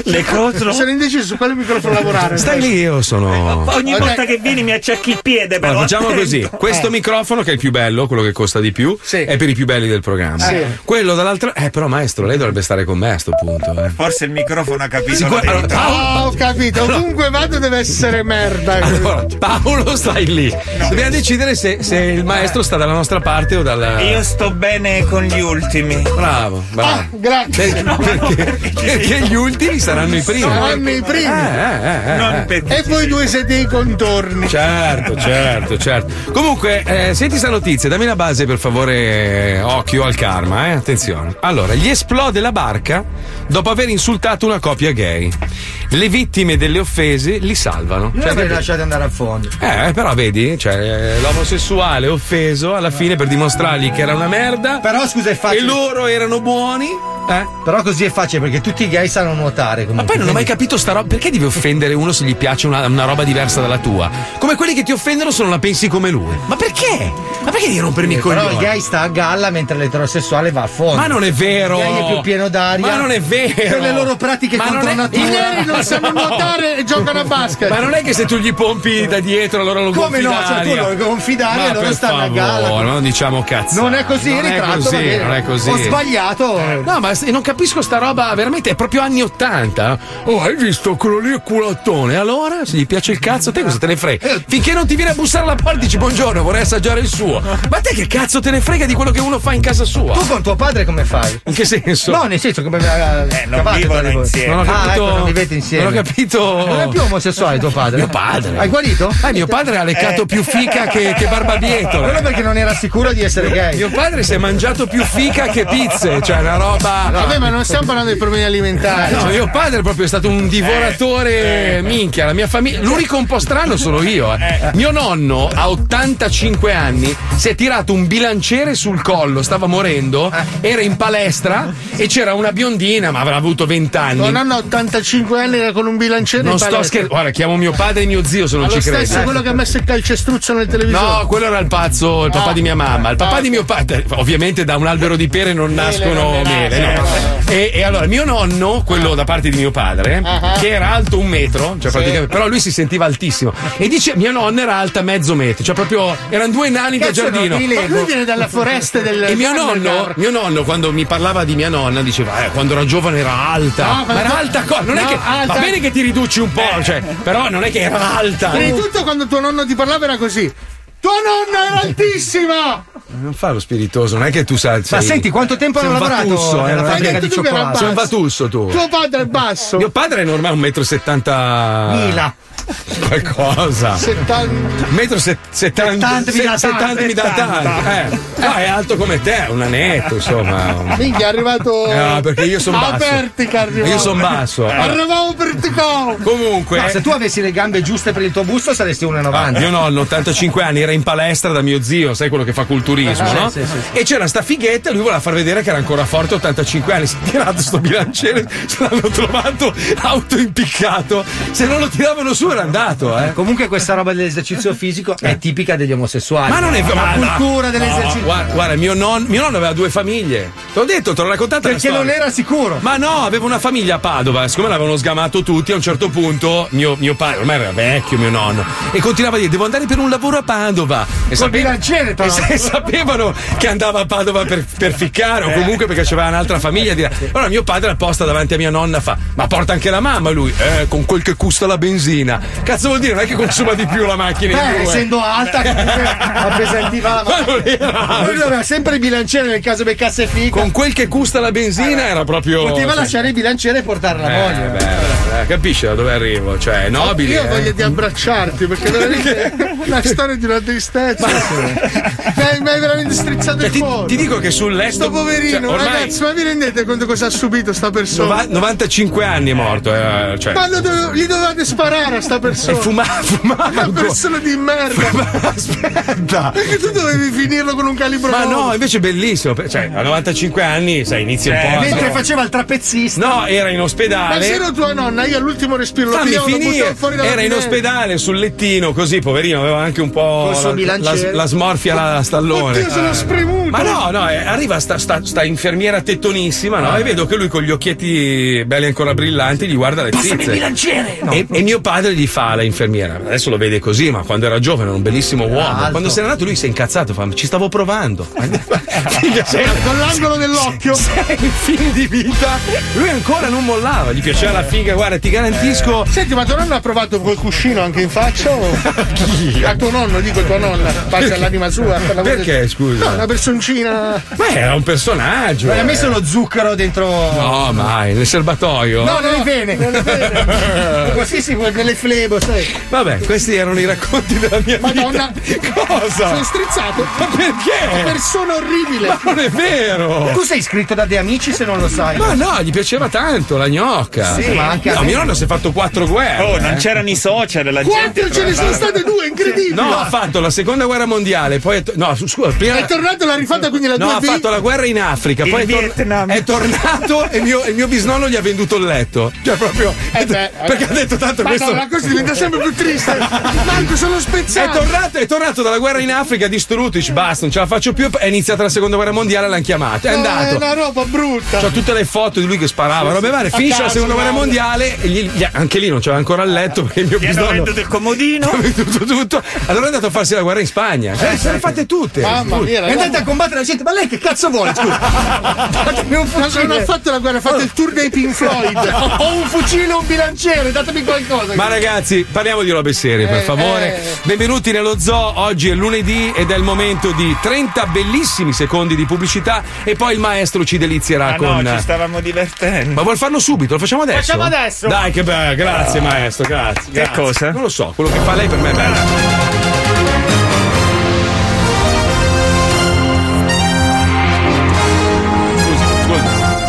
le contro.
Sono indeciso su quale microfono lavorare.
Stai lì, io sono.
Ogni
Vabbè.
volta che vieni mi acciacchi il piede, però.
Allora, facciamo
attento.
così: questo
Eh.
microfono, che è il più bello, quello che costa di più, è per i più belli del programma.
Sì.
Quello dall'altra. Eh, però, maestro, lei dovrebbe stare con me a sto punto. Eh.
Forse il microfono ha capito.
Sicur-
la verità.
Ah, ho capito. Ovunque vado deve essere merda.
Allora, Paolo, stai lì. Dobbiamo decidere se, se il maestro sta dalla nostra parte o dalla.
Io sto bene con gli ultimi.
Bravo, bravo.
Ah, Grazie.
Per- perché, perché gli ultimi saranno i primi.
Saranno i primi.
Eh, eh, eh, eh.
e voi due siete i contorni.
Certo, certo, certo. Comunque, eh, senti sta notizia, dammi la base per favore, eh, occhio al karma, eh, attenzione. Allora, gli esplode la barca dopo aver insultato una coppia gay. Le vittime delle offese li salvano.
Cioè,
Cioè,
avrei
vedi-
lasciato andare a fondo.
eh, però vedi, cioè, eh, l'omosessuale offeso alla fine per dimostrargli che era una merda.
Però scusa, è facile.
E loro erano buoni. Eh?
Però così è facile perché tutti i gay sanno nuotare.
Ma poi non ho mai capito sta roba. Perché devi offendere uno se gli piace una, una roba diversa dalla tua? Come quelli che ti offendono se non la pensi come lui. Ma perché? Ma perché devi rompermi i
Però
coglioni?
il gay sta a galla mentre l'eterosessuale va a fondo.
Ma non è vero!
Il gay è più pieno d'aria.
Ma non è vero!
Per le loro pratiche
Ma non
contro
è-
natura.
I neri non sanno nuotare e giocano a basket.
Ma non è che se tu gli pompi da dietro allora lo
Come no?
gonfi
Cioè, tu
d'aria.
lo gonfi d'aria
Ma
e loro
per
stanno a galla.
favore, Non diciamo cazzo.
Non è così,
Non è
ritratto.
così,
va bene.
non è così. Eh.
Ho sbagliato.
No, ma se- non capisco sta roba, veramente è proprio anni 80. Oh, hai visto quello lì è culattone. Allora, se gli piace il cazzo, te cosa te ne
Eh.
frega? Finché non ti viene a bussare alla porta, dici buongiorno, vorrei assaggiare il suo. Ma te che cazzo te ne frega di quello che uno fa in casa sua?
Tu con tuo padre come fai?
In che senso?
No, nel senso come eh,
non vivono insieme.
Non
Non ho
Ah,
capito-
ecco, non vivete insieme.
non ho capito-
Non è più omosessuale tuo padre.
Mio padre.
Hai guarito?
Eh, mio padre ha leccato più fica che,
(laughs)
che barbabietola.
Quello perché non era sicuro di essere gay.
Mio padre si è mangiato più fica che pizze, cioè una roba.
Vabbè, ma non stiamo parlando dei problemi alimentari. cioè.
No, mio padre è proprio stato un divoratore minchia, la mia famiglia. L'unico un po' strano sono io. eh. Mio nonno a 85 anni si è tirato un bilanciere sul collo, stava morendo, era in palestra e c'era una biondina, ma avrà avuto 20
Tuo
anni.
nonno ha 85 anni era con un bilanciere
Non
in
sto
palestra.
scherzando. Guarda, chiamo mio padre e mio zio se non
Allo
ci credi.
stesso quello che ha messo il calcestruzzo nel televisore.
No, quello era il pazzo, il
Ah.
papà di mia mamma. Il papà di mio padre, ovviamente da un albero di pere non nascono
non Eh, ne
mele.
nasce,
no. E, e allora mio nonno, quello da parte di mio padre,
Ah.
che era alto un metro, cioè
Sì.
praticamente, però lui si sentiva altissimo. E dice: Mia nonna era alta mezzo metro, cioè proprio erano due nani da
Cazzo,
giardino.
no, Ma lui viene dalla foresta del.
E mio
del-
nonno, mio nonno, quando mi parlava di mia nonna, diceva: eh, quando era giovane era alta.
No,
ma era alta cosa? Non è
No,
che.
alta.
Va bene che ti riduci un po', cioè, però non è che era alta.
Prima di tutto, quando tuo nonno ti parlava era così. Tua nonna era altissima!
Non fa lo spiritoso, non è che tu sai.
Ma senti, quanto tempo
sei
hanno
un
lavorato
Vatusso, eh,
nella
non è
fabbrica
che-
di
tu che era
cioccolato?
Sei un vatusso tu.
Tuo padre è basso.
Mio padre è normale 1,70 m.
Mila.
Qualcosa.
70.
1,70
70 mi dà tanto.
mi dà tanto. Eh. No, è alto come te, un anetto, insomma.
Minchia, è arrivato.
No, perché io son basso.
Aperti, che arrivavo.
Io son basso.
Eh, Arrivavo per Ticao.
Comunque.
No, se tu avessi le gambe giuste per il tuo busto saresti
Ah,
1,90.
mio nonno, 85 anni, era in palestra da mio zio, sai quello che fa culturismo,
Ah,
no?
sì, sì, sì,
E c'era sta fighetta, lui voleva far vedere che era ancora forte, 85 anni. Si è tirato sto bilanciere, se l'hanno trovato autoimpiccato. Se non lo tiravano su era era andato, eh.
Comunque questa roba dell'esercizio fisico è tipica degli omosessuali.
Ma non è vero,
La
ma Ah, no.
cultura
No,
dell'esercizio.
guarda, guarda, mio, non- mio nonno aveva due famiglie. Te l'ho detto, te l'ho raccontata.
Perché non era sicuro.
Ma no, aveva una famiglia a Padova. Siccome l'avevano sgamato tutti, a un certo punto mio, mio padre, ormai era vecchio mio nonno, e continuava a dire: Devo andare per un lavoro a Padova. E
Col bilanciere, tra
(laughs) e
l'altro.
se- sapevano che andava a Padova per, per ficcare,
Eh.
o comunque perché c'era un'altra famiglia. di là. Allora mio padre, apposta davanti a mia nonna, fa: Ma porta anche la mamma lui, eh, con quel che costa la benzina. Cazzo vuol dire, non è che consuma di più la
Eh,
macchina. in
Beh,
Eh, due. (laughs) Eh.
essendo alta,
(laughs)
comunque, appesantiva la
Ma non
macchina.
era
Lui doveva sempre il bilanciere nel caso beccasse fica.
Con quel che costa la
Eh,
benzina era proprio.
Poteva
sì.
lasciare il bilanciere e portare la
Eh,
moglie.
beh, eh, capisci da dove arrivo? Cioè, è nobile.
Io
eh.
voglio di abbracciarti perché veramente
(laughs)
è una storia di una tristezza. Mi hai- mi hai veramente strizzato
Cioè,
il
ti-
cuore.
ti dico che sul
Sto
letto-
poverino,
cioè, ormai-
ragazzi, ma vi rendete conto cosa ha subito sta persona?
Nova- 95 anni è morto. eh, cioè.
Ma lo dove- gli dovevate sparare a sta persona.
E fumava- fumava
Una
ancora.
persona di merda.
Aspetta.
Perché tu dovevi finirlo con un calibro
Ma
nuovo.
no, invece è bellissimo. per- Cioè, a 95 anni, sai, inizia
Eh,
un po'. a-
mentre
no.
faceva il trapezzista.
No, era in
Ma se
ospedale.
ero tua nonna, io all'ultimo respiro lo
Fammi
pigliavo, lo buttavo
finire.
fuori dalla
Era in
finestra.
ospedale sul lettino, così, poverino, aveva anche un po'
Col suo
la,
bilanciere.
la- la smorfia alla stallone.
Oddio, sono
Ah.
spremuto.
Ma no, no,
(laughs)
(laughs) eh, arriva sta, sta- sta infermiera tettonissima, no? E vedo che lui con gli occhietti belli ancora brillanti gli guarda le
Passami
tizze.
il bilanciere! No.
E, e mio padre gli fa la infermiera. Adesso lo vede così, ma quando era giovane era un bellissimo uomo.
Alto.
Quando se n'è andato lui si è incazzato, fa, ci stavo provando.
Con l'angolo dell'occhio.
Sei in fin di vita. Lui ancora non mollava, gli piaceva la figa, guarda, ti garantisco.
Eh. Senti, ma tua nonna ha provato col cuscino anche in faccia?
(laughs)
O... A tuo nonno, dico tua nonna, faccia all'anima sua. per l'amor
Perché,
del-
scusa?
No, una personcina.
Ma era un personaggio.
Ma
eh.
l'ha messo lo zucchero dentro.
No, mai, nel serbatoio.
No, nelle vene. nelle
(laughs)
vene. Così si vuole nelle flebo, sai.
Vabbè, questi erano i racconti della mia
Madonna.
vita. Cosa?
Sono strizzato.
Ma perché?
Persona orribile.
Ma non è vero!
Tu sei iscritto da De Amici se non lo sai.
Ma no, gli piaceva tanto la gnocca.
Sì, ma anche a
no,
me.
mio nonno si è fatto quattro guerre.
Oh, non
eh.
c'erano i social, la gente.
Quante ce ne sono
trovava-
state due, incredibili.
No, ha fatto la seconda guerra mondiale, poi è to- no, su- scusa, prima-
È tornato l'ha rifatta quindi la
No,
tua
ha fatto la guerra in Africa,
Il
poi è, tor-
Vietnam.
è tornato e mio, e mio bisnonno gli ha venduto il letto. Cioè, proprio.
Eh beh,
perché ha detto tanto
Ma
questo.
no, la cosa diventa sempre più triste. Marco, sono
È
spezzato.
tornato, è tornato dalla guerra in Africa, distrutto, dice basta, non ce la faccio più. È iniziata la seconda guerra mondiale, l'hanno chiamato. È
No,
andato.
È una roba brutta.
C'ho Cioè, tutte le foto di lui che sparava, robe varie.
A
Finisce la
caso,
seconda guerra
guarda.
mondiale, e gli- gli- anche lì non c'era ancora il letto perché il mio
Gli hanno
bisnonno
venduto il comodino.
ha venduto (laughs) tutto. Allora è andato a farsi la guerra in Spagna. Eh, se le fate tutte.
Mamma
Tutte.
mia,
È
ragazzi.
andata a combattere la gente, ma lei che cazzo vuole? Scusa. Datemi un
Ma (laughs)
fucile.
non ha fatto la guerra, ha fatto il tour dei Pink Floyd.
Ho un fucile o un bilanciere, datemi qualcosa.
Ma ragazzi, parliamo di robe serie, per
Eh,
favore.
eh.
Benvenuti nello zoo. Oggi è lunedì ed è il momento di 30 bellissimi secondi di pubblicità e poi il maestro ci delizierà
Ah,
con. eh,
no, ci stavamo divertendo.
Ma vuol farlo subito? Lo facciamo adesso?
Facciamo adesso. Ah.
Dai, che bello, grazie maestro, grazie.
Che
grazie.
cosa?
Non lo so, quello che fa lei per me è bello.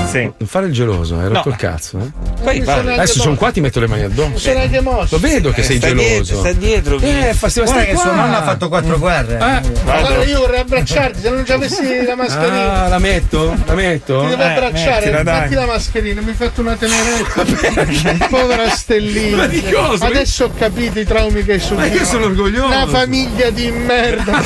Sì.
Non fare il geloso, hai rotto
No.
il cazzo. eh.
Poi
Guarda, adesso sono qua, ti metto le mani addosso.
Sono anche mosso.
Lo vedo che
Eh,
sei
sta dietro,
geloso.
sta dietro, via.
eh, fa, stai
Guarda che
qua.
sua nonna ha fatto quattro guerre.
Eh,
Guarda, io vorrei abbracciarti, se non ci avessi la mascherina.
Ah, la metto? La metto?
Ti devo
Eh,
abbracciare,
mettila, dai.
fatti la mascherina, mi hai fatto una
(laughs)
tenerezza. Povera
Ma
Stellina.
di cosa?
Adesso ho capito i traumi che hai subito.
Ma io sono orgoglioso.
Una famiglia di merda.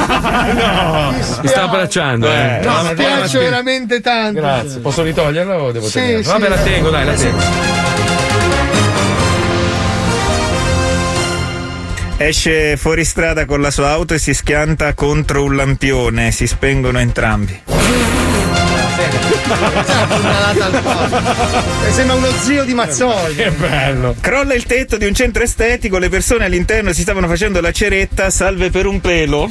no. Mi
Mi sta
spiace,
abbracciando, (laughs) eh.
mi
No, ma guarda,
spiace
aspetta.
veramente tanto.
Grazie. Posso ritoglierla o devo
Sì,
tenerla?
sì.
Vabbè, la tengo, dai, la tengo.
Eh. Esce fuori strada con la sua auto e si schianta contro un lampione. Si spengono entrambi.
Eh, Sembra uno zio di Mazzoli.
Che bello.
Crolla il tetto di un centro estetico. Le persone all'interno si stavano facendo la ceretta. Salve per un pelo.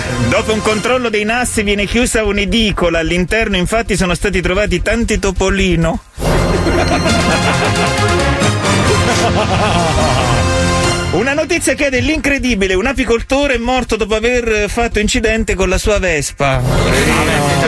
(laughs)
Dopo un controllo dei nassi viene chiusa un'edicola. All'interno, infatti, sono stati trovati tanti topolino. Una notizia che è dell'incredibile, un apicoltore è morto dopo aver fatto incidente con la sua vespa.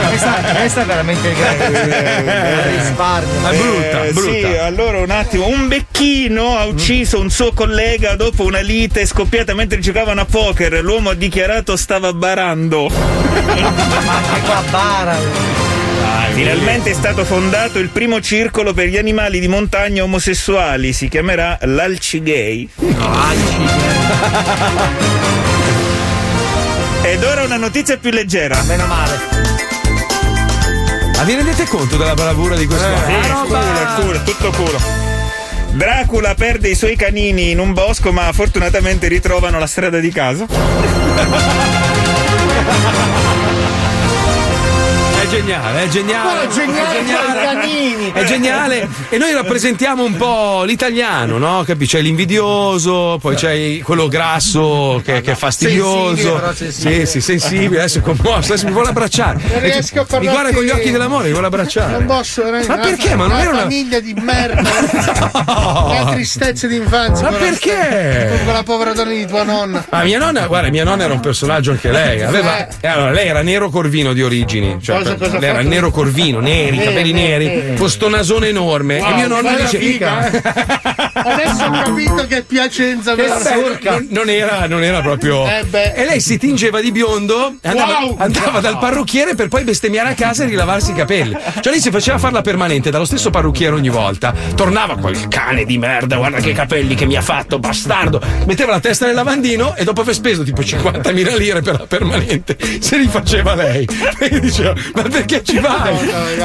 Questa, questa è veramente il
(laughs)
grande risparmio.
È brutta,
Eh,
brutta.
Sì, allora un attimo, un becchino ha ucciso un suo collega dopo una lite scoppiata mentre giocavano a poker.
Ecco
L'uomo ha dichiarato stava barando.
Anche qua bara.
dai.
Finalmente è stato fondato il primo circolo per gli animali di montagna omosessuali. Si chiamerà l'Alcigay. Ed ora una notizia più leggera. Meno male.
Ma vi rendete conto della bravura di questo?
Eh,
Ah,
sì, culo, culo, tutto culo. Dracula perde i suoi canini in un bosco, ma fortunatamente ritrovano la strada di casa.
È geniale, è geniale.
Ma geniale
è
con i canini.
È geniale. E noi rappresentiamo un po' l'italiano, no? Capisci? C'è l'invidioso, poi c'è quello grasso che, che è
Sensibile,
fastidioso.
però
Sì,
sensibile.
sì, sensibile, adesso è commosso, adesso mi vuole abbracciare.
Non riesco a
Mi
parlarti-
guarda con gli occhi dell'amore, mi vuole
Non
abbracciare.
posso, veramente.
Ma
Una-
perché? Ma non era una-
famiglia di merda.
(laughs) Oh.
La tristezza d'infanzia.
Ma
quella-
perché?
Con la povera donna di tua nonna.
Ma Ah, mia nonna, guarda, mia nonna era un personaggio anche lei. Aveva, eh, allora, lei era nero corvino di origini. Cioè,
Cosa-
per-
cosa ha
lei era
fatto?
nero corvino, neri,
Eh,
capelli
eh,
neri,
eh.
questo nasone enorme.
Wow,
e mio nonno
bella
dice.
figa,
(laughs)
eh. Adesso ho capito che Piacenza
Che
vera
vabbè, non, non era, non era proprio.
Eh beh.
e lei si tingeva di biondo, e andava,
Wow!
andava dal parrucchiere per poi bestemmiare a casa e rilavarsi i capelli. Cioè, lei si faceva farla permanente dallo stesso parrucchiere ogni volta. Tornava quel cane di merda, guarda che capelli che mi ha fatto, bastardo. Metteva la testa nel lavandino e dopo aver speso tipo 50.000 lire per la permanente, se rifaceva lei. (laughs) E io dicevo, ma perché ci vai?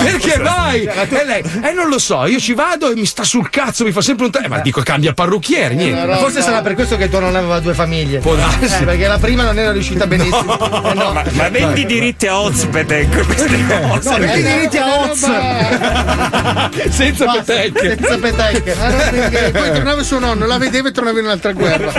perché vai? E lei, eh non lo so, io ci vado e mi sta sul cazzo, mi fa sempre un. te- eh, ma dico, cambia parrucchiere, niente.
Ma
(laughs)
Forse sarà per questo che tuo nonno aveva due famiglie.
Può darsi.
Eh, perché la prima non era riuscita benissimo.
(laughs)
Eh, no.
Ma, ma vendi diritti a ospite ecco, queste cose.
No, perché i diritti a Oz.
Senza
petecche.
Senza petecche.
Ah, no, perché poi tornava suo nonno, la vedeva e tornava in un'altra guerra.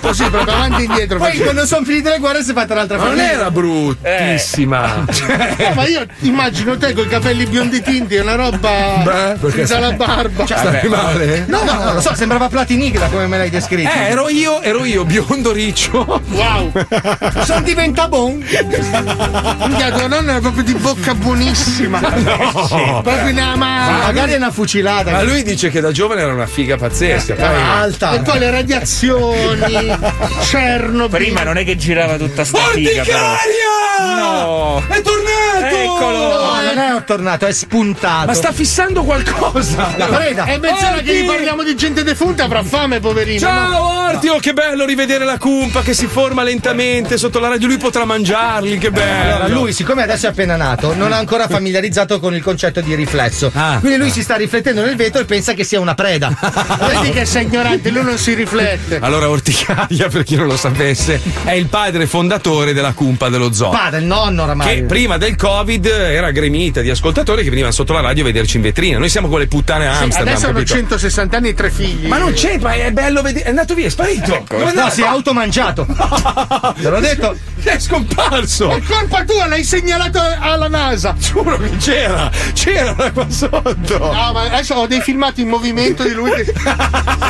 Così, proprio avanti e indietro. Eh.
Poi
faceva.
quando sono finite le guerre si è fatta un'altra
Ma
Non
famiglia.
(laughs)
era bruttissima.
No, ma io immagino te con i capelli biondi tinti, è una roba
Beh, perché
senza
(laughs) stai-
la barba.
Cioè,
Vabbè,
stai male?
No, no, non lo so, sembrava Platinigra come me l'hai descritto.
Eh, ero io, ero io, biondo riccio.
Wow!
Sono diventato bon.
Minchia, tua nonna era proprio di bocca buonissima.
(laughs) no.
Sì, Proprio una
Ma
mano.
magari è una fucilata.
Ma lui dice che da giovane era una figa
Eh,
pazzesca.
Era
Poi...
alta.
E poi le
(laughs)
radiazioni, Cioè, Cerno.
Prima non è che girava tutta sta figa, però. Oh. No.
È tornato!
No, non è tornato, è spuntato.
Ma sta fissando qualcosa!
La preda.
È mezz'ora che gli parliamo di gente defunta, avrà fame, poverino.
Ciao
no?
Ortio, che bello rivedere la cumpa che si forma lentamente sotto la radio. Lui potrà mangiarli, che
Eh,
bello.
Allora, lui, siccome adesso è appena nato, non ha ancora familiarizzato con il concetto di riflesso.
Ah.
Quindi lui si sta riflettendo nel vetro e pensa che sia una
(laughs)
preda.
Vedi che sei ignorante, lui non si riflette.
Allora, Orticaia, per chi non lo sapesse, è il padre fondatore della cumpa dello zoo.
Padre, il nonno oramai.
Che prima del Covid era gremita di ascoltatori che venivano sotto la radio a vederci in vetrina. Noi siamo quelle puttane a Amsterdam.
Adesso hanno
capito?
160 anni e tre figli. Ecco,
Ma non c'è, ma è bello vedere. È andato via, è sparito. Dove è
No,
andato?
si è automangiato. Te l'ho detto.
È scomparso.
È colpa tua, l'hai segnalato alla NASA.
Giuro che c'era. C'era da qua sotto.
No, ma adesso ho dei filmati in movimento di lui
(laughs)
che,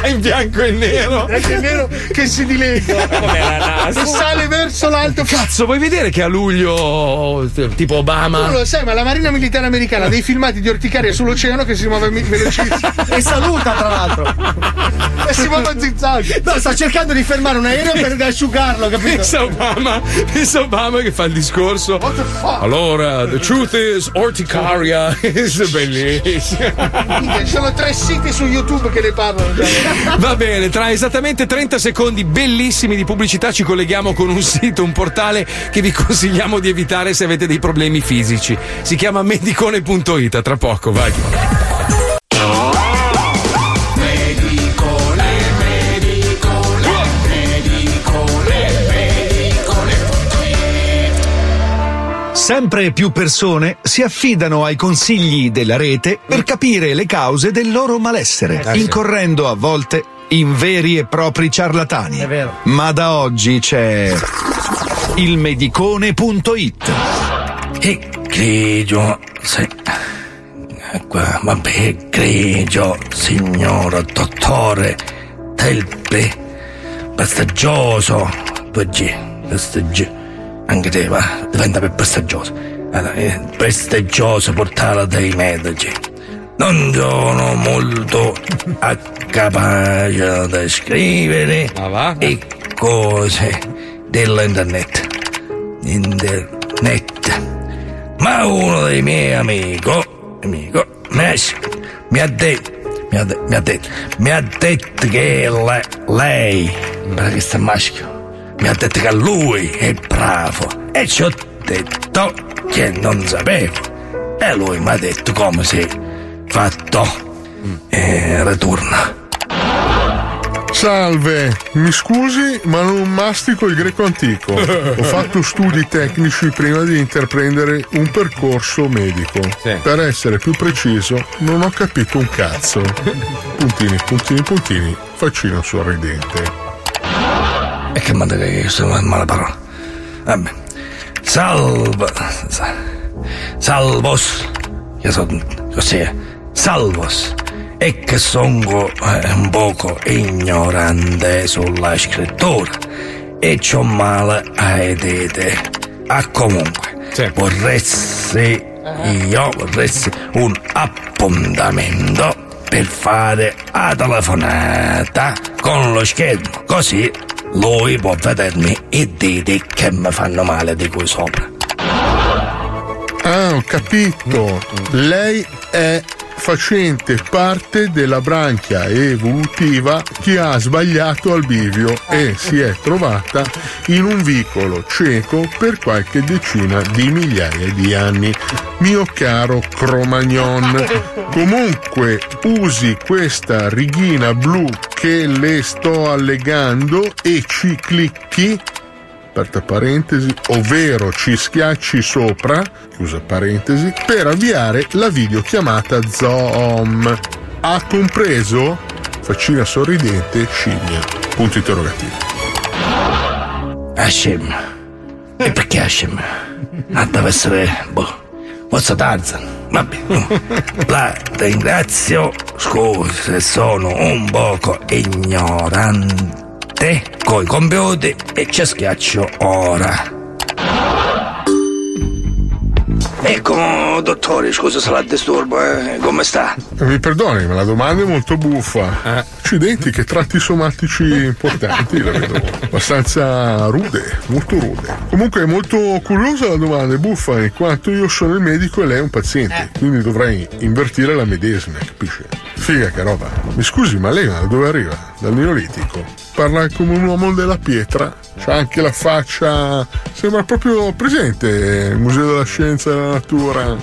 in bianco e nero.
è nero che si dilegua. E sale verso l'alto.
Cazzo, vuoi vedere che a luglio, eh, tipo
Tu
Obama.
lo sai, ma la Marina Militare Americana ha dei filmati di orticaria sull'oceano che si muove mi- velocissimo.
(laughs) E saluta, tra l'altro.
e si muove a zigzag.
No, sta cercando di fermare un aereo per asciugarlo, capito?
Pensa Obama, pensa Obama che fa il discorso.
What the fuck?
Allora, the truth is, Orticaria is bellissima.
Minchia, Ci sono tre siti su YouTube che ne parlano.
Va bene, tra esattamente 30 secondi bellissimi di pubblicità ci colleghiamo con un sito, un portale che vi consigliamo di evitare se avete dei problemi fisici. Si chiama medicone.it, a tra poco, vai.
Sempre più persone si affidano ai consigli della rete per capire le cause del loro malessere,
Eh, sì.
incorrendo a volte in veri e propri ciarlatani.
È vero.
Ma da oggi c'è ilmedicone.it.
E grigio, se... qua, Vabbè, grigio, signor dottore, telpe, passaggioso, 2G, passaggio, anche te va, diventa per passaggioso. Allora, eh, prestigioso portale dei medici. Non sono molto a capace di scrivere e cose dell'internet. Internet.
Ma uno dei miei amico, amico, Messi, mi ha detto, mi ha, de- mi ha detto, mi ha detto che le- lei, guarda che sta maschio, mi ha detto che lui è bravo e ci ho detto che non sapevo. E lui mi ha detto come si è fatto e ritorna.
Salve, mi scusi, ma non mastico il greco antico. Ho fatto studi tecnici prima di intraprendere un percorso medico. Per essere più preciso, non ho capito un cazzo. Puntini, puntini, puntini, faccino sorridente.
E che manda che io sono male parola. Vabbè. Salva. sa- Salvos. Io so così. eh. Salvos. E che sono eh, un poco ignorante sulla scrittura. E c'ho male eh, ai diti. Ah, comunque. Vorresti. Io vorresti un appuntamento per fare la telefonata con lo schermo. Così lui può vedermi i diti che mi fanno male di qui sopra.
Ah, ho capito. Lei è facente parte della branchia evolutiva che ha sbagliato al bivio e si è trovata in un vicolo cieco per qualche decina di migliaia di anni. Mio caro Cromagnon, comunque usi questa righina blu che le sto allegando e ci clicchi aperta parentesi, ovvero ci schiacci sopra, chiusa parentesi, per avviare la videochiamata Zoom. Ha compreso? Faccina sorridente, scimmia. Punto interrogativo.
Hashem. E perché Hashem? Ah, deve essere. Boh. Forza Tarzan. Vabbè. La ringrazio. Scusi se sono un poco ignorante coi computer e ci schiaccio ora. Ecco, dottore, scusa se la disturbo, eh. come sta?
Mi perdoni, ma la domanda è molto buffa. Accidenti, che tratti somatici importanti, la vedo abbastanza rude, molto rude. Comunque è molto curiosa la domanda, è buffa, in quanto io sono il medico e lei è un paziente, quindi dovrei invertire la medesima, capisci? Figa che roba. Mi scusi, ma lei da dove arriva? Dal Neolitico. Parla come un uomo della pietra, c'ha anche la faccia... sembra proprio presente il Museo della Scienza e della Natura.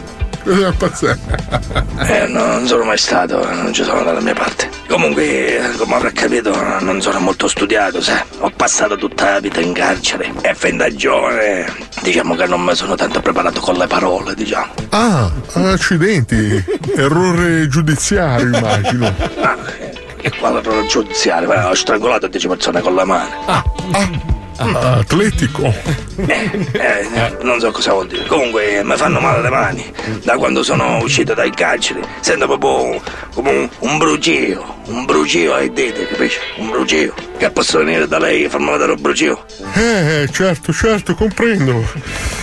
Cosa pazzesca.
Eh, no, non sono mai stato, non ci sono dalla mia parte. Comunque, eh, come avrà capito, non sono molto studiato, sai. Ho passato tutta la vita in carcere e fin da giovane diciamo che non mi sono tanto preparato con le parole, diciamo.
Ah, accidenti, errore giudiziario immagino.
E Ah, qua la parola giudiziaria, ma ho strangolato 10 persone con la mano.
Ah, atletico.
Eh, eh, non so cosa vuol dire. Comunque, eh, mi fanno male le mani. Da quando sono uscito dai carceri, sento proprio come un, un brucio. Un brucio ai diti, capisci? Un brucio. Che posso venire da lei e farmi vedere un brucio?
Eh, certo, certo, comprendo.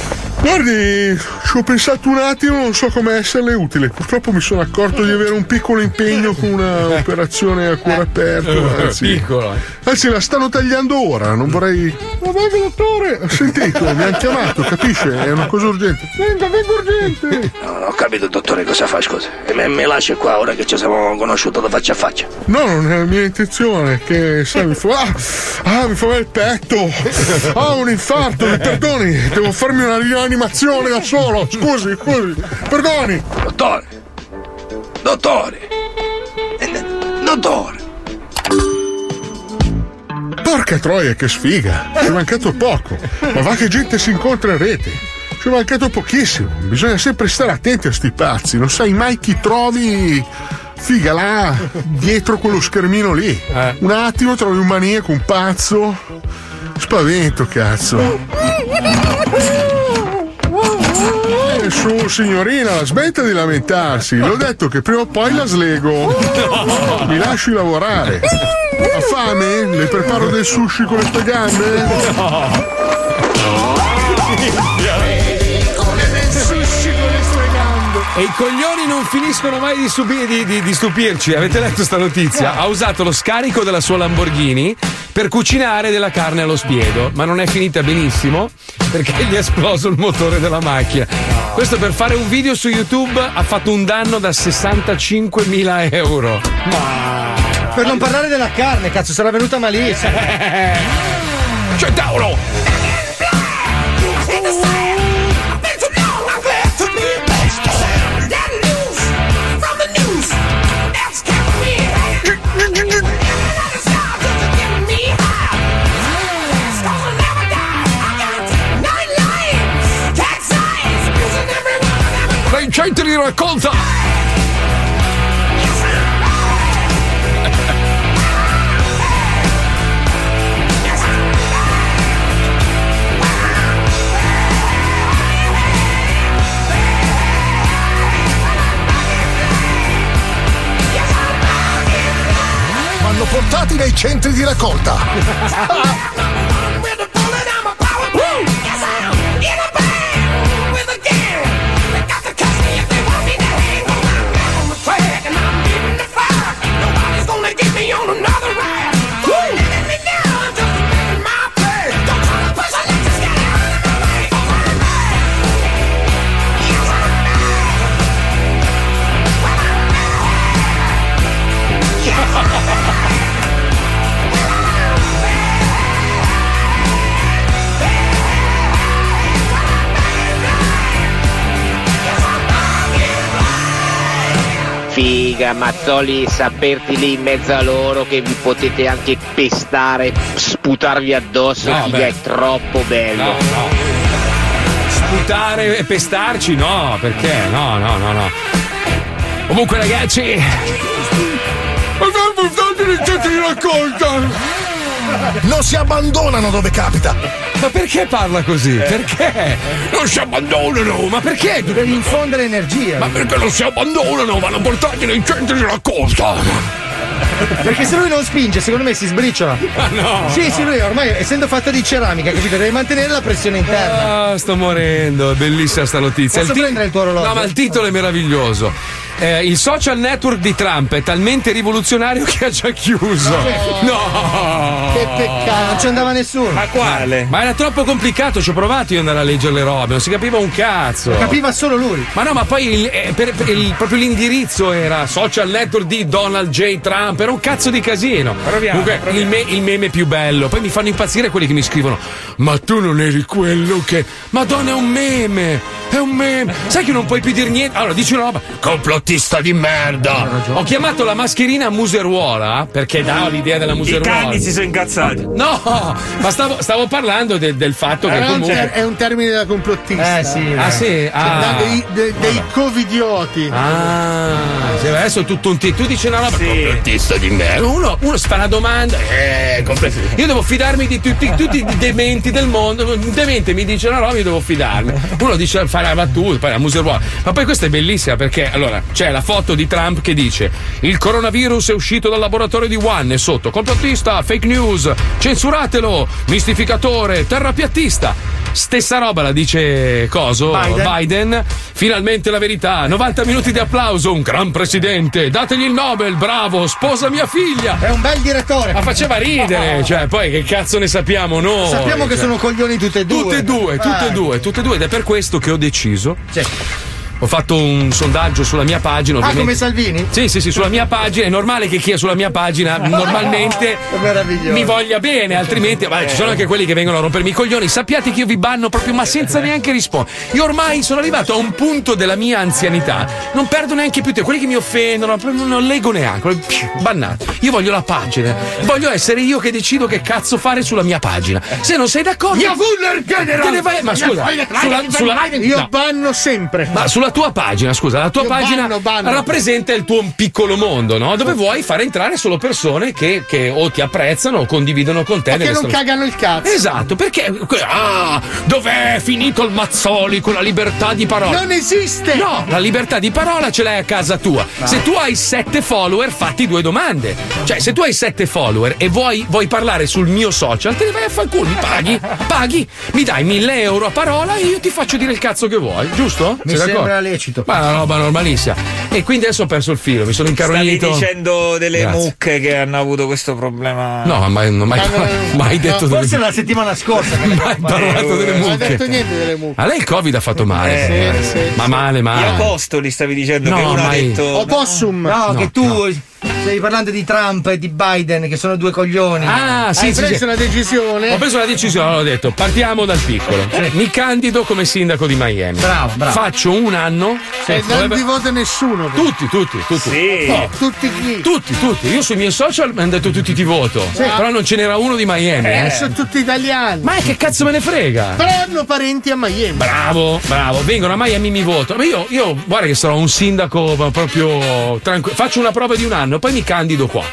Guardi, ci ho pensato un attimo, non so come esserle utile. Purtroppo mi sono accorto di avere un piccolo impegno con un'operazione a cuore aperto. Anzi,
Piccolo.
anzi, la stanno tagliando ora, non vorrei. Ma venga, dottore! Ho sentito, mi hanno chiamato, capisce? È una cosa urgente. Venga, venga urgente!
No, non ho capito, dottore, cosa fa, scusa. E me, me lascia qua ora che ci siamo conosciuti da faccia a faccia.
No, non è la mia intenzione, che sai, mi fa. Ah, ah, mi fa male il petto! Ah, un infarto, mi perdoni, devo farmi una rianimazione da solo, scusi, scusi, perdoni!
Dottore! Dottore! Dottore!
Porca troia, che sfiga! Ci è mancato poco, ma va che gente si incontra in rete! Ci è mancato pochissimo, bisogna sempre stare attenti a sti pazzi, non sai mai chi trovi. Figa là, dietro quello schermino lì. Un attimo trovi un maniaco, un pazzo. Spavento, cazzo. Eh, Su signorina, la smetta di lamentarsi. Le ho detto che prima o poi la slego. Mi lasci lavorare. Ha fame? Le preparo del sushi con le tue gambe?
E i coglioni non finiscono mai di, subi- di- di- di stupirci. Avete letto sta notizia? Ha usato lo scarico della sua Lamborghini per cucinare della carne allo spiedo, ma non è finita benissimo perché gli è esploso il motore della macchina. Questo per fare un video su YouTube ha fatto un danno da 65.000 euro.
Per non parlare della carne, cazzo, sarà venuta malissimo.
Cioè, Tauro! Dai centri di raccolta!
Vanno portati nei centri di raccolta.
Figa, Mazzoli, saperti lì in mezzo a loro che vi potete anche pestare, sputarvi addosso,
No,
figa,
beh.
è troppo bello.
No, no. Sputare e pestarci? No, perché? No, no, no, no. Comunque, ragazzi. Oh,
Non si abbandonano dove capita. Eh.
Ma perché parla così? Perché? Non si abbandonano! Ma perché?
Per infondere energia.
Ma perché non si abbandonano? Vanno portati nei centri di raccolta!
Perché se lui non spinge, secondo me si sbriciola.
Ah, no.
Sì, sì, lui ormai, essendo fatta di ceramica, capito? Deve mantenere la pressione interna.
Ah, sto morendo, è bellissima sta notizia.
Posso
Il ti-
prendere il tuo orologio?
No, ma il titolo è meraviglioso. Eh, il social network di Trump è talmente rivoluzionario che ha già chiuso. No!
Che peccato, non ci andava nessuno.
Ma quale? Ma era troppo complicato, ci ho provato io ad andare a leggere le robe, non si capiva un cazzo.
Lo Capiva solo lui.
Ma no, ma poi il- eh, per- per il- proprio l'indirizzo era social network di Donald J. Trump, era un cazzo di casino.
Proviamo,
Comunque,
proviamo.
Il, me- il meme più bello. Poi mi fanno impazzire quelli che mi scrivono: Ma tu non eri quello che. Madonna, è un meme! È un meme! Sai che non puoi più dire niente? Allora, dici una roba. Complottista di merda! Ho chiamato la mascherina museruola eh, perché dava l'idea della
I
museruola.
cani si sono incazzati. Eh,
No! Ma stavo, stavo parlando del, del fatto che
Però è un
comunque.
ter- è un termine da complottista.
Eh, sì, Ah, eh. sì?
Cioè,
Ah.
da dei, de- dei covidioti.
Ah, sì, adesso è tutto un t- tu dici una roba complottista di
Eh,
me. Uno, uno si fa una domanda, eh, compl- io devo fidarmi di tutti, tutti i dementi del mondo. Un demente mi dice una roba, io devo fidarmi. Uno dice fare la battuta, poi la museruola. Ma poi questa è bellissima perché allora c'è la foto di Trump che dice: Il coronavirus è uscito dal laboratorio di One e sotto complottista, fake news, censuratelo, mistificatore, terrapiattista. Stessa roba la dice Coso
Biden.
Biden. Finalmente la verità. 90 minuti di applauso, un gran presidente. Dategli il Nobel, bravo, sposa mia figlia.
È un bel direttore.
Ma
(laughs)
faceva ridere, cioè, poi che cazzo ne sappiamo noi?
Sappiamo che
Cioè,
sono coglioni tutte e due.
Tutte e due, tutte e
Ah.
due, tutte e due. Ed è per questo che ho deciso. Ho fatto un sondaggio sulla mia pagina.
Ah,
ovviamente.
come Salvini?
Sì, sì, sì, sulla mia pagina. È normale che chi è sulla mia
(laughs)
pagina normalmente
È meraviglioso.
mi voglia bene, altrimenti vabbè, ci sono anche quelli che vengono a rompermi i coglioni. Sappiate che io vi banno proprio, ma senza neanche rispondere. Io ormai sono arrivato a un punto della mia anzianità. Non perdo neanche più te. Quelli che mi offendono, proprio non leggo neanche. Psh, Bannato. Io voglio la pagina. Voglio essere io che decido che cazzo fare sulla mia pagina. Se non sei d'accordo.
Mia Wuller General!
Te ne vai. Ma
Mia
scusa,
Wuller
sulla,
General!
sulla-
Io
no.
banno sempre.
Ma sulla tua pagina, scusa, la tua
Io
pagina
banno, banno.
rappresenta il tuo piccolo mondo, no?
Certo.
Dove vuoi far entrare solo persone che, che o ti apprezzano o condividono con te.
Che
nelle
non
storie.
cagano il cazzo.
Esatto, perché. que- Ah, dov'è finito il Mazzoli con la libertà di parola?
Non esiste!
No, la libertà di parola ce l'hai a casa tua.
Ah.
Se tu hai sette follower, fatti due domande. Cioè, se tu hai sette follower e vuoi, vuoi parlare sul mio social, te ne vai a fanculo, mi paghi, paghi, mi dai mille euro a parola e io ti faccio dire il cazzo che vuoi, giusto?
Mi
Sei
sembra
d'accordo?
lecito.
Ma è una roba normalissima. E quindi adesso ho perso il filo, mi sono
Stavi
(laughs) incarognito.
dicendo delle
Grazie.
mucche che hanno avuto questo problema.
No, ma mai- non mai- Ah, no, no, (laughs) mai no. detto delle-
Forse la settimana
(laughs)
scorsa. che
Mai parlato delle
Non ho
mucche.
detto niente delle mucche.
A lei il Covid ha fatto male.
Eh,
eh.
sì, sì,
ma male, male.
Gli apostoli stavi dicendo
No,
che uno
mai.
ha detto.
Opossum. No,
No,
che tu stai parlando di Trump e di Biden, che sono due coglioni.
Ah, sì,
Hai
sì,
preso
sì.
una decisione.
Ho preso la decisione, ho detto partiamo dal piccolo. Mi candido come sindaco di Miami.
Bravo, bravo.
Faccio un anno.
E
Sì,
non
dovrebbe-
ti vota nessuno. però.
Tutti, tutti, tutti.
Sì.
No,
Tutti chi?
tutti, tutti. Io sui miei social mi hanno detto tutti ti voto.
Sì.
Però non ce n'era uno di Miami.
Eh,
eh.
sono tutti italiani.
Ma che cazzo me ne frega?
Però hanno parenti a Miami.
Bravo, bravo, vengono a Miami mi voto. Ma io, io guarda che sarò un sindaco ma proprio tranquillo. Faccio una prova di un anno, poi mi candido qua.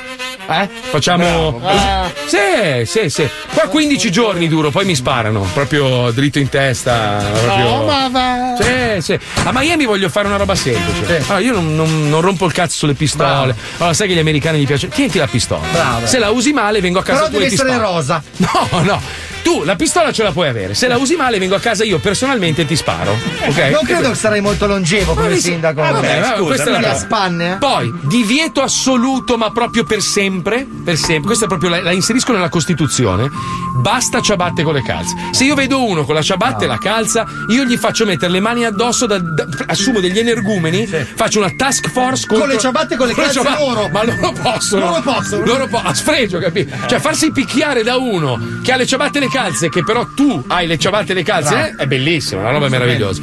Eh? Facciamo.
Ah.
Sì, sì, sì. Qua 15 giorni duro, poi mi sparano. Proprio dritto in testa. Proprio...
No, ma va.
Sì, sì. A Miami voglio fare una roba semplice. Allora, io non, non- non rompo il cazzo sulle pistole. Allora, sai che gli americani gli piace. Tienti la pistola.
Bravo.
Se la usi male, vengo a casa
Però
tua
deve
e ti
essere
sparo.
rosa.
(laughs) No, no. Tu la pistola ce la puoi avere. Se la usi male, vengo a casa io personalmente e ti sparo. Ok?
Non credo che sarei molto longevo
Ma
come
mi-
sindaco.
vabbè, vabbè, questa è la
Mi
cosa.
spanne. eh?
Poi, divieto assoluto, ma proprio per sempre. Per sempre. Questa è proprio la, la inserisco nella Costituzione. Basta ciabatte con le calze. Se io vedo uno con la ciabatta e la calza, io gli faccio mettere le mani addosso, da- da- assumo degli energumeni, faccio una task force
Con
contro-
le ciabatte e con le calze
ciabatte-
loro.
Ma loro possono.
Loro possono.
Loro po- a sfregio, capito? Cioè, farsi picchiare da uno che ha le ciabatte e le calze, che però tu hai le ciabatte e le calze, eh, è bellissimo, una roba meravigliosa.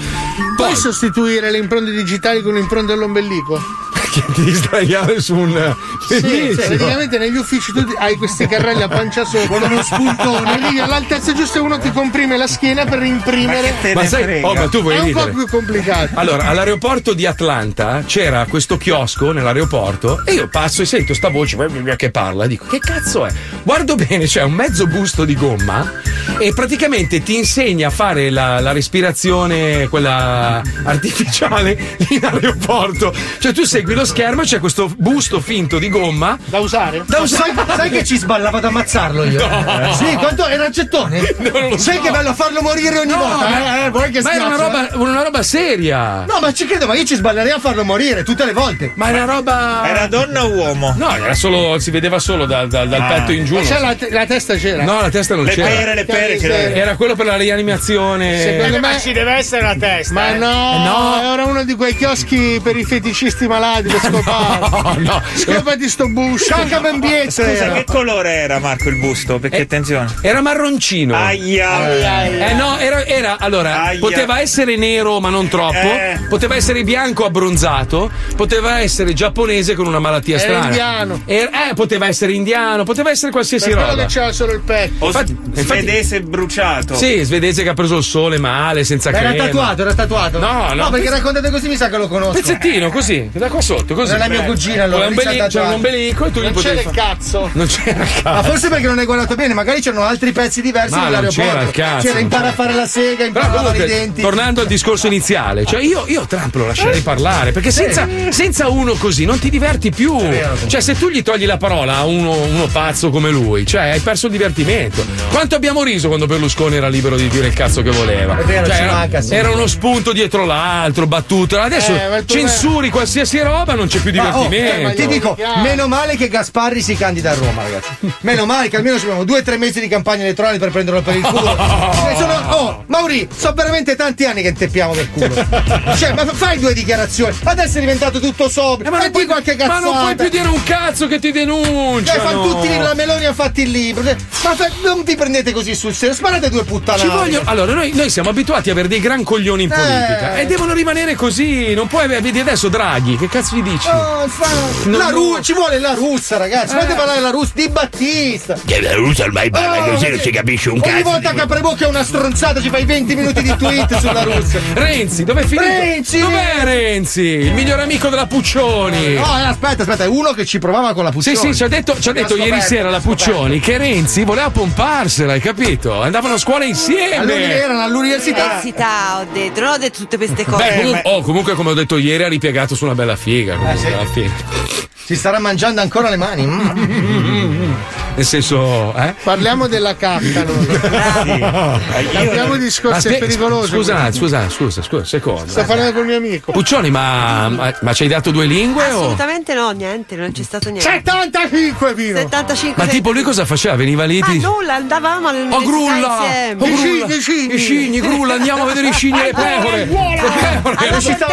Puoi sostituire le impronte digitali con impronte all'ombelico?
Che ti sdraiare su un. eh,
praticamente negli uffici tu hai questi carrelli a pancia sopra con uno spuntone lì all'altezza giusta uno ti comprime la schiena per imprimere
Ma che te Ma ne sai- frega? oh, ma tu vuoi
è un
ridere.
po' più complicato
Allora, all'aeroporto di Atlanta c'era questo chiosco nell'aeroporto e io passo e sento sta voce che parla. Dico, che cazzo è? Guardo bene, c'è un mezzo busto di gomma e praticamente ti insegna a fare la, la respirazione, quella artificiale, (laughs) in aeroporto. Cioè, tu segui lo schermo e c'è questo busto finto di gomma.
Da usare?
Da usare.
Sai, sai che ci sballavo ad ammazzarlo io?
No.
Sì, quanto era
(laughs)
accettone? sai che bello farlo morire ogni
No,
volta? Eh, eh, vuoi che
ma era una
schiaccio,
roba,
eh?
una roba seria.
No, ma ci credo, ma io ci sballerei a farlo morire tutte le volte.
Ma è una roba.
Era donna o uomo?
No, era solo, si vedeva solo dal, dal- dal
Ah.
petto in giù.
Eh,
Ma
non
c'è
so.
la, te- la testa c'era Cioè,
No, la testa non
Le
c'era.
pere, le pere,
Cioè,
credo.
Era quello per la rianimazione.
Secondo me-
Ma ci deve essere la testa.
ma
eh.
no,
Eh, No.
era uno di quei chioschi per i feticisti malati (laughs) per scopare
no.
scopati sto busto cacca ben pietra
Scusa,
era.
che colore era Marco il busto? Perché attenzione.
Eh, Era marroncino.
Aia.
Eh no, era, era- allora,
Aia.
poteva essere nero ma non troppo,
Eh.
poteva essere bianco abbronzato, poteva essere giapponese con una malattia
Era
strana.
indiano.
Era- eh, poteva essere indiano, poteva essere qualsiasi
per quello
roba.
che c'era solo il petto
O
Infatti-
s- svedese bruciato.
Sì, svedese che ha preso il sole male, senza
Ma
crema.
era tatuato, era tatuato.
No, no.
perché raccontate così mi sa che lo conosco.
Pezzettino così, da qua sotto, così. Eh.
Era la mia cugina, allora,
Con
lì c'ha
l'ombelico-
tatuato.
C'era un ombelico e tu gli
non
potevi
c'era il
fare- (laughs)
cazzo
Non c'era il
Ma
cazzo.
forse perché non hai guardato bene, magari c'erano altri pezzi diversi
Ma non
nell'aeroporto.
c'era il cazzo.
impara a fare la sega, impara a fare i
Comunque,
denti. Eh.
tornando al discorso iniziale, cioè io, io Trump lo lascerei parlare perché senza, senza uno così non ti diverti più. Cioè, se tu gli togli la parola a uno, uno pazzo come lui, cioè hai perso il divertimento. Quanto abbiamo riso quando Berlusconi era libero di dire il cazzo che voleva?
È vero,
Cioè,
ci
era,
manca, sì.
era uno spunto dietro l'altro, battuta. Adesso
Eh, ma il problema-
censuri qualsiasi roba, non c'è più
Ma, oh,
divertimento.
ti dico, meno male che Gasparri si candida a Roma, ragazzi. (laughs) Meno male che almeno ci abbiamo due o tre mesi di campagna elettorale per prenderlo per il culo.
(laughs)
Eh, sono- oh, Mauri, sono veramente tanti anni che teppiamo per
(laughs)
culo. Cioè, ma fai due dichiarazioni. Adesso è diventato tutto sobrio.
Eh, ma non
Fatti
puoi-
qualche
ma
cazzata.
non puoi più dire un cazzo che ti denuncia.
Cioè, fanno tutti la Meloni ha fatto il libro. Cioè, Ma fa- non vi prendete così sul serio, sparate due puttanate.
Ci voglio- Allora, noi, noi siamo abituati a avere dei gran coglioni in
Eh.
politica e devono rimanere così. Non puoi avere- vedi adesso Draghi. Che cazzo gli dici?
Oh, fa-
No,
la
no.
Ru- ci vuole la russa, ragazzi. Fate
Eh.
parlare la russa di Battista.
Che la russa ormai parla
Oh,
così, non
sì.
si capisce un
Ogni
cazzo.
volta che apre bocca è una stronzata, ci fai 20 minuti di tweet sulla Russia.
Renzi, dov'è finito?
Renzi!
Dov'è Renzi? Il miglior amico della Puccioni.
No, eh, aspetta, aspetta, è uno che ci provava con la
Sì,
Puccioni.
sì, ci ha detto, ci ha detto
L'ha
ieri
scoperto,
sera la
l'ha scoperto.
Puccioni che Renzi voleva pomparsela, hai capito? Andavano a scuola insieme.
All'uni- erano all'università.
Università, ho detto, non ho detto tutte queste
Beh,
cose.
Ah,
comu- oh, comunque, come ho detto ieri, ha ripiegato su una bella figa. Comunque, alla fine.
Si starà mangiando ancora le mani. Mm.
Nel senso, eh?
Parliamo della cacca. allora.
Eh,
Parliamo di
Ma
scorse
aspe-
pericolose.
Scusa, scusa, scusa, scusa, secondo. eh.
Sto parlando con il mio amico.
Puccioni, ma, ma, ma ci hai dato due lingue? O?
Assolutamente no, niente, non c'è stato niente.
75 Pino!
75
Ma tipo lui cosa faceva? Veniva lì?
Ma
ti-
Ah, nulla, andavamo all'università
Oh grulla!
insieme.
Oh, grulla! I cigni, grulla, andiamo a vedere i cigni e le pecore! Le pecore!
Alla Cortezza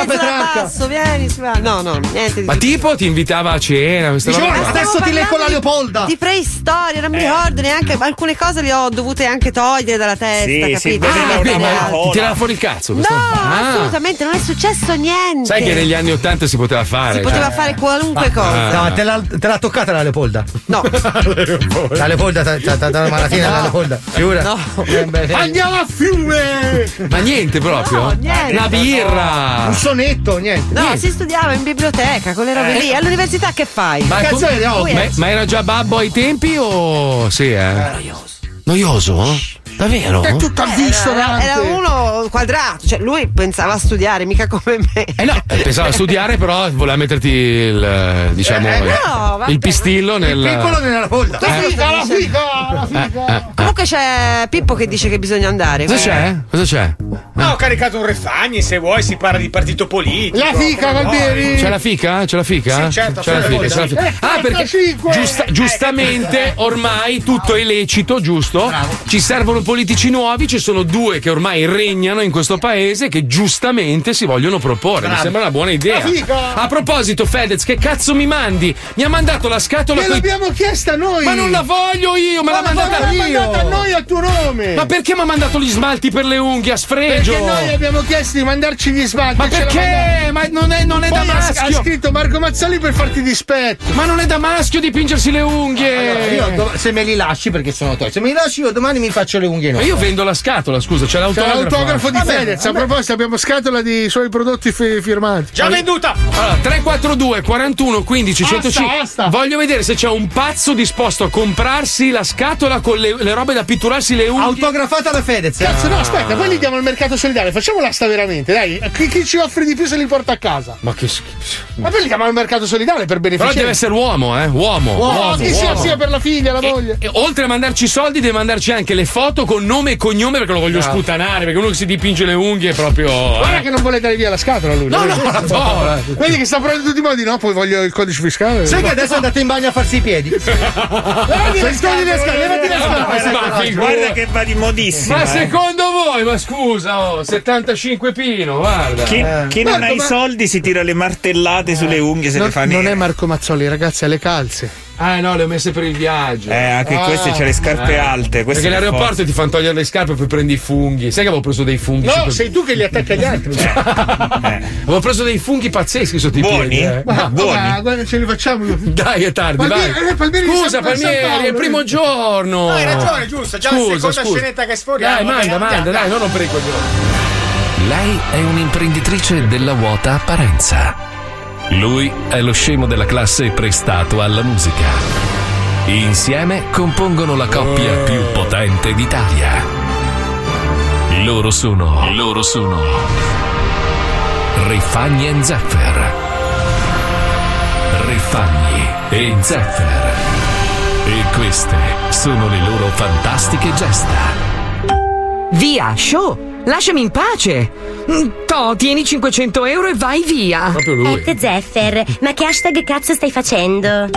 Passo, vieni, su- no, no, niente di
Ma tipo ti invitava a cena, questa
Dicevo,
roba
ma
qua.
stiamo parlando di- Di preistoria, non mi ricordo neanche. ma Alcune cose le ho dovute anche togliere dalla testa,
Sì, sì,
capito?
beveva
Ah,
una
bene.
Coca-Cola. Ti tirava fuori il cazzo.
No,
questa- Ah.
assolutamente, non è successo niente.
Sai che negli anni Ottanta si poteva fare. cioè.
Si poteva fare qualunque cosa.
eh.
No, ma te l'ha, te l'ha toccata la Leopolda? No.
(laughs)
la Leopolda, ti ha dato la malatina la Leopolda. Figura.
(laughs) Eh,
Andiamo a fiume!
Ma niente proprio?
No, niente.
Una birra!
Un sonetto, niente.
No,
Niente.
si studiava in biblioteca con le robe
Eh.
lì. All'università che fai?
Ma, come-
Lui è-
Ah, ecco. ma- ma era già babbo ai tempi o sì, eh? Noioso? Davvero?
Eh, era, era uno quadrato, cioè lui pensava a studiare, mica come me.
Eh no, Eh, Pensavo a studiare, però voleva metterti il eh, diciamo
Eh, no,
il-
vabbè.
il pistillo nel.
nella polda.
Eh.
la figa, la
Eh, eh, eh.
Comunque c'è Pippo che dice che bisogna andare. Eh.
Eh.
Cosa c'è? Cosa c'è?
No, ho caricato un refagni, se vuoi si parla di partito politico.
La fica, Valdieri!
C'è la fica? C'è la fica?
Sì, certo,
c'è la
sì,
fica.
sì.
c'è la fica.
Eh,
ecco,
Ah, perché
45!
Eh.
giusta- giustamente ormai tutto è lecito, giusto? Ci servono politici nuovi, ci sono due che ormai regnano in questo paese che giustamente si vogliono proporre. Mi
Bravo.
sembra una buona idea.
La fica!
A proposito, Fedez, che cazzo mi mandi? Mi ha mandato la scatola
Me
coi-
l'abbiamo chiesta noi!
Ma non la voglio io, me l'ha
Ma
mandata
l'ha
io.
mandata a noi a tuo nome!
Ma perché mi ha mandato gli smalti per le unghie a sfregio?
Perché noi abbiamo chiesto di mandarci gli smalti.
Ma
ce la mandate.
perché? Ma non è- non è
Poi
da
ha-
maschio.
Ha scritto Marco Mazzoli per farti dispetto.
Ma non è da maschio dipingersi le unghie. Cioè,
Allora, io do- se me li lasci perché sono tuoi. Se me li lasci io domani mi faccio le unghie
Ma
nuove.
io vendo la scatola, scusa, c'è
C'è
l'autografo.
l'autografo di Fedez. A proposito, abbiamo scatola di suoi prodotti fi- firmati.
Già venduta! Allora, 342 41 15
Basta,
105. Voglio vedere se c'è un pazzo disposto a comprarsi la scatola con le, le robe da pitturarsi le unghie.
Autografata da Fedez.
Cazzo,
Ah.
no, aspetta, poi li diamo al mercato solidale. Facciamo l'asta veramente, dai. Chi, chi ci offre di più se li porta a casa?
Ma che schifo.
Ma poi li diamo al mercato solidale per
Però
beneficiare.
deve essere uomo, eh? Uomo.
Uomo,
uomo,
chi sia,
uomo.
sia per la figlia, la moglie.
E oltre a mandarci i soldi, deve mandarci anche le foto con nome e cognome perché lo voglio
Bravo.
sputanare. Perché uno che si dipinge le unghie è proprio.
Guarda
(laughs) eh.
che non vuole dare via la scatola lui.
No,
Vedi?
no, la do, eh.
Vedi che sta provando in tutti i modi, no? Poi voglio il codice fiscale.
Sai che adesso è andato in bagno a farsi i piedi?
(laughs)
Levati le scatole, levati le scatole.
Ma che
Guarda
gu-
che va di modissima.
Ma
eh.
secondo voi, ma scusa, oh, 75 pino, guarda.
Chi, chi non ha i soldi si tira le martellate sulle unghie se
non,
le fa
non
nere.
è Marco Mazzoli, ragazzi, ha le calze.
Ah no, le ho messe per il viaggio.
Eh, anche
Ah.
queste c'ha le scarpe
Eh.
alte. queste
Perché
per
all'aeroporto
forza.
ti fanno togliere le scarpe e poi prendi i funghi. Sai che avevo preso dei funghi?
No,
sotto-
sei tu che li attacca agli altri.
Avevo preso dei funghi pazzeschi sotto i piedi. eh.
Ma,
Buoni.
ma guarda, ce li facciamo.
Dai, è tardi,
Palmieri-
vai.
eh, Palmieri di
Scusa,
San- San
Palmieri,
Paolo.
è il primo giorno.
No, hai ragione, giusto, già la seconda scenetta eh, che sforiamo.
Dai, manda,
Dai,
manda,
dai,
dai,
dai.
non rompere i coglioni.
Lei è un'imprenditrice della vuota apparenza. Lui è lo scemo della classe prestato alla musica. Insieme compongono la coppia più potente d'Italia. Loro sono. Loro sono. Rifagni e Zeffer. Rifagni e Zeffer. E queste sono le loro fantastiche gesta.
Via, show! Lasciami in pace! Mm, To, tieni 500 euro e vai via!
Proprio
Et Zeffer, ma che hashtag cazzo stai facendo?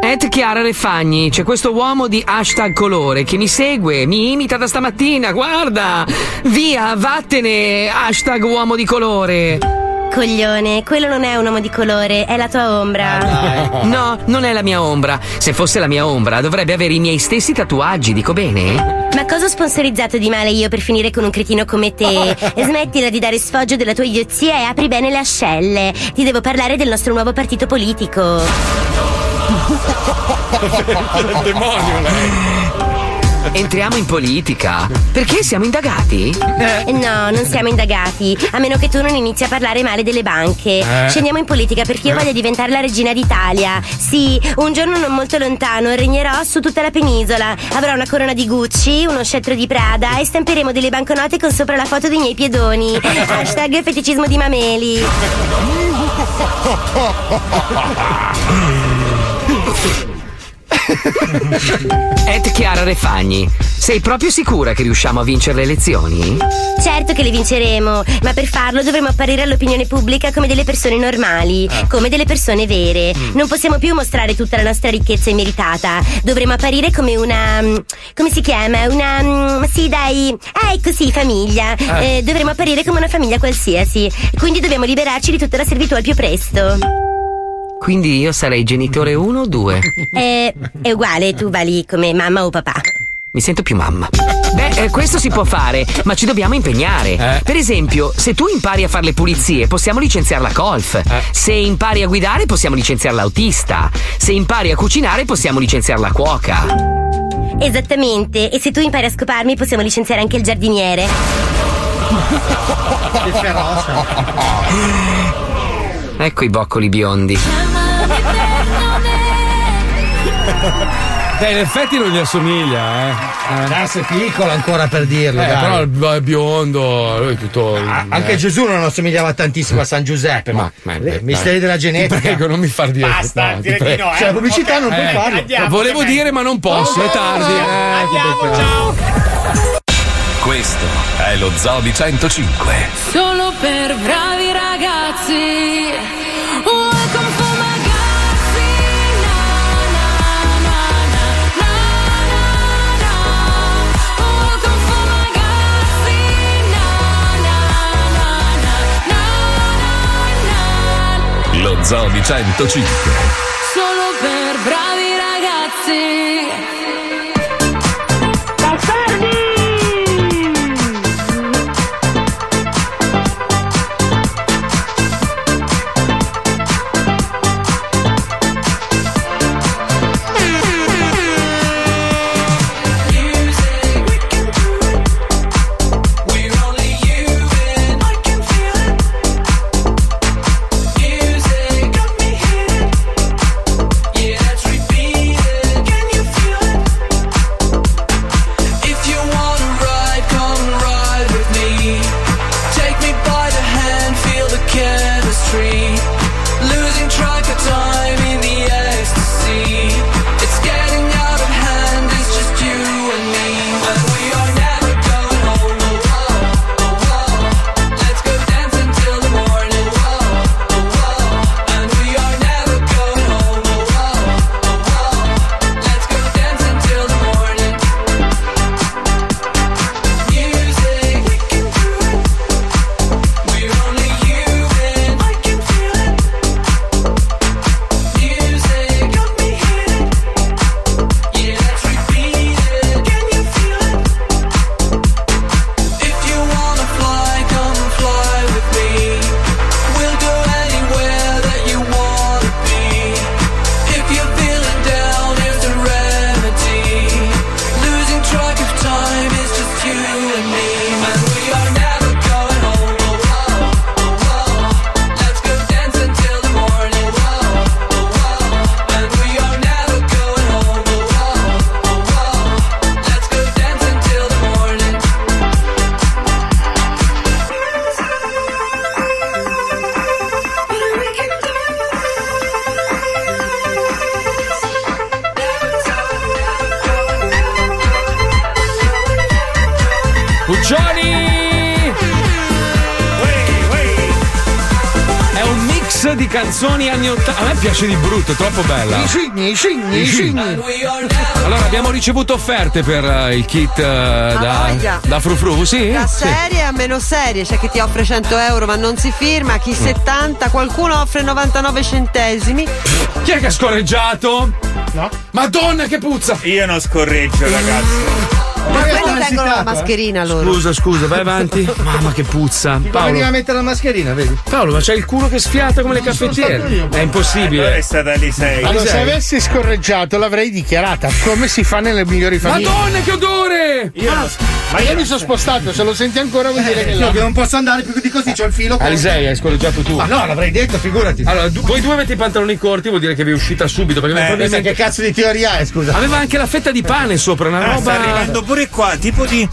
Et Chiara Refagni, c'è questo uomo di hashtag colore che mi segue, mi imita da stamattina, guarda!
(laughs)
Via, vattene, hashtag uomo di colore!
Coglione, quello non è un uomo di colore, è la tua
Ah,
ombra.
No, non è la mia ombra. Se fosse la mia ombra, dovrebbe avere i miei stessi tatuaggi, dico bene?
Ma cosa ho sponsorizzato di male io per finire con un cretino come te?
(laughs)
Smettila di dare sfoggio della tua idiozia e apri bene le ascelle. Ti devo parlare del nostro nuovo partito politico.
(laughs) Cioè, Il demonio Entriamo in politica. Perché siamo indagati?
(laughs) No, non siamo indagati, a meno che tu non inizi a parlare male delle banche.
Eh.
Scendiamo in politica perché io
Eh.
voglio diventare la regina d'Italia. Sì, un giorno non molto lontano regnerò su tutta la penisola. Avrò una corona di Gucci, uno scettro di Prada e stamperemo delle
(laughs)
banconote con sopra la foto dei miei piedoni. Hashtag feticismo di mameli.
Ed Chiara Refagni, sei proprio sicura che riusciamo a vincere le elezioni?
Certo che le vinceremo, ma per farlo dovremo apparire all'opinione pubblica come delle persone normali,
Ah.
come delle persone vere.
Mm.
Non possiamo più mostrare tutta la nostra ricchezza immeritata. Dovremo apparire come una. mm, come si chiama? Una. mm, Sì, dai. Eh, così, famiglia.
Ah.
Eh, dovremo apparire come una famiglia qualsiasi. Quindi dobbiamo liberarci di tutta la servitù al più presto.
Quindi io sarei genitore 1 o 2?
Eh, è uguale, tu vai lì come mamma o papà.
Mi sento più mamma. Beh, eh, questo si può fare, ma ci dobbiamo impegnare. Per esempio, se tu impari a fare le pulizie, possiamo licenziare la golf. Se impari a guidare, possiamo licenziare l'autista. Se impari a cucinare, possiamo licenziare la cuoca.
Esattamente, e se tu impari a scoparmi possiamo licenziare anche il giardiniere.
Che
Ecco i boccoli biondi.
Dai, in effetti non gli assomiglia, eh.
Cazzo, è piccolo ancora per dirlo.
Eh,
dai.
però il b- è biondo, lui è tutto.
Ah,
Anche
eh.
Gesù non assomigliava tantissimo a San Giuseppe, ma, le-
dai.
misteri della genetica.
Ti prego, non mi far dire. Basta,
dire di no, eh. Cioè, la pubblicità non puoi farlo.
volevo dire, Eh, ma non posso, è tardi. eh, Andiamo, ciao.
Questo è lo Zoo di 105.
Solo per bravi ragazzi. Welcome for my ragazzi. Na, na, na, na, na, na, na. Welcome for my ragazzi. Na, na, na, na, na, na, na.
Lo Zoo di 105.
Solo per bravi ragazzi.
If you wanna ride, come ride with me. Take me by the hand, feel the chemistry. Losing track of time in the ecstasy. It's getting out of hand, it's just you and me. But we are never going home. Oh, oh, oh, oh. Let's go dance until the morning. Oh, oh, oh. And we are never going home. Oh, oh, oh, oh. Let's go dance until the morning. Music, we can do it. We're only human. I can feel it. Music got me hit. Yeah, let's repeat it. Can you feel it? If you wanna fly, come fly with me. We'll go anywhere that you wanna be. If you're feeling down, here's the remedy. Losing track of time is just you and me. And we are never going home. Oh, oh, oh, oh. Let's go dance until the morning. Oh, oh, oh. And we are never going home. Oh, oh, oh, oh. Let's go dance until the morning.
Puccioni! È un mix di canzoni anni 80. A me piace di brutto, è troppo bella.
Scigni,
(laughs)
scigni, scigni.
Eh. Allora, abbiamo ricevuto offerte per eh, il kit eh, da,
voglia.
da Frufru, sì?
Da
Sì.
serie a meno serie, c'è chi ti offre 100 euro ma non si firma,
Mm.
chi 70, qualcuno offre 99 centesimi.
Chi è che ha scorreggiato?
No.
Madonna che puzza!
Io non scorreggio, ragazzi.
Per quello tengono
eh.
la mascherina loro.
Scusa, scusa, vai
(laughs)
avanti. Mamma che puzza.
veniva a
Paolo.
mettere la mascherina, vedi?
Paolo, ma c'è il culo che sfiata come le caffettiere. È impossibile.
È stata lì sei.
Allora,
Allora, se
sei?
avessi scorreggiato l'avrei dichiarata, come si fa nelle migliori famiglie.
Madonna, che odore!
Ah, ma io mi sono spostato, se lo Eh, senti ancora vuol dire che
Io che non posso andare più di così, c'ho il filo. Eh,
Alisei, eh, hai scorreggiato tu.
Ma no, l'avrei detto, figurati.
Allora, du- voi due avete i pantaloni corti, vuol dire che vi è uscita subito. Perché
Eh,
probabilmente-
questa che cazzo di teoria è, scusa?
Aveva anche la fetta di pane sopra, una roba.
sta arrivando
Ah, pure qua, tipo di,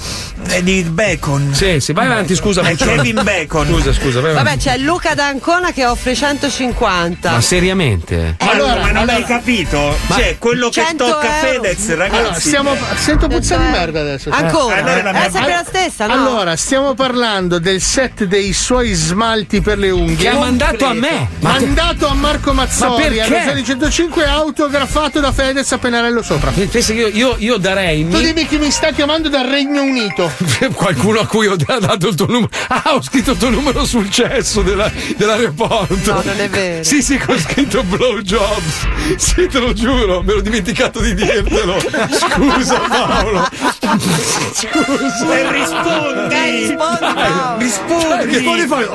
eh, di bacon.
Sì, sì, vai avanti, scusa.
È
Puccioni.
Kevin Bacon.
Scusa, scusa, vai avanti.
Vabbè, c'è Luca D'Ancona che offre 150.
Ma seriamente?
Eh,
Ma allora, ma non hai capito? cioè, quello che
100
tocca
euro.
Fedez, ragazzi. Eh.
Allora, stiamo, sento puzza di merda adesso.
eh.
Eh,
Ancora? Eh,
Allora, la
È
mia-
sempre la stessa, no?
Allora, stiamo parlando del set dei suoi smalti per le unghie.
Che ha mandato a me. Ma che-
mandato a Marco Mazzoli,
Ma
a
perché?
Rosario 105, autografato da Fedez a Pennarello sopra.
Pensa che io, io, io darei.
Tu
mi-
dimmi chi mi sta chiamando dal Regno Unito.
(laughs) Qualcuno a cui ho da- dato il tuo numero. Ah, ho scritto il tuo numero sul cesso della- dell'aeroporto.
No, non è vero.
Sì, sì, che ho scritto blowjobs. Sì, te lo giuro, me l'ho dimenticato di dirtelo.
(laughs)
Scusa, Paolo. Scusa.
E rispondi.
Dai, rispondi, Paolo.
Dai, Cioè, che Oh. poi fai-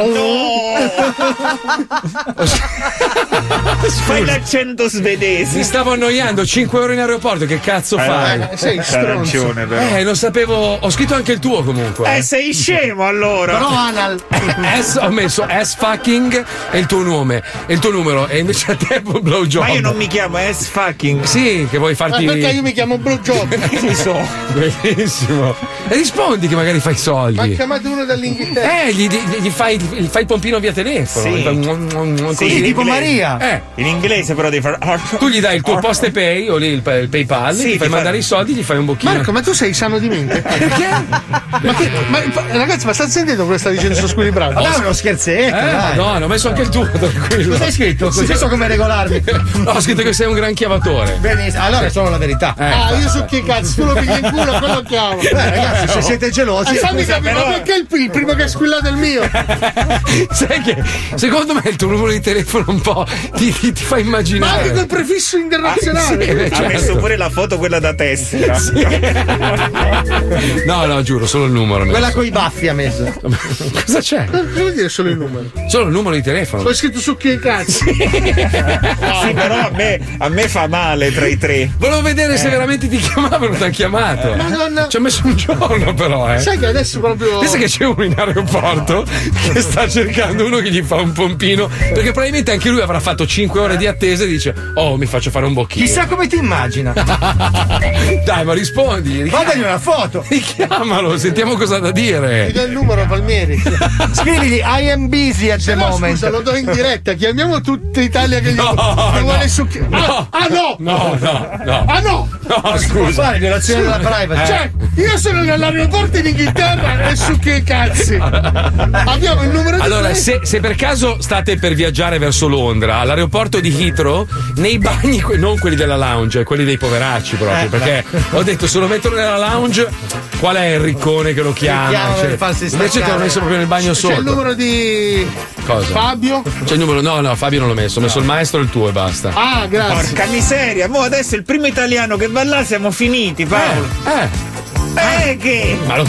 Fai l'accento svedese.
Mi stavo annoiando, 5 ore in aeroporto, che cazzo
Eh,
fai?
eh, sei Hai stronzo. ragione, però.
Eh, non sapevo, ho scritto anche il tuo comunque.
Eh, sei scemo allora.
Però anal. (laughs) S, ho messo S fucking e il tuo nome, e il tuo numero, e invece a te blowjob.
Ma io non mi chiamo S fucking.
Sì, che vuoi
Ma
farti.
perché io mi chiamo Blue Job?
(laughs) Che so, bellissimo. E rispondi che magari fai
Ma ha
soldi.
chiamato uno dall'Inghilterra.
Eh, gli, gli- gli fai, gli fai il pompino via telefono.
Sì.
Gli fai un- un- un-
Sì,
così.
in inglese.
Eh.
In inglese però devi fare.
Tu gli dai il tuo post e pay o lì il, il PayPal,
Sì,
gli
ti
fai
fai-
mandare i soldi, gli fai un bocchino.
Marco, ma tu sei sano di mente? Perché? ma che, ma, ragazzi, ma state sentendo quello che sta dicendo sto squilibrato?
Vabbè, è uno scherzetto,
Eh,
dai.
no, ho messo anche il tuo, (laughs) tranquillo.
Cosa hai scritto? Così so come regolarmi.
No, ho scritto che sei un gran chiavatore. Eh,
Benissimo, allora
Cioè,
è solo la verità.
ah, io so che cazzo, tu lo pigli in culo, quello chiamo.
Eh, ragazzi, se siete gelosi.
Ah, fammi
scusa,
capire, ma
però-
perché il, pri- il primo che ha squillato è il mio?
(laughs) Sai che secondo me il tuo numero di telefono un po' ti, ti- ti fa
Ma anche
immaginare.
col prefisso internazionale.
sì, beh,
Ha messo
certo.
pure la foto quella da tessera.
No, no, giuro, solo il numero. ho
Quella
messo.
con i baffi ha messo.
Cosa c'è?
Cosa vuol dire solo il numero?
Solo il numero di telefono.
Ho scritto su che cazzo?
sì, però a me, a me fa male tra i tre.
Volevo vedere se
Eh.
veramente ti chiamavano, ti hanno chiamato. (laughs)
Madonna.
Ci ha messo un giorno, però, eh.
Eh, Sai che adesso proprio.
Pensa che c'è uno in aeroporto che sta cercando uno che gli fa un pompino. Perché probabilmente anche lui avrà fatto 5 ore di attesa e dice: Oh, mi faccio fare un bocchino.
Chissà come ti immagina.
Dai, ma rispondi. richiam-
Mandagli una foto.
Richiamalo, sentiamo cosa ha da
Ti
dire.
do il numero, Palmieri.
Scrivigli I am busy at the
No,
moment.
scusa, lo do in diretta. Chiamiamo tutta Italia che gli
No,
che
no.
vuole su che. Ah, ah, no!
No, no, no.
Ah no!
No, scusa.
Fare violazione della privacy.
Cioè, io sono nell'aeroporto in Inghilterra e su che cazzi? Abbiamo il numero di
Allora,
telefono.
se, se per caso state per viaggiare verso Londra, all'aeroporto di Heathrow, nei bagni, que- non quelli della lounge, eh, quelli dei poveracci
Eh,
proprio, perché ho detto se lo mettono nella lounge, qual è il riccone che lo chiama?
chiamano
Cioè,
per farsi
invece te l'ho
staccare. Cioè,
messo proprio nel bagno
C'è il
sotto.
numero di
Cosa?
Fabio.
C'è il numero? No, no, Fabio non l'ho messo, ho messo il maestro e il tuo e basta.
Ah, grazie.
Porca miseria, mo adesso il primo italiano che va là siamo finiti, Paolo.
Eh,
Eh, che.
ma lo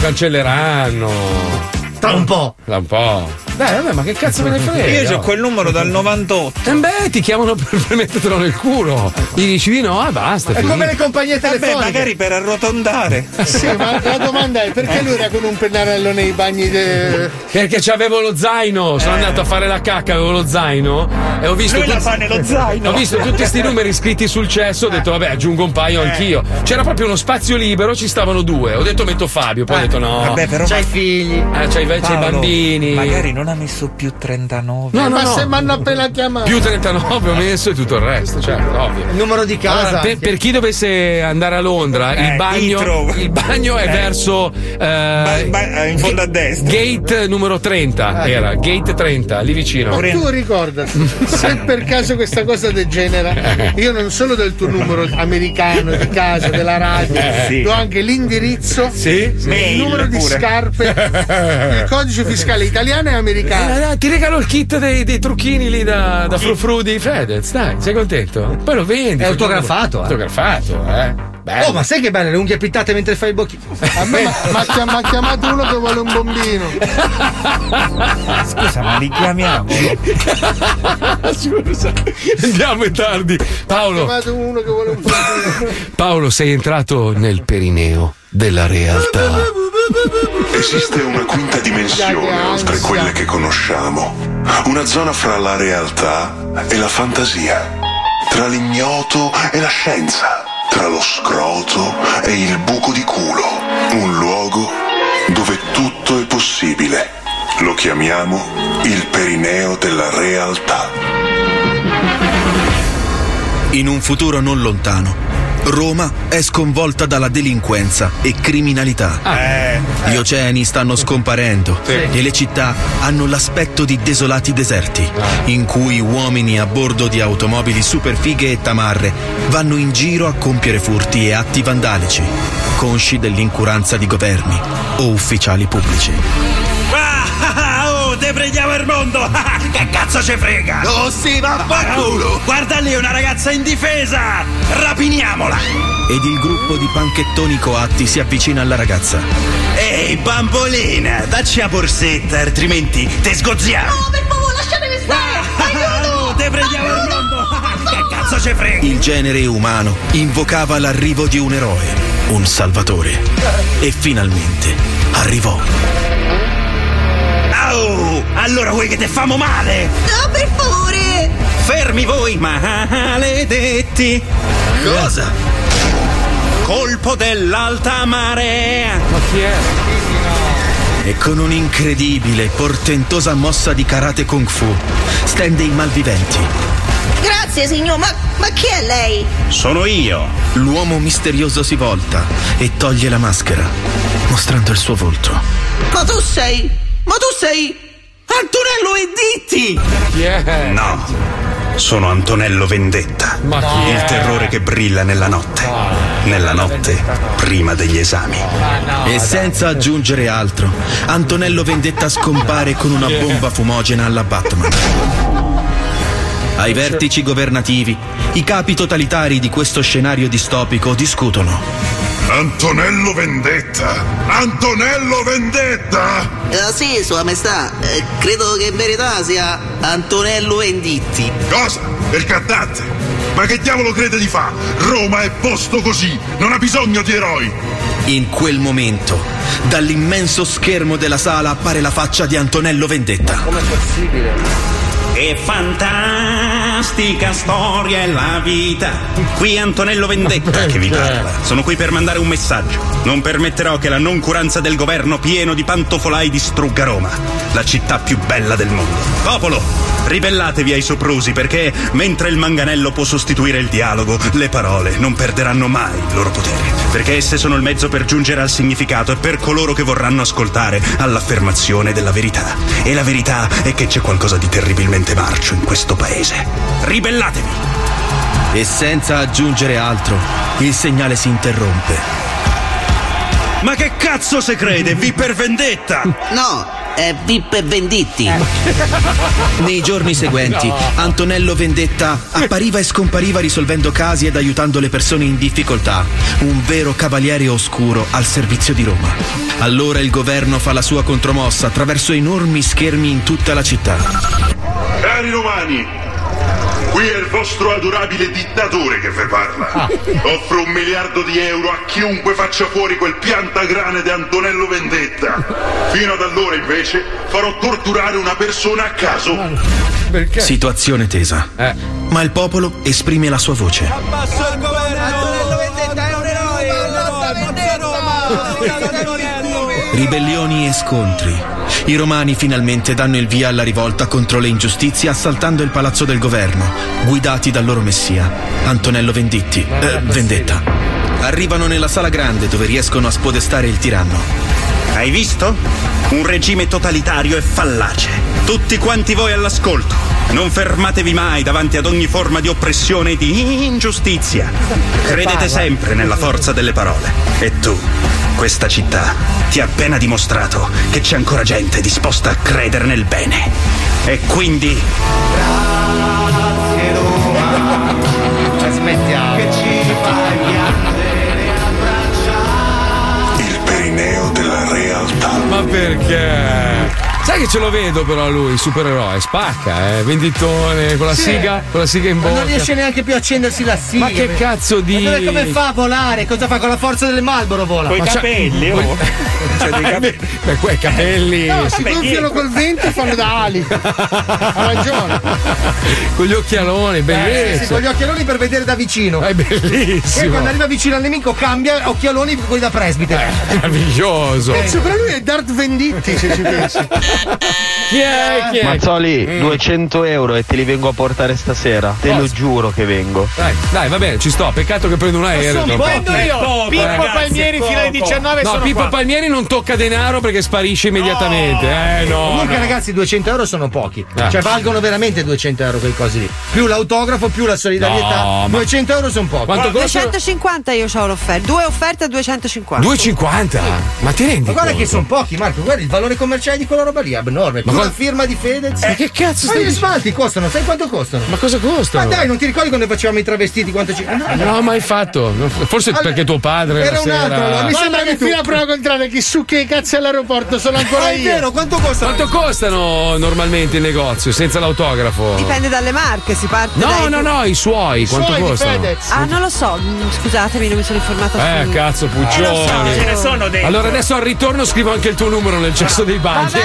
cancelleranno.
Tra un po'.
Da un po'. Eh, Dai, eh, vabbè, ma che cazzo (laughs) me ne frega?
Io ho quel numero dal 98.
Eh beh, ti chiamano per, per mettertelo nel culo. Gli dici di no e basta.
È come le compagnie
Vabbè,
telefoniche.
magari per
(laughs)
arrotondare.
Sì, ma la domanda è perché lui era con un pennarello nei bagni de...
Perché c'avevo lo zaino, sono andato a fare la cacca, avevo lo zaino e ho visto.
Eh. Lui la
tutti-
fa nello zaino.
Ho visto tutti questi numeri scritti sul cesso, ho detto vabbè aggiungo un
Eh.
paio anch'io. C'era proprio uno spazio libero, ci stavano due. Ho detto metto Fabio, poi ho detto no.
Eh, Vabbè, però.
C'hai figli.
Eh, c'hai, c'hai i
Paolo,
bambini.
Magari non ha messo più 39.
No, no,
Ma se
no.
mi hanno appena chiamato.
Più 39 ho messo e tutto il resto, certo, ovvio.
Il numero di casa.
Allora, per, per chi dovesse andare a Londra,
Eh,
il, bagno,
intro.
il bagno
Eh.
è verso eh,
Ba- ba- eh, in fondo a destra. Ah.
gate numero 30. Era gate 30, lì vicino.
Ma tu ricordati, se per caso questa cosa degenera,
Eh.
io non solo del tuo numero americano di casa, della radio,
sì.
do anche l'indirizzo,
Eh, Sì, sì.
il
Mail
numero di
pure.
scarpe, il codice fiscale italiano e americano.
Eh, dai, ti regalo il kit dei, dei trucchini lì da, da frufru di Fedez, dai, sei contento? Esatto. Poi lo vendi.
È
fai-
autografato, eh.
Autografato, eh. Bello.
Oh, ma sai che belle le unghie pittate mentre fai il bocchino?
A me mi ha chiamato uno che vuole un bombino.
Ah,
Scusa, ma li chiamiamo?
Scusa, andiamo in tardi.
Mi ha
Paolo,
chiamato uno che vuole un bombino.
Paolo, sei entrato nel perineo della realtà.
Esiste una quinta
Dai,
dimensione
che
oltre
ansia.
quelle che conosciamo, una zona fra la realtà e la fantasia, tra l'ignoto e la scienza, tra tra lo scroto e il buco di culo. Un luogo dove tutto è possibile. Lo chiamiamo il perineo della realtà.
In un futuro non lontano, Roma è sconvolta dalla delinquenza e criminalità.
Eh.
Eh.
Gli oceani stanno scomparendo e le città hanno l'aspetto di desolati deserti,
Eh.
in cui uomini a bordo di automobili superfighe e tamarre vanno in giro a compiere furti e atti vandalici, consci dell'incuranza di governi o ufficiali pubblici.
Ah, oh, te prendiamo il mondo! (laughs) Ah, che cazzo ci frega?
Oh, sì, vaffanculo!
Oh, Guarda lì, una ragazza in difesa! Rapiniamola!
Ed il gruppo di panchettoni coatti si avvicina alla ragazza.
Ehi, bambolina, dacci la borsetta, altrimenti te sgozziamo!
No,
per favore, lasciatemi stare! Oh, te prendiamo il mondo! Ah, che cazzo ci frega?
Il genere umano invocava l'arrivo di un eroe, un salvatore. E finalmente arrivò.
Au! Allora vuoi che te famo male?
No, per favore!
Fermi voi, maledetti! Cosa? Colpo dell'alta marea! Ma chi è?
E con un'incredibile e portentosa mossa di karate kung fu, stende i malviventi
Grazie, signor, ma, ma chi è lei?
Sono io. L'uomo misterioso si volta e toglie la maschera, mostrando il suo volto.
Ma tu sei. Ma tu sei. Antonello Venditti!
No, sono Antonello Vendetta.
chi è?
Il terrore che brilla nella notte. Nella notte prima degli esami.
e senza aggiungere altro, Antonello Vendetta scompare con una bomba fumogena alla Batman. Ai vertici governativi, i capi totalitari di questo scenario distopico discutono.
Antonello Vendetta! Antonello Vendetta!
Ah, sì, Sua Maestà, eh, credo che in verità sia Antonello Venditti.
Cosa? Il cantante? Ma che diavolo crede di fa? Roma è posto così, non ha bisogno di eroi!
In quel momento, dall'immenso schermo della sala appare la faccia di Antonello Vendetta.
Com'è possibile? Che fantastica storia è la vita. Qui Antonello Vendetta che vi parla. Sono qui per mandare un messaggio. Non permetterò che la noncuranza del governo pieno di pantofolai distrugga Roma, la città più bella del mondo. Popolo, ribellatevi ai soprusi perché mentre il manganello può sostituire il dialogo, le parole non perderanno mai il loro potere, perché esse sono il mezzo per giungere al significato e per coloro che vorranno ascoltare all'affermazione della verità. E la verità è che c'è qualcosa di terribilmente marcio in questo paese. Ribellatevi!
E senza aggiungere altro, il segnale si interrompe.
Ma che cazzo se crede? Vi per vendetta!
(laughs)
No, è Pippe Venditti.
Eh.
Nei giorni seguenti,
No.
Antonello Vendetta appariva e scompariva risolvendo casi ed aiutando le persone in difficoltà, un vero cavaliere oscuro al servizio di Roma. Allora il governo fa la sua contromossa attraverso enormi schermi in tutta la città.
Cari romani, qui è il vostro adorabile dittatore che vi parla. Offro un miliardo di euro a chiunque faccia fuori quel piantagrane di Antonello Vendetta. Fino ad allora, invece, farò torturare una persona a caso.
Perché?
Situazione tesa. Ma il popolo esprime la sua voce.
Antonello Vendetta è un eroe! Ammazza
Ribellioni e scontri. I romani finalmente danno il via alla rivolta contro le ingiustizie assaltando il palazzo del governo, guidati dal loro messia, Antonello Venditti. eh, Vendetta. Arrivano nella sala grande dove riescono a spodestare il tiranno.
Hai visto? Un regime totalitario e fallace. Tutti quanti voi all'ascolto. Non fermatevi mai davanti ad ogni forma di oppressione e di ingiustizia. Credete sempre nella forza delle parole. E tu, questa città, ti ha appena dimostrato che c'è ancora gente disposta a credere nel bene. E quindi...
Smettiamo. Che ci
Il perineo della realtà.
Ma perché? Sai che ce lo vedo però lui, il supereroe, spacca, eh, venditone, con la
Sì.
siga, con la siga in bocca.
Non riesce neanche più a accendersi la sigla.
Ma che
perché-
cazzo di-
Ma dove- come fa a volare? Cosa fa con la forza del Malboro vola?
Coi
Ma c'ha-
(laughs) capelli, oh.
Cioè, dei cap-
(laughs) Per quei capelli.
No, si gonfiano col vento e fanno da
(laughs)
ali. Ha ragione.
Con gli occhialoni,
Eh, sì,
bellissimo. Ah,
sì, con gli occhialoni per vedere da vicino.
È bellissimo.
E quando arriva vicino al nemico cambia occhialoni con quelli da presbite.
Eh,
Eh,
Meraviglioso.
Cazzo, però lui è Dart Venditti, se ci pensi.
Chi è? Chi è?
Mazzoli,
Mm.
200 euro e te li vengo a portare stasera. Te lo
Cosa?
giuro che vengo.
Dai, dai, va bene, ci sto. Peccato che prendo un aereo.
sono
tra
poco,
un po'.
è poco,
Pippo
ragazzi,
Palmieri
è
fino alle
poco.
19
No,
sono
Pippo
qua.
Palmieri non tocca denaro perché sparisce immediatamente. eh, no.
Comunque,
no.
ragazzi, 200 euro sono pochi.
Eh.
Cioè, valgono veramente 200 euro quei cosi lì. Più l'autografo, più la solidarietà.
No, ma-
200 euro sono pochi.
250 io ho l'offerta, due offerte a 250.
250? Ma ti rendi?
Ma guarda
conto?
che sono pochi, Marco. Guarda il valore commerciale di quella roba lì è abnorme.
Ma
Con la
qual-
firma di Fedez.
Ma che cazzo
Ma
stai
gli
dicendo?
smalti costano, sai quanto costano?
Ma cosa costano?
Ma dai, non ti ricordi quando facevamo i travestiti quanto ci. No,
No, mai fatto. Forse
Allora,
perché tuo padre.
era
la
un
sera-
altro, allora, mi
Guarda che fino a prova contraria, chi su che cazzo all'aeroporto sono ancora
Ah, è
io.
vero,
quanto costa?
Quanto costano normalmente il negozio senza l'autografo?
Dipende dalle marche, si parte
No,
dai-
no, no, i suoi. quanto costano?
Ah, non lo so, mm, scusatemi, non mi sono informata
Eh,
su.
cazzo, Puccioni.
so, ce ne sono dentro.
Allora adesso al ritorno scrivo anche il tuo numero nel cesso dei bagni. Ci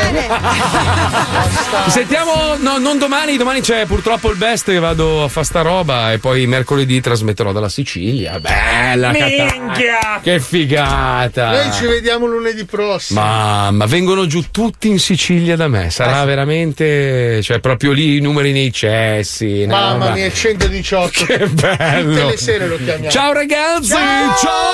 Sentiamo, no, non domani, domani c'è purtroppo il best che vado a fare sta roba e poi mercoledì trasmetterò dalla Sicilia. Bella Catania.
Minchia!
Che figata!
Noi ci vediamo lunedì prossimo.
Mamma, vengono giù tutti in Sicilia da me.
Ah,
Sarà veramente. Cioè, proprio lì i numeri nei cessi. no?
Mamma
Ma-
mia, 118.
Che bello.
Tutte le sere lo chiamiamo.
Ciao ragazzi! Ciao!